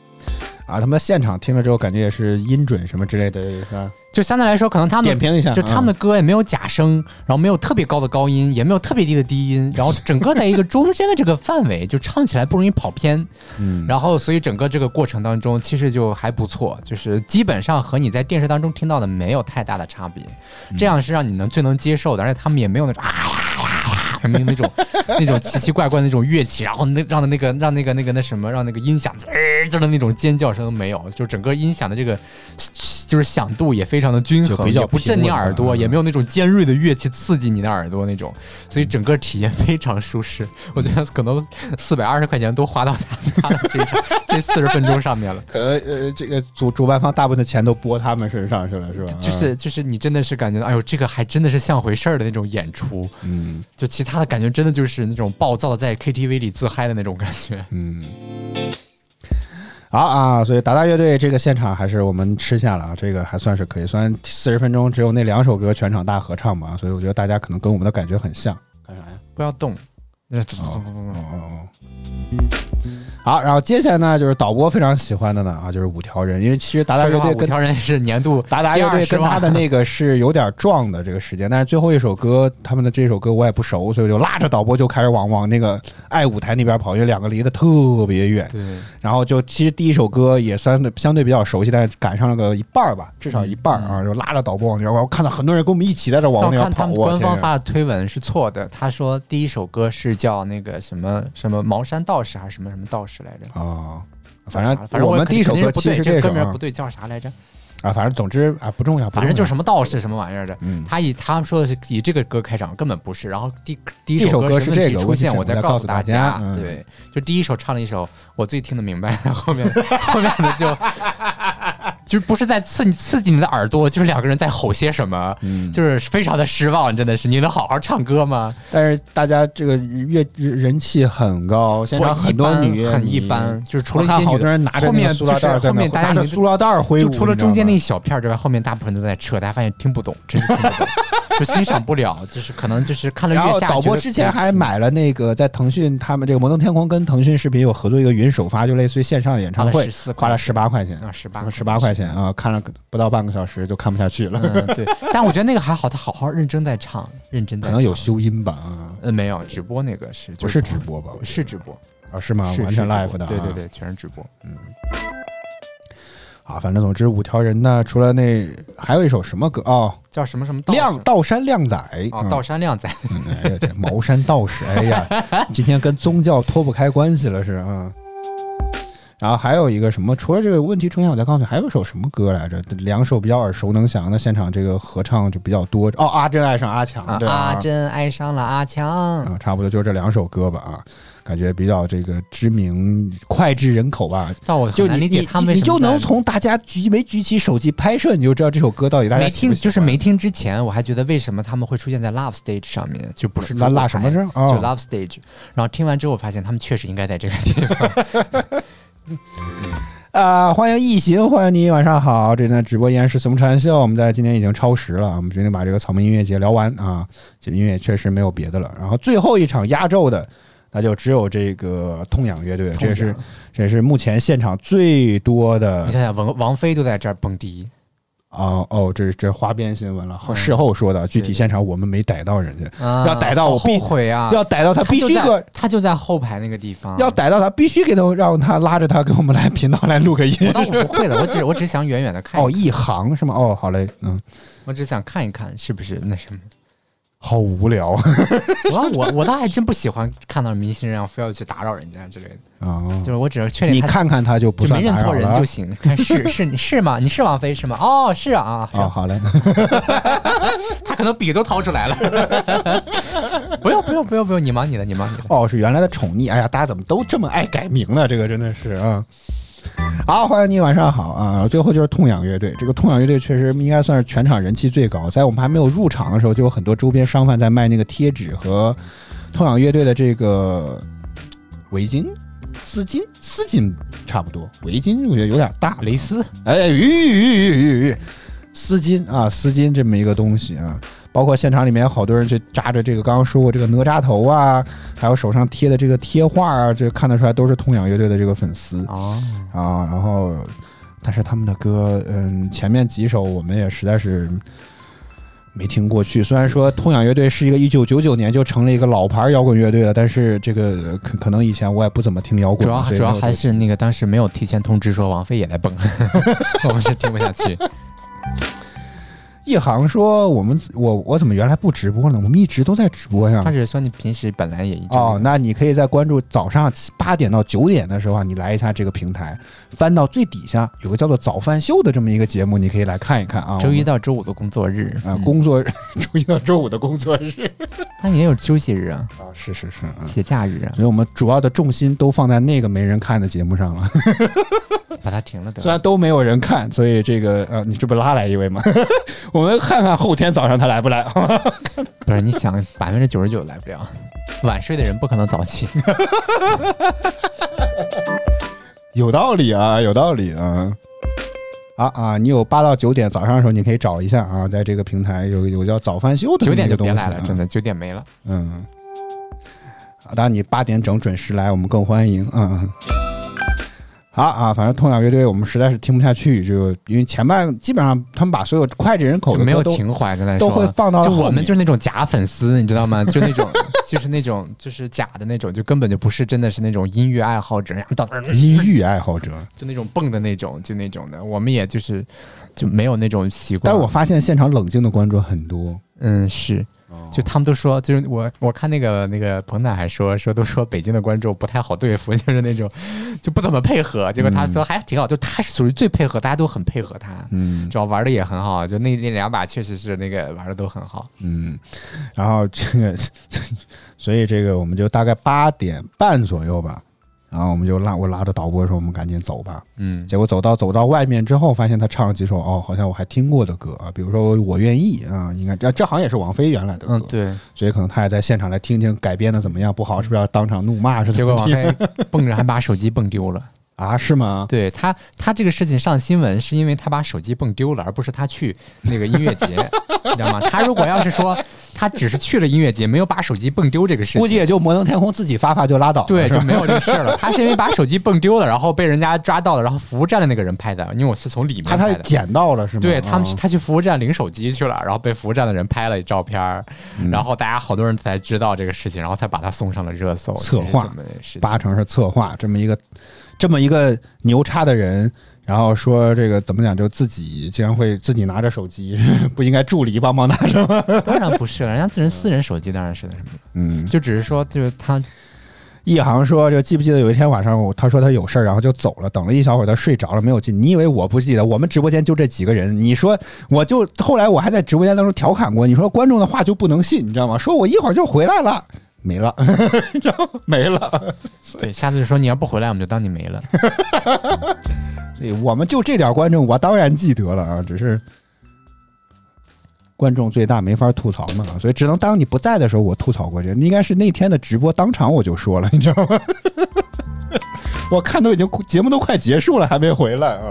Speaker 2: 啊，他们现场听了之后，感觉也是音准什么之类的，是吧？
Speaker 3: 就相对来说，可能他们
Speaker 2: 点评一下嗯
Speaker 3: 就他们的歌也没有假声，然后没有特别高的高音，也没有特别低的低音，然后整个在一个中间的这个范围，就唱起来不容易跑偏。
Speaker 2: 嗯，
Speaker 3: 然后，所以整个这个过程当中，其实就还不错，就是基本上和你在电视当中听到的没有太大的差别，这样是让你能最能接受的，而且他们也没有那种啊呀呀呀，没有那种那种奇奇怪怪的那种乐器，然后那让那个让那个那个那什么，让那个音响滋儿滋儿的那种尖叫声都没有，就整个音响的这个就是响度也非常的均
Speaker 2: 就
Speaker 3: 衡，
Speaker 2: 比较
Speaker 3: 也不震你耳
Speaker 2: 平
Speaker 3: 朵，
Speaker 2: 稳啊
Speaker 3: 也没有那种尖锐的乐器刺激你的耳朵那种，所以整个体验非常舒适。我觉得可能四百二十块钱都花到他他的这一场这四十分钟上面了。
Speaker 2: 可能呃，这个主主办方大部分的钱都拨他们身上去了，是吧？
Speaker 3: 就是就是你真的是感觉到，哎呦，这个还真的是像回事儿的那种演出，
Speaker 2: 嗯
Speaker 3: 就其他的感觉真的就是那种暴躁的在 KTV 里自嗨的那种感觉。
Speaker 2: 嗯。好啊，所以达达乐队这个现场还是我们吃下了啊，这个还算是可以。虽然四十分钟只有那两首歌全场大合唱嘛，所以我觉得大家可能跟我们的感觉很像。干啥呀？
Speaker 3: 不要动，呃走
Speaker 2: 哦
Speaker 3: 走走走
Speaker 2: 哦
Speaker 3: 走
Speaker 2: 哦哦。好，然后接下来呢，就是导播非常喜欢的呢啊，就是五条人，因为其实达达乐
Speaker 3: 说实话
Speaker 2: 队
Speaker 3: 五
Speaker 2: 跟
Speaker 3: 条人是年度
Speaker 2: 达达乐队跟他的那个是有点撞的这个时间，但是最后一首歌，他们的这首歌我也不熟，所以我就拉着导播就开始往往那个爱舞台那边跑，因为两个离得特别远。
Speaker 3: 对
Speaker 2: 然后就其实第一首歌也算相对比较熟悉，但是赶上了个一半儿吧，至少一半儿啊，就拉着导播往那边跑。我看到很多人跟我们一起在这往
Speaker 3: 但
Speaker 2: 那边
Speaker 3: 我嗯看
Speaker 2: 跑，
Speaker 3: 他们
Speaker 2: 我
Speaker 3: 官
Speaker 2: 天啊
Speaker 3: 方
Speaker 2: 呀！
Speaker 3: 发的推文是错的，他说第一首歌是叫那个什么什么茅山道士还是什么什么道士来着？
Speaker 2: 啊，反正
Speaker 3: 反正
Speaker 2: 我们第一首
Speaker 3: 肯
Speaker 2: 歌
Speaker 3: 定是不
Speaker 2: 其
Speaker 3: 对，
Speaker 2: 实是
Speaker 3: 这
Speaker 2: 这首
Speaker 3: 歌名
Speaker 2: 啊
Speaker 3: 不，对，叫啥来着？
Speaker 2: 啊反正总之啊不重要，不
Speaker 3: 反正就是
Speaker 2: 重
Speaker 3: 什么道士什么玩意儿的。
Speaker 2: 嗯
Speaker 3: 他以他们说的是以这个歌开场，根本不是。然后第第一
Speaker 2: 这首歌
Speaker 3: 歌
Speaker 2: 是
Speaker 3: 问
Speaker 2: 这
Speaker 3: 题
Speaker 2: 个
Speaker 3: 出
Speaker 2: 问题
Speaker 3: 现，
Speaker 2: 是
Speaker 3: 我
Speaker 2: 我
Speaker 3: 再
Speaker 2: 再
Speaker 3: 告
Speaker 2: 告
Speaker 3: 诉
Speaker 2: 诉
Speaker 3: 大
Speaker 2: 大
Speaker 3: 家
Speaker 2: 家。嗯
Speaker 3: 对，就第一首唱了一首我最听得明白， *laughs* 后面后面的就就不是在刺你刺激你的耳朵，就是两个人在吼些什么，
Speaker 2: 嗯
Speaker 3: 就是非常的失望，真的是你能好好唱歌吗？
Speaker 2: 要。但是大家这个乐人气很高，现场
Speaker 3: 我
Speaker 2: 很多女
Speaker 3: 一
Speaker 2: 乐
Speaker 3: 般很一
Speaker 2: 迷
Speaker 3: 般，就是除
Speaker 2: 我
Speaker 3: 了一
Speaker 2: 看
Speaker 3: 些
Speaker 2: 好
Speaker 3: 女
Speaker 2: 多人拿着那
Speaker 3: 后面
Speaker 2: 个塑
Speaker 3: 就
Speaker 2: 料
Speaker 3: 是
Speaker 2: 袋儿在
Speaker 3: 后
Speaker 2: 那
Speaker 3: 面大家
Speaker 2: 拿着
Speaker 3: 已经
Speaker 2: 塑料袋儿挥舞，
Speaker 3: 就除了
Speaker 2: 你知道
Speaker 3: 中间那
Speaker 2: 吗
Speaker 3: 一小片儿之外，后面大部分都在扯，大家发现听不懂，真是听不懂，就欣赏不了，就是可能就是嗯看了
Speaker 2: 然
Speaker 3: 月
Speaker 2: 后
Speaker 3: 下。
Speaker 2: 导播
Speaker 3: 觉得
Speaker 2: 之前还买了那个在腾讯他们这个摩登天空跟腾讯视频有合作一个云首发，就类似于线上演唱会，
Speaker 3: 14
Speaker 2: 花了十八块钱，
Speaker 3: 啊十八
Speaker 2: 十八块钱啊，看了不到半个小时就看不下去了，
Speaker 3: 嗯，对，但我觉得那个还好，他好好认真在唱，认真在
Speaker 2: *laughs* 可
Speaker 3: 唱。
Speaker 2: 能有修音吧啊，
Speaker 3: 呃没有直播那个是
Speaker 2: 不
Speaker 3: 就是
Speaker 2: 直播吧？我觉
Speaker 3: 是直播
Speaker 2: 得啊，是吗？
Speaker 3: 是
Speaker 2: 完
Speaker 3: 是
Speaker 2: 全
Speaker 3: 直播
Speaker 2: live 的，
Speaker 3: 对对。对，全是直播。
Speaker 2: 啊，反正总之五条人呢，除了那还有一首什么歌哦，
Speaker 3: 叫什么什么道
Speaker 2: 亮
Speaker 3: 士
Speaker 2: 道山靓仔
Speaker 3: 哦，
Speaker 2: 嗯
Speaker 3: 道山靓仔，
Speaker 2: 嗯哎呀，这茅山道士，哎呀，
Speaker 3: *laughs*
Speaker 2: 今天跟宗教脱不开关系了，是啊。嗯然后还有一个什么，除了这个问题出现，我再告诉你，还有一首什么歌来着？两首比较耳熟能详的，现场这个合唱就比较多。哦，阿珍爱上阿强，
Speaker 3: 啊
Speaker 2: 对吧？
Speaker 3: 阿珍爱上了阿强，
Speaker 2: 啊，差不多就这两首歌吧啊，感觉比较这个知名、脍炙人口吧。
Speaker 3: 但我
Speaker 2: 就
Speaker 3: 很难
Speaker 2: 你
Speaker 3: 理
Speaker 2: 你
Speaker 3: 解他们为
Speaker 2: 你
Speaker 3: 什么
Speaker 2: 就能
Speaker 3: 在
Speaker 2: 从大家举没举起手机拍摄，你就知道这首歌到底大家
Speaker 3: 没
Speaker 2: 喜
Speaker 3: 听
Speaker 2: 不喜
Speaker 3: 就是
Speaker 2: 欢
Speaker 3: 没听之前，我还觉得为什么他们会出现在 Love Stage 上面，就不是
Speaker 2: 那
Speaker 3: 主舞
Speaker 2: 那
Speaker 3: 台
Speaker 2: 什么是
Speaker 3: 哎就
Speaker 2: 哦
Speaker 3: Love Stage，然后听完之后发现他们确实应该在这个地方。
Speaker 2: 啊、欢迎异形，欢迎你，晚上好。这段直播依然是四目禅秀，我们在今天已经超时了，我们决定把这个草莓音乐节聊完啊，这音乐确实没有别的了。然后最后一场压轴的，那就只有这个痛仰乐队，这也是这也是目前现场最多的
Speaker 3: 你想想，王王菲都在这儿蹦迪，
Speaker 2: 啊、哦，这这花边新闻了，
Speaker 3: 嗯
Speaker 2: 事后说的，具体
Speaker 3: 对
Speaker 2: 现场我们没逮到人家，
Speaker 3: 啊
Speaker 2: 要逮到我
Speaker 3: 好后
Speaker 2: 必
Speaker 3: 悔啊！
Speaker 2: 要逮到他必
Speaker 3: 就
Speaker 2: 须
Speaker 3: 在
Speaker 2: 个。
Speaker 3: 他就在后排那个地方。
Speaker 2: 要逮到他，必须给他让他拉着他给我们来频道来录个音
Speaker 3: 我倒不会了，我只我只想远远的看一
Speaker 2: 哦，
Speaker 3: 看，
Speaker 2: 一行是吗？哦，好嘞，嗯，
Speaker 3: 我只想看一看是不是那什么。
Speaker 2: 好无聊啊、
Speaker 3: 我我我倒还真不喜欢看到明星人啊非要去打扰人家之类的，
Speaker 2: 哦
Speaker 3: 就是我只是确定
Speaker 2: 你
Speaker 3: 他
Speaker 2: 看看他就不
Speaker 3: 就没
Speaker 2: 算
Speaker 3: 认
Speaker 2: 打扰
Speaker 3: 错人
Speaker 2: 了啊
Speaker 3: 就。行。看是是你是吗？你是王菲是吗？哦，是啊，
Speaker 2: 啊、
Speaker 3: 啊行
Speaker 2: 好嘞，
Speaker 3: 他可能笔都掏出来了。 *laughs* 不用不用不用不用，你忙你的，你忙你的。
Speaker 2: 哦，是原来的宠溺，哎呀，大家怎么都这么爱改名呢？这个真的是啊。好，欢迎你，晚上好啊！最后就是痛仰乐队，这个痛仰乐队确实应该算是全场人气最高，在我们还没有入场的时候，就有很多周边商贩在卖那个贴纸和痛仰乐队的这个围巾、丝巾、丝巾差不多，围巾我觉得有点大，
Speaker 3: 蕾丝
Speaker 2: 哎，吁吁吁吁吁，丝巾啊，丝巾这么一个东西啊，包括现场里面好多人去扎着这个刚刚说过这个哪吒头啊，还有手上贴的这个贴画啊，这看得出来都是痛仰乐队的这个粉丝
Speaker 3: 啊，
Speaker 2: 啊。然后，但是他们的歌，嗯，前面几首我们也实在是。没听过去，虽然说痛仰乐队是一个一九九九年就成了一个老牌摇滚乐队了，但是这个呃可可能以前我也不怎么听摇滚，
Speaker 3: 主要
Speaker 2: 所以
Speaker 3: 主要
Speaker 2: 没有
Speaker 3: 还
Speaker 2: 这个
Speaker 3: 是那个当时没有提前通知说王菲也来蹦， *laughs* 我们是听不下去。
Speaker 2: 嗯一航说：“我们我我怎么原来不直播呢？我们一直都在直播呀
Speaker 3: 他。只是说你平时本来也一”直
Speaker 2: 哦，那你可以在关注早上八点到九点的时候啊，你来一下这个平台，翻到最底下有个叫做“早饭秀”的这么一个节目，你可以来看一看啊。
Speaker 3: 周一
Speaker 2: 到
Speaker 3: 到周五的工作日
Speaker 2: 啊、
Speaker 3: 嗯
Speaker 2: 工作日， *laughs* 周一到周五的工作
Speaker 3: *laughs*
Speaker 2: 日
Speaker 3: 他也有休息日啊，
Speaker 2: 啊，是是是啊。嗯
Speaker 3: 节假日啊，
Speaker 2: 所以我们主要的重心都放在那个没人看的节目上
Speaker 3: *laughs*
Speaker 2: 了，
Speaker 3: 把它停了得
Speaker 2: 虽
Speaker 3: 了。
Speaker 2: 然都没有人看，所以这个呃，你这不拉来一位吗？ *laughs* 我们看看后天早上他来不来。
Speaker 3: 不是
Speaker 2: *laughs*
Speaker 3: 你想百分之九十九来不了，晚睡的人不可能
Speaker 2: *laughs*
Speaker 3: 早起。
Speaker 2: 有道理啊，有道理啊。啊啊！你有八到九点早上的时候，你可以找一下啊，在这个平台有有叫早饭秀的这
Speaker 3: 九
Speaker 2: 么
Speaker 3: 点
Speaker 2: 一
Speaker 3: 就
Speaker 2: 个东西
Speaker 3: 别
Speaker 2: 啊、
Speaker 3: 来了，真的九点没了。
Speaker 2: 嗯，啊当然你八点整准时来，我们更欢迎。嗯，好啊，反正痛仰乐队我们实在是听不下去，就因为前半基本上他们把所有脍炙人口
Speaker 3: 就
Speaker 2: 的歌
Speaker 3: 没有
Speaker 2: 都
Speaker 3: 情怀的那
Speaker 2: 都会放到
Speaker 3: 就
Speaker 2: 后
Speaker 3: 我们
Speaker 2: 面
Speaker 3: 就是那种假粉丝，你知道吗？就那种 *laughs* 就是那种就是假的那种，就根本就不是真的是那种音乐爱好者，然后到那儿
Speaker 2: 音域爱好
Speaker 3: *laughs*
Speaker 2: 者。
Speaker 3: 就那种蹦的那种，就那种的。我们也就是就没有那种习惯。
Speaker 2: 但是我发现现场冷静的观众很多，
Speaker 3: 嗯是，
Speaker 2: 哦
Speaker 3: 就他们都说，就是我我看那个那个彭坦还说说都说北京的观众不太好对付， *laughs* 就是那种就不怎么配合。结果他说还挺好，就他是属于最配合，大家都很配合他。
Speaker 2: 嗯
Speaker 3: 主要玩的也很好，就那那两把确实是那个玩的都很好。
Speaker 2: 嗯，然后这个， *laughs* 所以这个我们就大概八点半左右吧，然后我们就拉我拉着导播说我们赶紧走吧。
Speaker 3: 嗯，
Speaker 2: 结果走到走到外面之后，发现他唱了几首哦，好像我还听过的歌啊，比如说我愿意啊，应该这这好像也是王菲原来的歌，
Speaker 3: 嗯，对。
Speaker 2: 所以可能他也在现场来听听改编的怎么样，不好是不是要当场怒骂是
Speaker 3: 结
Speaker 2: 怎
Speaker 3: 果
Speaker 2: 么
Speaker 3: 王
Speaker 2: 地 *laughs*
Speaker 3: 菲蹦着还把手机蹦丢了。
Speaker 2: 啊？是吗？
Speaker 3: 对他，他这个事情上新闻是因为他把手机蹦丢了，而不是他去那个音乐节，你知道吗？他如果要是说他只是去了音乐节，没有把手机蹦丢这个事
Speaker 2: 估计
Speaker 3: 情。
Speaker 2: 也就摩登天空自己发发就拉倒了，
Speaker 3: 对，
Speaker 2: 是
Speaker 3: 就
Speaker 2: 吧
Speaker 3: 没有这事儿了。他是因为把手机蹦丢了，然后被人家抓到了，然后服务站的那个人拍的，因为我是从里面
Speaker 2: 他
Speaker 3: 拍
Speaker 2: 他
Speaker 3: 的。
Speaker 2: 捡到了是吗？
Speaker 3: 对他们去，
Speaker 2: 哦
Speaker 3: 他去服务站领手机去了，然后被服务站的人拍了照片儿，
Speaker 2: 嗯
Speaker 3: 然后大家好多人才知道这个事情，然后才把他送上了热搜。
Speaker 2: 策划
Speaker 3: 其实这么事情
Speaker 2: 八成是策划这么一个这么一个牛叉的人，然后说这个怎么讲，就自己竟然会自己拿着手机， *laughs* 不应该助理帮忙拿着 *laughs* 吗？
Speaker 3: 当然不是了，人家自人私人手机当然是那什么，
Speaker 2: 嗯，
Speaker 3: 就只是说就是他
Speaker 2: 一航说，这记不记得有一天晚上我他说他有事儿，然后就走了，等了一小会儿他睡着了没有进。你以为我不记得？我们直播间就这几个人，你说我就后来我还在直播间当中调侃过，你说观众的话就不能信，你知道吗？说我一会儿就回来了。没了， *laughs* 然后没了， *laughs*
Speaker 3: 对，下次就说你要不回来，我们就当你没了。
Speaker 2: 啊所以我们就这点观众，我当然记得了啊，只是观众最大没法吐槽嘛，所以只能当你不在的时候我吐槽过这，应该是那天的直播当场我就说了，你知道吗？ *laughs* 我看都已经节目都快结束了，还没回来啊。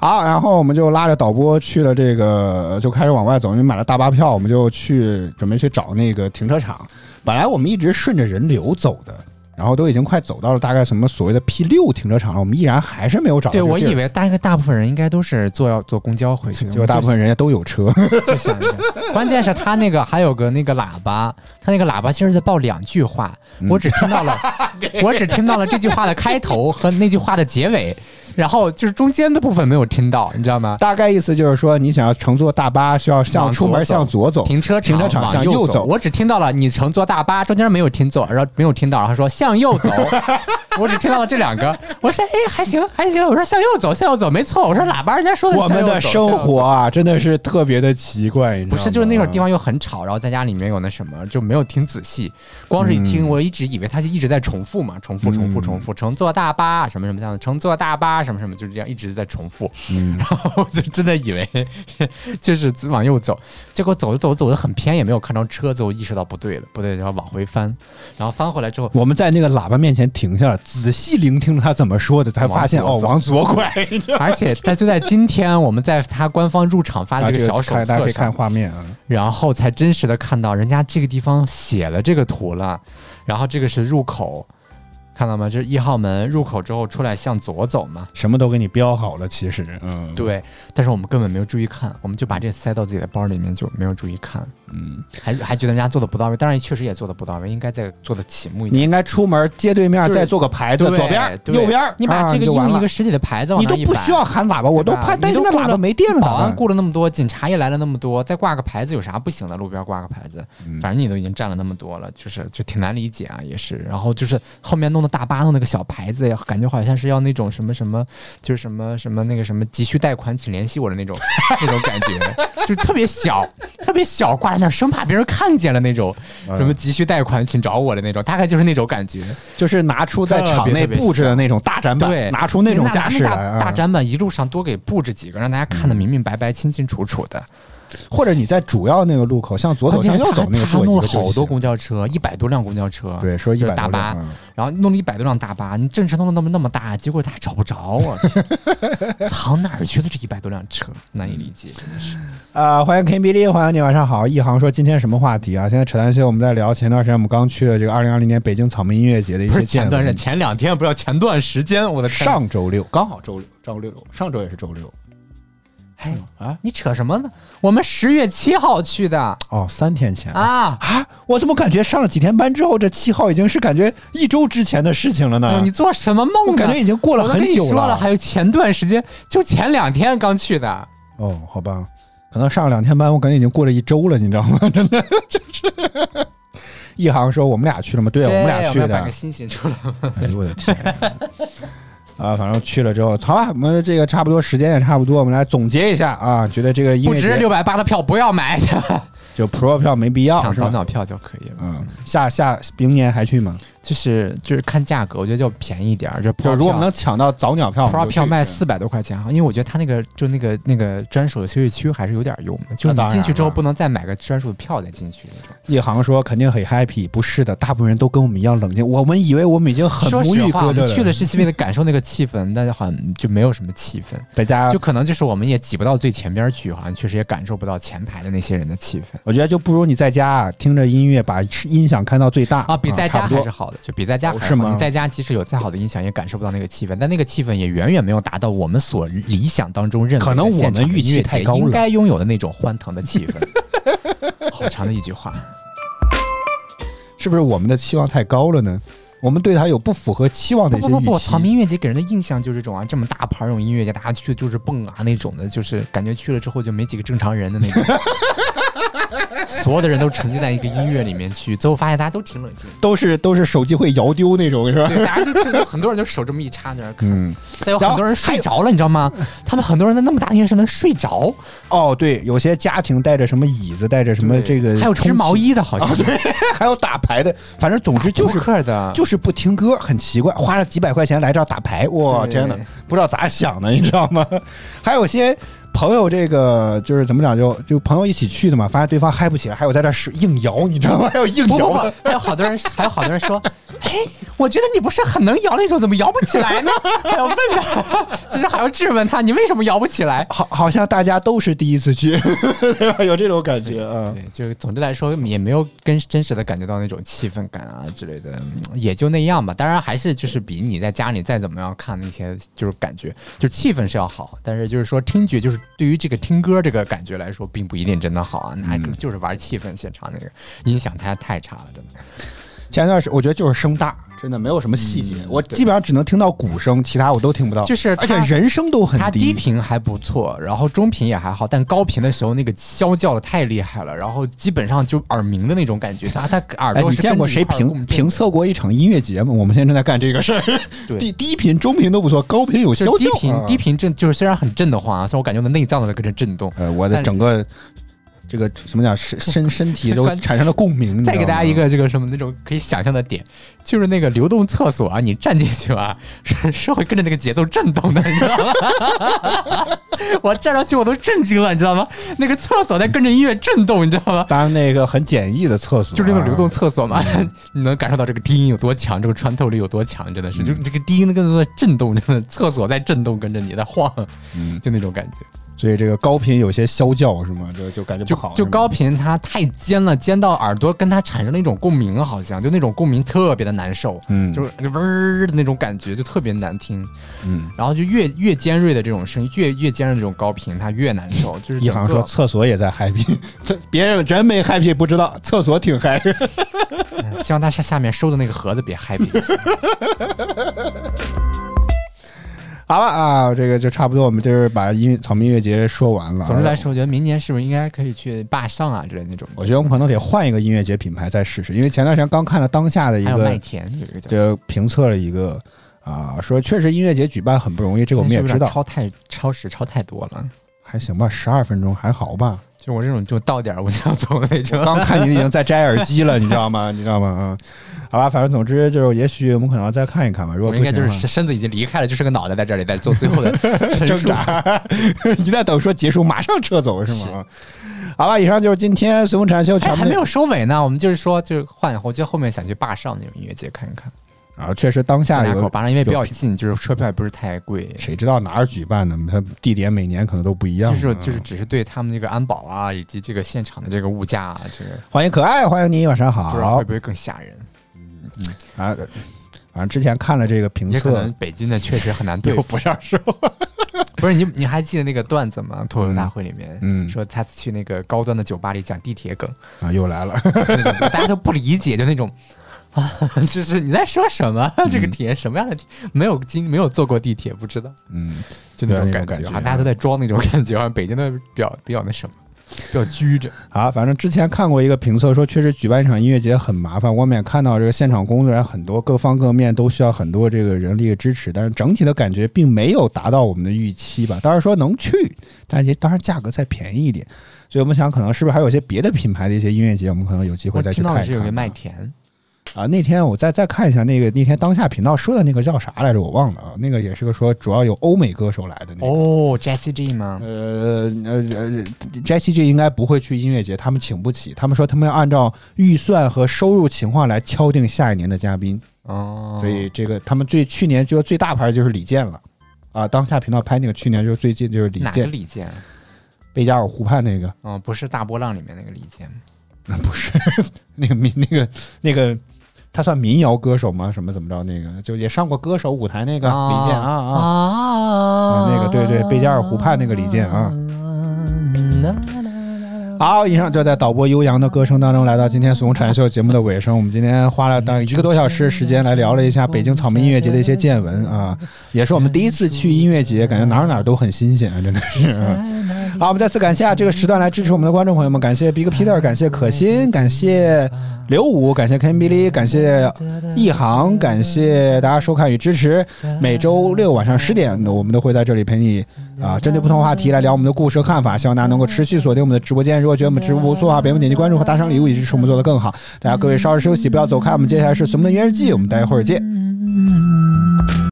Speaker 2: 好，然后我们就拉着导播去了这个，呃就开始往外走，因为买了大巴票，我们就去准备去找那个停车场。本来我们一直顺着人流走的，然后都已经快走到了大概什么所谓的 P 六停车场了，我们依然还是没有找到这
Speaker 3: 对，
Speaker 2: 个地
Speaker 3: 我
Speaker 2: 儿。
Speaker 3: 以为大概大部分人应该都是坐要坐公交回去，
Speaker 2: 结果大部分人家都有车。
Speaker 3: 人 *laughs* 就想一下。关键是他那个还有个那个喇叭，他那个喇叭其实在报两句话，我只听到了，我只听到了这句话的开头和那句话的结尾，然后就是中间的部分没有听到，你知道吗？
Speaker 2: 大概意思就是说，你想要乘坐大巴，需要向
Speaker 3: 往
Speaker 2: 出门
Speaker 3: 左走
Speaker 2: 向左走，
Speaker 3: 停车
Speaker 2: 停车场
Speaker 3: 往
Speaker 2: 向
Speaker 3: 右
Speaker 2: 走。
Speaker 3: 我只听到了你乘坐大巴，中间没有听坐，然后没有听到，然后说向右走，我只听到了这两个。我说哎，还行还行，我说向右走，向右走没错，我说喇叭人家说的是
Speaker 2: 我们的
Speaker 3: 向右走
Speaker 2: 生活啊，真的是特别的奇怪，你知道
Speaker 3: 不
Speaker 2: 吗
Speaker 3: 是，就是那会儿地方又很吵，然后在家里面有那什么，就没有听仔细，光是一听，
Speaker 2: 嗯
Speaker 3: 我一直以为他就一直在重复嘛，重复重复重复，乘坐大巴啊什么什么这样的，乘坐大巴什么什么，就是这样一直在重复，
Speaker 2: 嗯
Speaker 3: *laughs* 然后我就真的以为就是往右走，结果走
Speaker 2: *laughs*
Speaker 3: 着走着走的很偏，也没有看着车，最后意识到不对了，不对，然后往回翻，然后翻回来之后，
Speaker 2: 我们在那个喇叭面前停下了，仔细聆听他怎么说的，才发现哦，
Speaker 3: 往
Speaker 2: 往左
Speaker 3: *laughs*
Speaker 2: 拐。你知道吗
Speaker 3: 而且但就在今天，我们在他官方入场发的
Speaker 2: 啊
Speaker 3: 这
Speaker 2: 这
Speaker 3: 个
Speaker 2: 个
Speaker 3: 小手
Speaker 2: 看大家可
Speaker 3: 册
Speaker 2: 以看
Speaker 3: 上，
Speaker 2: 画面啊，
Speaker 3: 然后才真实的看到人家这个地方写了这个图了，然后这个是入口，看到吗？这是一号门入口之后出来向左走嘛。
Speaker 2: 什么都给你标好了，其实，嗯，，
Speaker 3: 对，但是我们根本没有注意看，我们就把这塞到自己的包里面，就没有注意看，
Speaker 2: 嗯，
Speaker 3: 还还觉得人家做的不到位，当然确实也做的不到位，应该再做的醒目
Speaker 2: 你
Speaker 3: 一点。
Speaker 2: 应该出门街对面
Speaker 3: 对
Speaker 2: 再做个牌子，
Speaker 3: 对
Speaker 2: 左边、
Speaker 3: 对
Speaker 2: 右边，
Speaker 3: 你把
Speaker 2: 啊
Speaker 3: 这个
Speaker 2: 就完
Speaker 3: 用一
Speaker 2: 了
Speaker 3: 个实体的牌子往
Speaker 2: 你
Speaker 3: 上
Speaker 2: 都
Speaker 3: 一
Speaker 2: 不
Speaker 3: 摆
Speaker 2: 需要喊喇叭，我都
Speaker 3: 对吧
Speaker 2: 怕担心
Speaker 3: 你
Speaker 2: 那
Speaker 3: 都
Speaker 2: 喇
Speaker 3: 雇
Speaker 2: 叭
Speaker 3: 了
Speaker 2: 没电了咋
Speaker 3: 保安
Speaker 2: 办？
Speaker 3: 雇了那么多，警察也来了那么多，再挂个牌子有啥不行的？路边挂个牌子，
Speaker 2: 嗯
Speaker 3: 反正你都已经占了那么多了，就是就挺难理解啊，也是。然后就是后面弄的大巴弄那个小牌子，感觉好像是要那种什么什么，就是什么什么那个什么急需贷款，请联系我的那种 *laughs* 那种感觉，就是特别小，特别小，挂在那儿生怕别人看见了那种， *laughs*
Speaker 2: 嗯
Speaker 3: 什么急需贷款，请找我的那种，大概就是那种感觉。
Speaker 2: 就是拿出在场内布置的那种大展
Speaker 3: 对，
Speaker 2: 板，拿出那种
Speaker 3: 拿
Speaker 2: 架势
Speaker 3: 大
Speaker 2: 来嗯啊，
Speaker 3: 大展板一路上多给布置几个，让大家看得明明白白、清清楚楚的。
Speaker 2: 或者你在主要那个路口向左走，
Speaker 3: 关键
Speaker 2: 向
Speaker 3: 哦是
Speaker 2: 右
Speaker 3: 他
Speaker 2: 走那个
Speaker 3: 他
Speaker 2: 坐一
Speaker 3: 弄
Speaker 2: 个
Speaker 3: 了
Speaker 2: 就
Speaker 3: 好
Speaker 2: 行
Speaker 3: 多公交车，一百多辆公交车，
Speaker 2: 对，说一
Speaker 3: 就是
Speaker 2: 百
Speaker 3: 大
Speaker 2: 多
Speaker 3: 巴
Speaker 2: 辆，嗯
Speaker 3: 然后弄了一百多辆大巴，你正车弄了那么那么大，结果他找不着，我天藏哪儿去了这一百多辆车，难以理解，真的是。
Speaker 2: 啊、欢迎 K B 欢迎你，晚上好。一行说今天什么话题啊？现在扯淡些，我们在聊前段时间我们刚去的这个二零二零年北京草莓音乐节的一
Speaker 3: 不
Speaker 2: 些
Speaker 3: 是
Speaker 2: 见
Speaker 3: 前段时间，
Speaker 2: 闻。
Speaker 3: 前两天不要前段时间，我的天，
Speaker 2: 上周六刚好周六，周六上周也是周六
Speaker 3: 哎
Speaker 2: 啊，
Speaker 3: 你扯什么呢？我们十月七号去的
Speaker 2: 哦，三天前
Speaker 3: 啊。
Speaker 2: 啊！我怎么感觉上了几天班之后，这七号已经是感觉一周之前的事情了呢？
Speaker 3: 哎呦，你做什么梦
Speaker 2: 嗯我
Speaker 3: 呢？
Speaker 2: 感觉已经过了
Speaker 3: 我都
Speaker 2: 很
Speaker 3: 跟你
Speaker 2: 久
Speaker 3: 说了，还有前段时间，就前两天刚去的。
Speaker 2: 哦，好吧，可能上了两天班，我感觉已经过了一周了，你知道吗？真的 *laughs* 就是一行说我们俩去了吗？对，我们俩去
Speaker 3: 要
Speaker 2: 的。
Speaker 3: 摆个星星出来。
Speaker 2: 哎呦我的天！ *laughs* 啊，反正去了之后，好吧，我们这个差不多时间也差不多，我们来总结一下啊，觉得这个音
Speaker 3: 不
Speaker 2: 乐
Speaker 3: 值
Speaker 2: 节
Speaker 3: 六百八的票不要买，
Speaker 2: 就 Pro 票没必要
Speaker 3: 抢
Speaker 2: 是
Speaker 3: 早
Speaker 2: 吧？
Speaker 3: 鸟票就可以了。
Speaker 2: 嗯，下下明年还去吗？
Speaker 3: 就是就是看价格，我觉得就便宜一点儿。就
Speaker 2: 就
Speaker 3: Pro
Speaker 2: 如果我
Speaker 3: 票
Speaker 2: 们能抢到早鸟票我们
Speaker 3: Pro
Speaker 2: 就去
Speaker 3: 票卖四百多块钱啊哈，因为我觉得它那个就那个那个专属的休息区还是有点用的，就是
Speaker 2: 那当
Speaker 3: 你
Speaker 2: 然
Speaker 3: 进去之后
Speaker 2: 了
Speaker 3: 不能再买个专属的票再进去那种。
Speaker 2: 一行说肯定很 happy，不是的，大部分人都跟我们一样冷静，我们以为我们已经很
Speaker 3: 说
Speaker 2: 无
Speaker 3: 实
Speaker 2: 语
Speaker 3: 话，
Speaker 2: 哥
Speaker 3: 我
Speaker 2: 的
Speaker 3: 们
Speaker 2: 了，
Speaker 3: 去的是为了感受那个气氛，但是好像就没有什么气氛，
Speaker 2: 大家
Speaker 3: 就可能就是我们也挤不到最前边儿去，好像确实也感受不到前排的那些人的气氛。
Speaker 2: 我觉得就不如你在家啊听着音乐，把音响开到最大
Speaker 3: 啊，比在
Speaker 2: 差
Speaker 3: 家
Speaker 2: 不
Speaker 3: 还
Speaker 2: 多
Speaker 3: 是好的，就比在家
Speaker 2: 哦
Speaker 3: 还
Speaker 2: 是
Speaker 3: 好
Speaker 2: 吗
Speaker 3: 你在家即使有再好的音响，也感受不到那个气氛，但那个气氛也远远没有达到我们所理想当中认为
Speaker 2: 可能
Speaker 3: 的现
Speaker 2: 我们
Speaker 3: 场
Speaker 2: 预期
Speaker 3: 音乐
Speaker 2: 太
Speaker 3: 节
Speaker 2: 高了
Speaker 3: 应该拥有的那种欢腾的气氛。 *laughs* 好长的一句话，
Speaker 2: 是不是我们的期望太高了呢？我们对他有不符合期望的
Speaker 3: 不
Speaker 2: 一
Speaker 3: 不
Speaker 2: 些
Speaker 3: 不
Speaker 2: 预
Speaker 3: 不，
Speaker 2: 期
Speaker 3: 草。莓音乐节给人的印象就是这种啊，这么大牌儿那种音乐节，大家去就是蹦啊那种的，就是感觉去了之后就没几个正常人的那种。所有的人都沉浸在一个音乐里面去，最后发现大家都挺冷静，
Speaker 2: 都是都是手机会摇丢那种，是吧？
Speaker 3: 对，大家就就很多人就手这么一插在那儿看，
Speaker 2: 嗯，
Speaker 3: 再有
Speaker 2: 然
Speaker 3: 很
Speaker 2: 后
Speaker 3: 多人
Speaker 2: 还
Speaker 3: 睡
Speaker 2: 有
Speaker 3: 着了，你知道吗？他们很多人在那么大的音乐声能睡着，
Speaker 2: 哦，对，有些家庭带着什么椅子，带着什么这个，
Speaker 3: 还有织毛，衣的，好像
Speaker 2: *laughs* 还有打牌的，反正总之啊就
Speaker 3: 扑
Speaker 2: 是
Speaker 3: 克的，
Speaker 2: 就是不听歌，很奇怪，花了几百块钱来这儿打牌，我
Speaker 3: 对
Speaker 2: 天哪，不知道咋想的，你知道吗？ *laughs* 还有些朋友，这个就是怎么讲，就就朋友一起去的嘛，发现对方嗨不起来，还有在这儿使硬摇，你知道吗？还有硬
Speaker 3: 不不
Speaker 2: 摇
Speaker 3: 不
Speaker 2: 的，，
Speaker 3: 还有好多人，还有好多人说，哎，我觉得你不是很能摇那种，怎么摇不起
Speaker 2: *laughs*
Speaker 3: 来呢？还要问他，就是还要质问他，你为什么摇不起来？
Speaker 2: 好，好像大家都是第一次去，对 *laughs* 吧？有这种感觉啊。
Speaker 3: 对，就是总之来说，也没有跟真实的感觉到那种气氛感啊之类的，嗯也就那样吧。当然还是就是比你在家里再怎么样看那些，就是感觉就气氛是要好，但是就是说听觉就是对于这个听歌这个感觉来说，并不一定真的好啊。那
Speaker 2: 嗯
Speaker 3: 就是玩气氛现场那个音响太太差了，真的。
Speaker 2: 前段时我觉得就是声大，真的没有什么细节，我基本上只能听到鼓声，其他我都听不到。
Speaker 3: 就是
Speaker 2: 而且
Speaker 3: 它
Speaker 2: 人声都很
Speaker 3: 它
Speaker 2: 低，
Speaker 3: 低频还不错，然后中频也还好，但高频的时候那个啸叫的太厉害了，然后基本上就耳鸣的那种感觉，它它耳
Speaker 2: 哎，
Speaker 3: 朵
Speaker 2: 你
Speaker 3: 是
Speaker 2: 见
Speaker 3: 跟
Speaker 2: 过
Speaker 3: 着一
Speaker 2: 谁
Speaker 3: 块儿共
Speaker 2: 评
Speaker 3: 振
Speaker 2: 评
Speaker 3: 的
Speaker 2: 测过一场音乐节吗？ *laughs* 我们现在正在干这个事儿，
Speaker 3: 对
Speaker 2: *laughs* 低低频、中频都不错，高频有
Speaker 3: 就
Speaker 2: 消
Speaker 3: 是低
Speaker 2: 叫
Speaker 3: 频
Speaker 2: 啊。嗯
Speaker 3: 低频震，就是虽然很震的慌啊，虽然我感觉我的内脏都在跟着震动，
Speaker 2: 呃，我
Speaker 3: 但
Speaker 2: 的
Speaker 3: 是
Speaker 2: 整个这个什么叫
Speaker 3: *laughs*
Speaker 2: 身身身体都
Speaker 3: 关
Speaker 2: 产生了共鸣。你
Speaker 3: 再
Speaker 2: 知
Speaker 3: 给
Speaker 2: 道
Speaker 3: 大家
Speaker 2: 吗
Speaker 3: 一个这个什么那种可以想象的点，就是那个流动厕所啊，你站进去啊，是是会跟着那个节奏震动的，你知道吗？ *laughs* 我站上去我都震惊了，你知道吗？那个厕所在跟着音乐震动，你知道吗？
Speaker 2: 当那个很简易的厕所啊，
Speaker 3: 就是那种流动厕所嘛， *laughs* 你能感受到这个低音有多强，这个穿透力有多强，真的是，就是这个低音跟着在震动，真的厕所在震动，跟着你在晃，就那种感觉。
Speaker 2: 所以这个高频有些消叫是吗？就就感觉不
Speaker 3: 就
Speaker 2: 好，
Speaker 3: 就是
Speaker 2: 吗
Speaker 3: 高频它太尖了，尖到耳朵跟它产生了一种共鸣，好像就那种共鸣特别的难受，
Speaker 2: 嗯
Speaker 3: 就是嗡儿的那种感觉，就特别难听。
Speaker 2: 嗯，
Speaker 3: 然后就越越尖锐的这种声音，越越尖锐的这种高频，它越难受。就是
Speaker 2: 一
Speaker 3: 整
Speaker 2: 航
Speaker 3: 个
Speaker 2: 说厕所也在 happy，别 *laughs* 人真没 happy 不知道，厕所挺 happy。
Speaker 3: 嗯希望它下下面收的那个盒子别
Speaker 2: *laughs*
Speaker 3: happy 就行。
Speaker 2: *laughs* 好了啊，这个就差不多，我们就是把音乐草莓音乐节说完了。
Speaker 3: 总之来，说，我觉得明年是不是应该可以去坝上啊之类的那种？
Speaker 2: 我觉得我们可能得换一个音乐节品牌再试试，因为前段时间刚看了当下的一
Speaker 3: 还有麦
Speaker 2: 个，
Speaker 3: 田有一个叫，
Speaker 2: 就评测了一个啊，说确实音乐节举办很不容易，这个我们也知道，
Speaker 3: 超太超时超太多了。
Speaker 2: 还行吧，十二分钟还好吧。 *laughs*
Speaker 3: 就我这种就到点儿我就要走的那种。
Speaker 2: 刚看你已经在摘耳机了，你知道吗？你知道吗？嗯，好吧，反正总之就是，也许 *laughs* 我们可能要再看一看吧。如果
Speaker 3: 我
Speaker 2: 不
Speaker 3: 应
Speaker 2: 行
Speaker 3: 该就
Speaker 2: 的
Speaker 3: 是
Speaker 2: 话
Speaker 3: 身身子已经离开了，就是个脑袋在这里在做最后的陈
Speaker 2: *laughs* 挣
Speaker 3: 述。
Speaker 2: 扎，
Speaker 3: *laughs*
Speaker 2: 一旦等说结束，马上撤走是吗？好了，以上就是今天随风禅修
Speaker 3: 哎，
Speaker 2: 全部
Speaker 3: 还没
Speaker 2: 内
Speaker 3: 有收尾呢，我们就是说，就是换，我觉得后面想去坝上那种音乐节看一看，
Speaker 2: 啊，确实当下
Speaker 3: 张家口
Speaker 2: 有
Speaker 3: 坝上，因为比
Speaker 2: 有
Speaker 3: 较近，就是车票也不是太贵，
Speaker 2: 谁知道哪儿举办呢？它地点每年可能都不一样啊。
Speaker 3: 就是就是只是对他们这个安保啊，以及这个现场的这个物价、啊，这个
Speaker 2: 欢迎可爱，欢迎你，晚上
Speaker 3: 不知道
Speaker 2: 好
Speaker 3: 会不会更吓人，
Speaker 2: 啊。反正之前看了这个评
Speaker 3: 也可
Speaker 2: 测
Speaker 3: 能，北京的确实
Speaker 2: *laughs*
Speaker 3: 很难对
Speaker 2: 又
Speaker 3: 付。
Speaker 2: 不上手。
Speaker 3: 不是你你还记得那个段子吗？脱口秀大会里面，
Speaker 2: 嗯
Speaker 3: 说他去那个高端的酒吧里讲地铁梗，
Speaker 2: 啊，又来了。 *laughs*
Speaker 3: 那种大家都不理解，就那种 *laughs* 啊，就是你在说什么？
Speaker 2: 嗯
Speaker 3: 这个体验什么样的体？没有经没有坐过地铁，不知道，
Speaker 2: 嗯，
Speaker 3: 就那种
Speaker 2: 对那种
Speaker 3: 感觉，
Speaker 2: 感
Speaker 3: 啊，
Speaker 2: 觉
Speaker 3: 大家都在装那种感觉，好像北京的比较比较那什么，比较拘着。
Speaker 2: 啊，反正之前看过一个评测说，确实举办一场音乐节很麻烦。我们也看到这个现场工作人员很多，各方各面都需要很多这个人力的支持，但是整体的感觉并没有达到我们的预期吧。当然说能去，但是也当然价格再便宜一点。所以我们想，可能是不是还有一些别的品牌的一些音乐节，我们可能有机
Speaker 3: 我
Speaker 2: 会再去
Speaker 3: 听
Speaker 2: 看一看
Speaker 3: 到的
Speaker 2: 啊。
Speaker 3: 是有个麦田，
Speaker 2: 啊，那天我再再看一下那个那天当下频道说的那个叫啥来着，我忘了啊。那个也是个说主要有欧美歌手来的那个。
Speaker 3: 哦，Jesse G 吗？
Speaker 2: 呃呃呃，Jesse G 应该不会去音乐节，他们请不起。他们说他们要按照预算和收入情况来敲定下一年的嘉宾，
Speaker 3: 哦，
Speaker 2: 所以这个他们最去年就最大牌就是李健了。啊，当下频道拍那个去年就是最近就是李
Speaker 3: 哪个
Speaker 2: 健
Speaker 3: 李健？
Speaker 2: 贝加尔湖畔那个，
Speaker 3: 嗯，不是大波浪里面那个李健，
Speaker 2: 不是 *laughs* 那个民那个那个，他算民谣歌手吗？什么怎么着？那个就也上过歌手舞台那个、李健啊啊
Speaker 3: 哦啊
Speaker 2: 那个对对贝加尔湖畔那个李健啊。
Speaker 3: 嗯
Speaker 2: 好，以上就在导播悠扬的歌声当中，来到今天《怂产秀》节目的尾声。我们今天花了大概一个多小时时间来聊了一下北京草莓音乐节的一些见闻啊，也是我们第一次去音乐节，感觉哪儿哪儿都很新鲜啊，真的是。好，我们再次感谢啊这个时段来支持我们的观众朋友们，感谢 Big Peter，感谢可心，感谢刘武，感谢 Ken b 哩，感谢一航，感谢大家收看与支持。每周六晚上十点，我们都会在这里陪你啊，针对不同话题来聊我们的故事和看法，希望大家能够持续锁定我们的直播间。如果觉得我们直播不错啊，别忘点击关注和打赏礼物，以支持我们做得更好。大家各位稍事休息，不要走开，我们接下来是《熊的音乐日记》，我们待会儿见。
Speaker 4: Mm-hmm.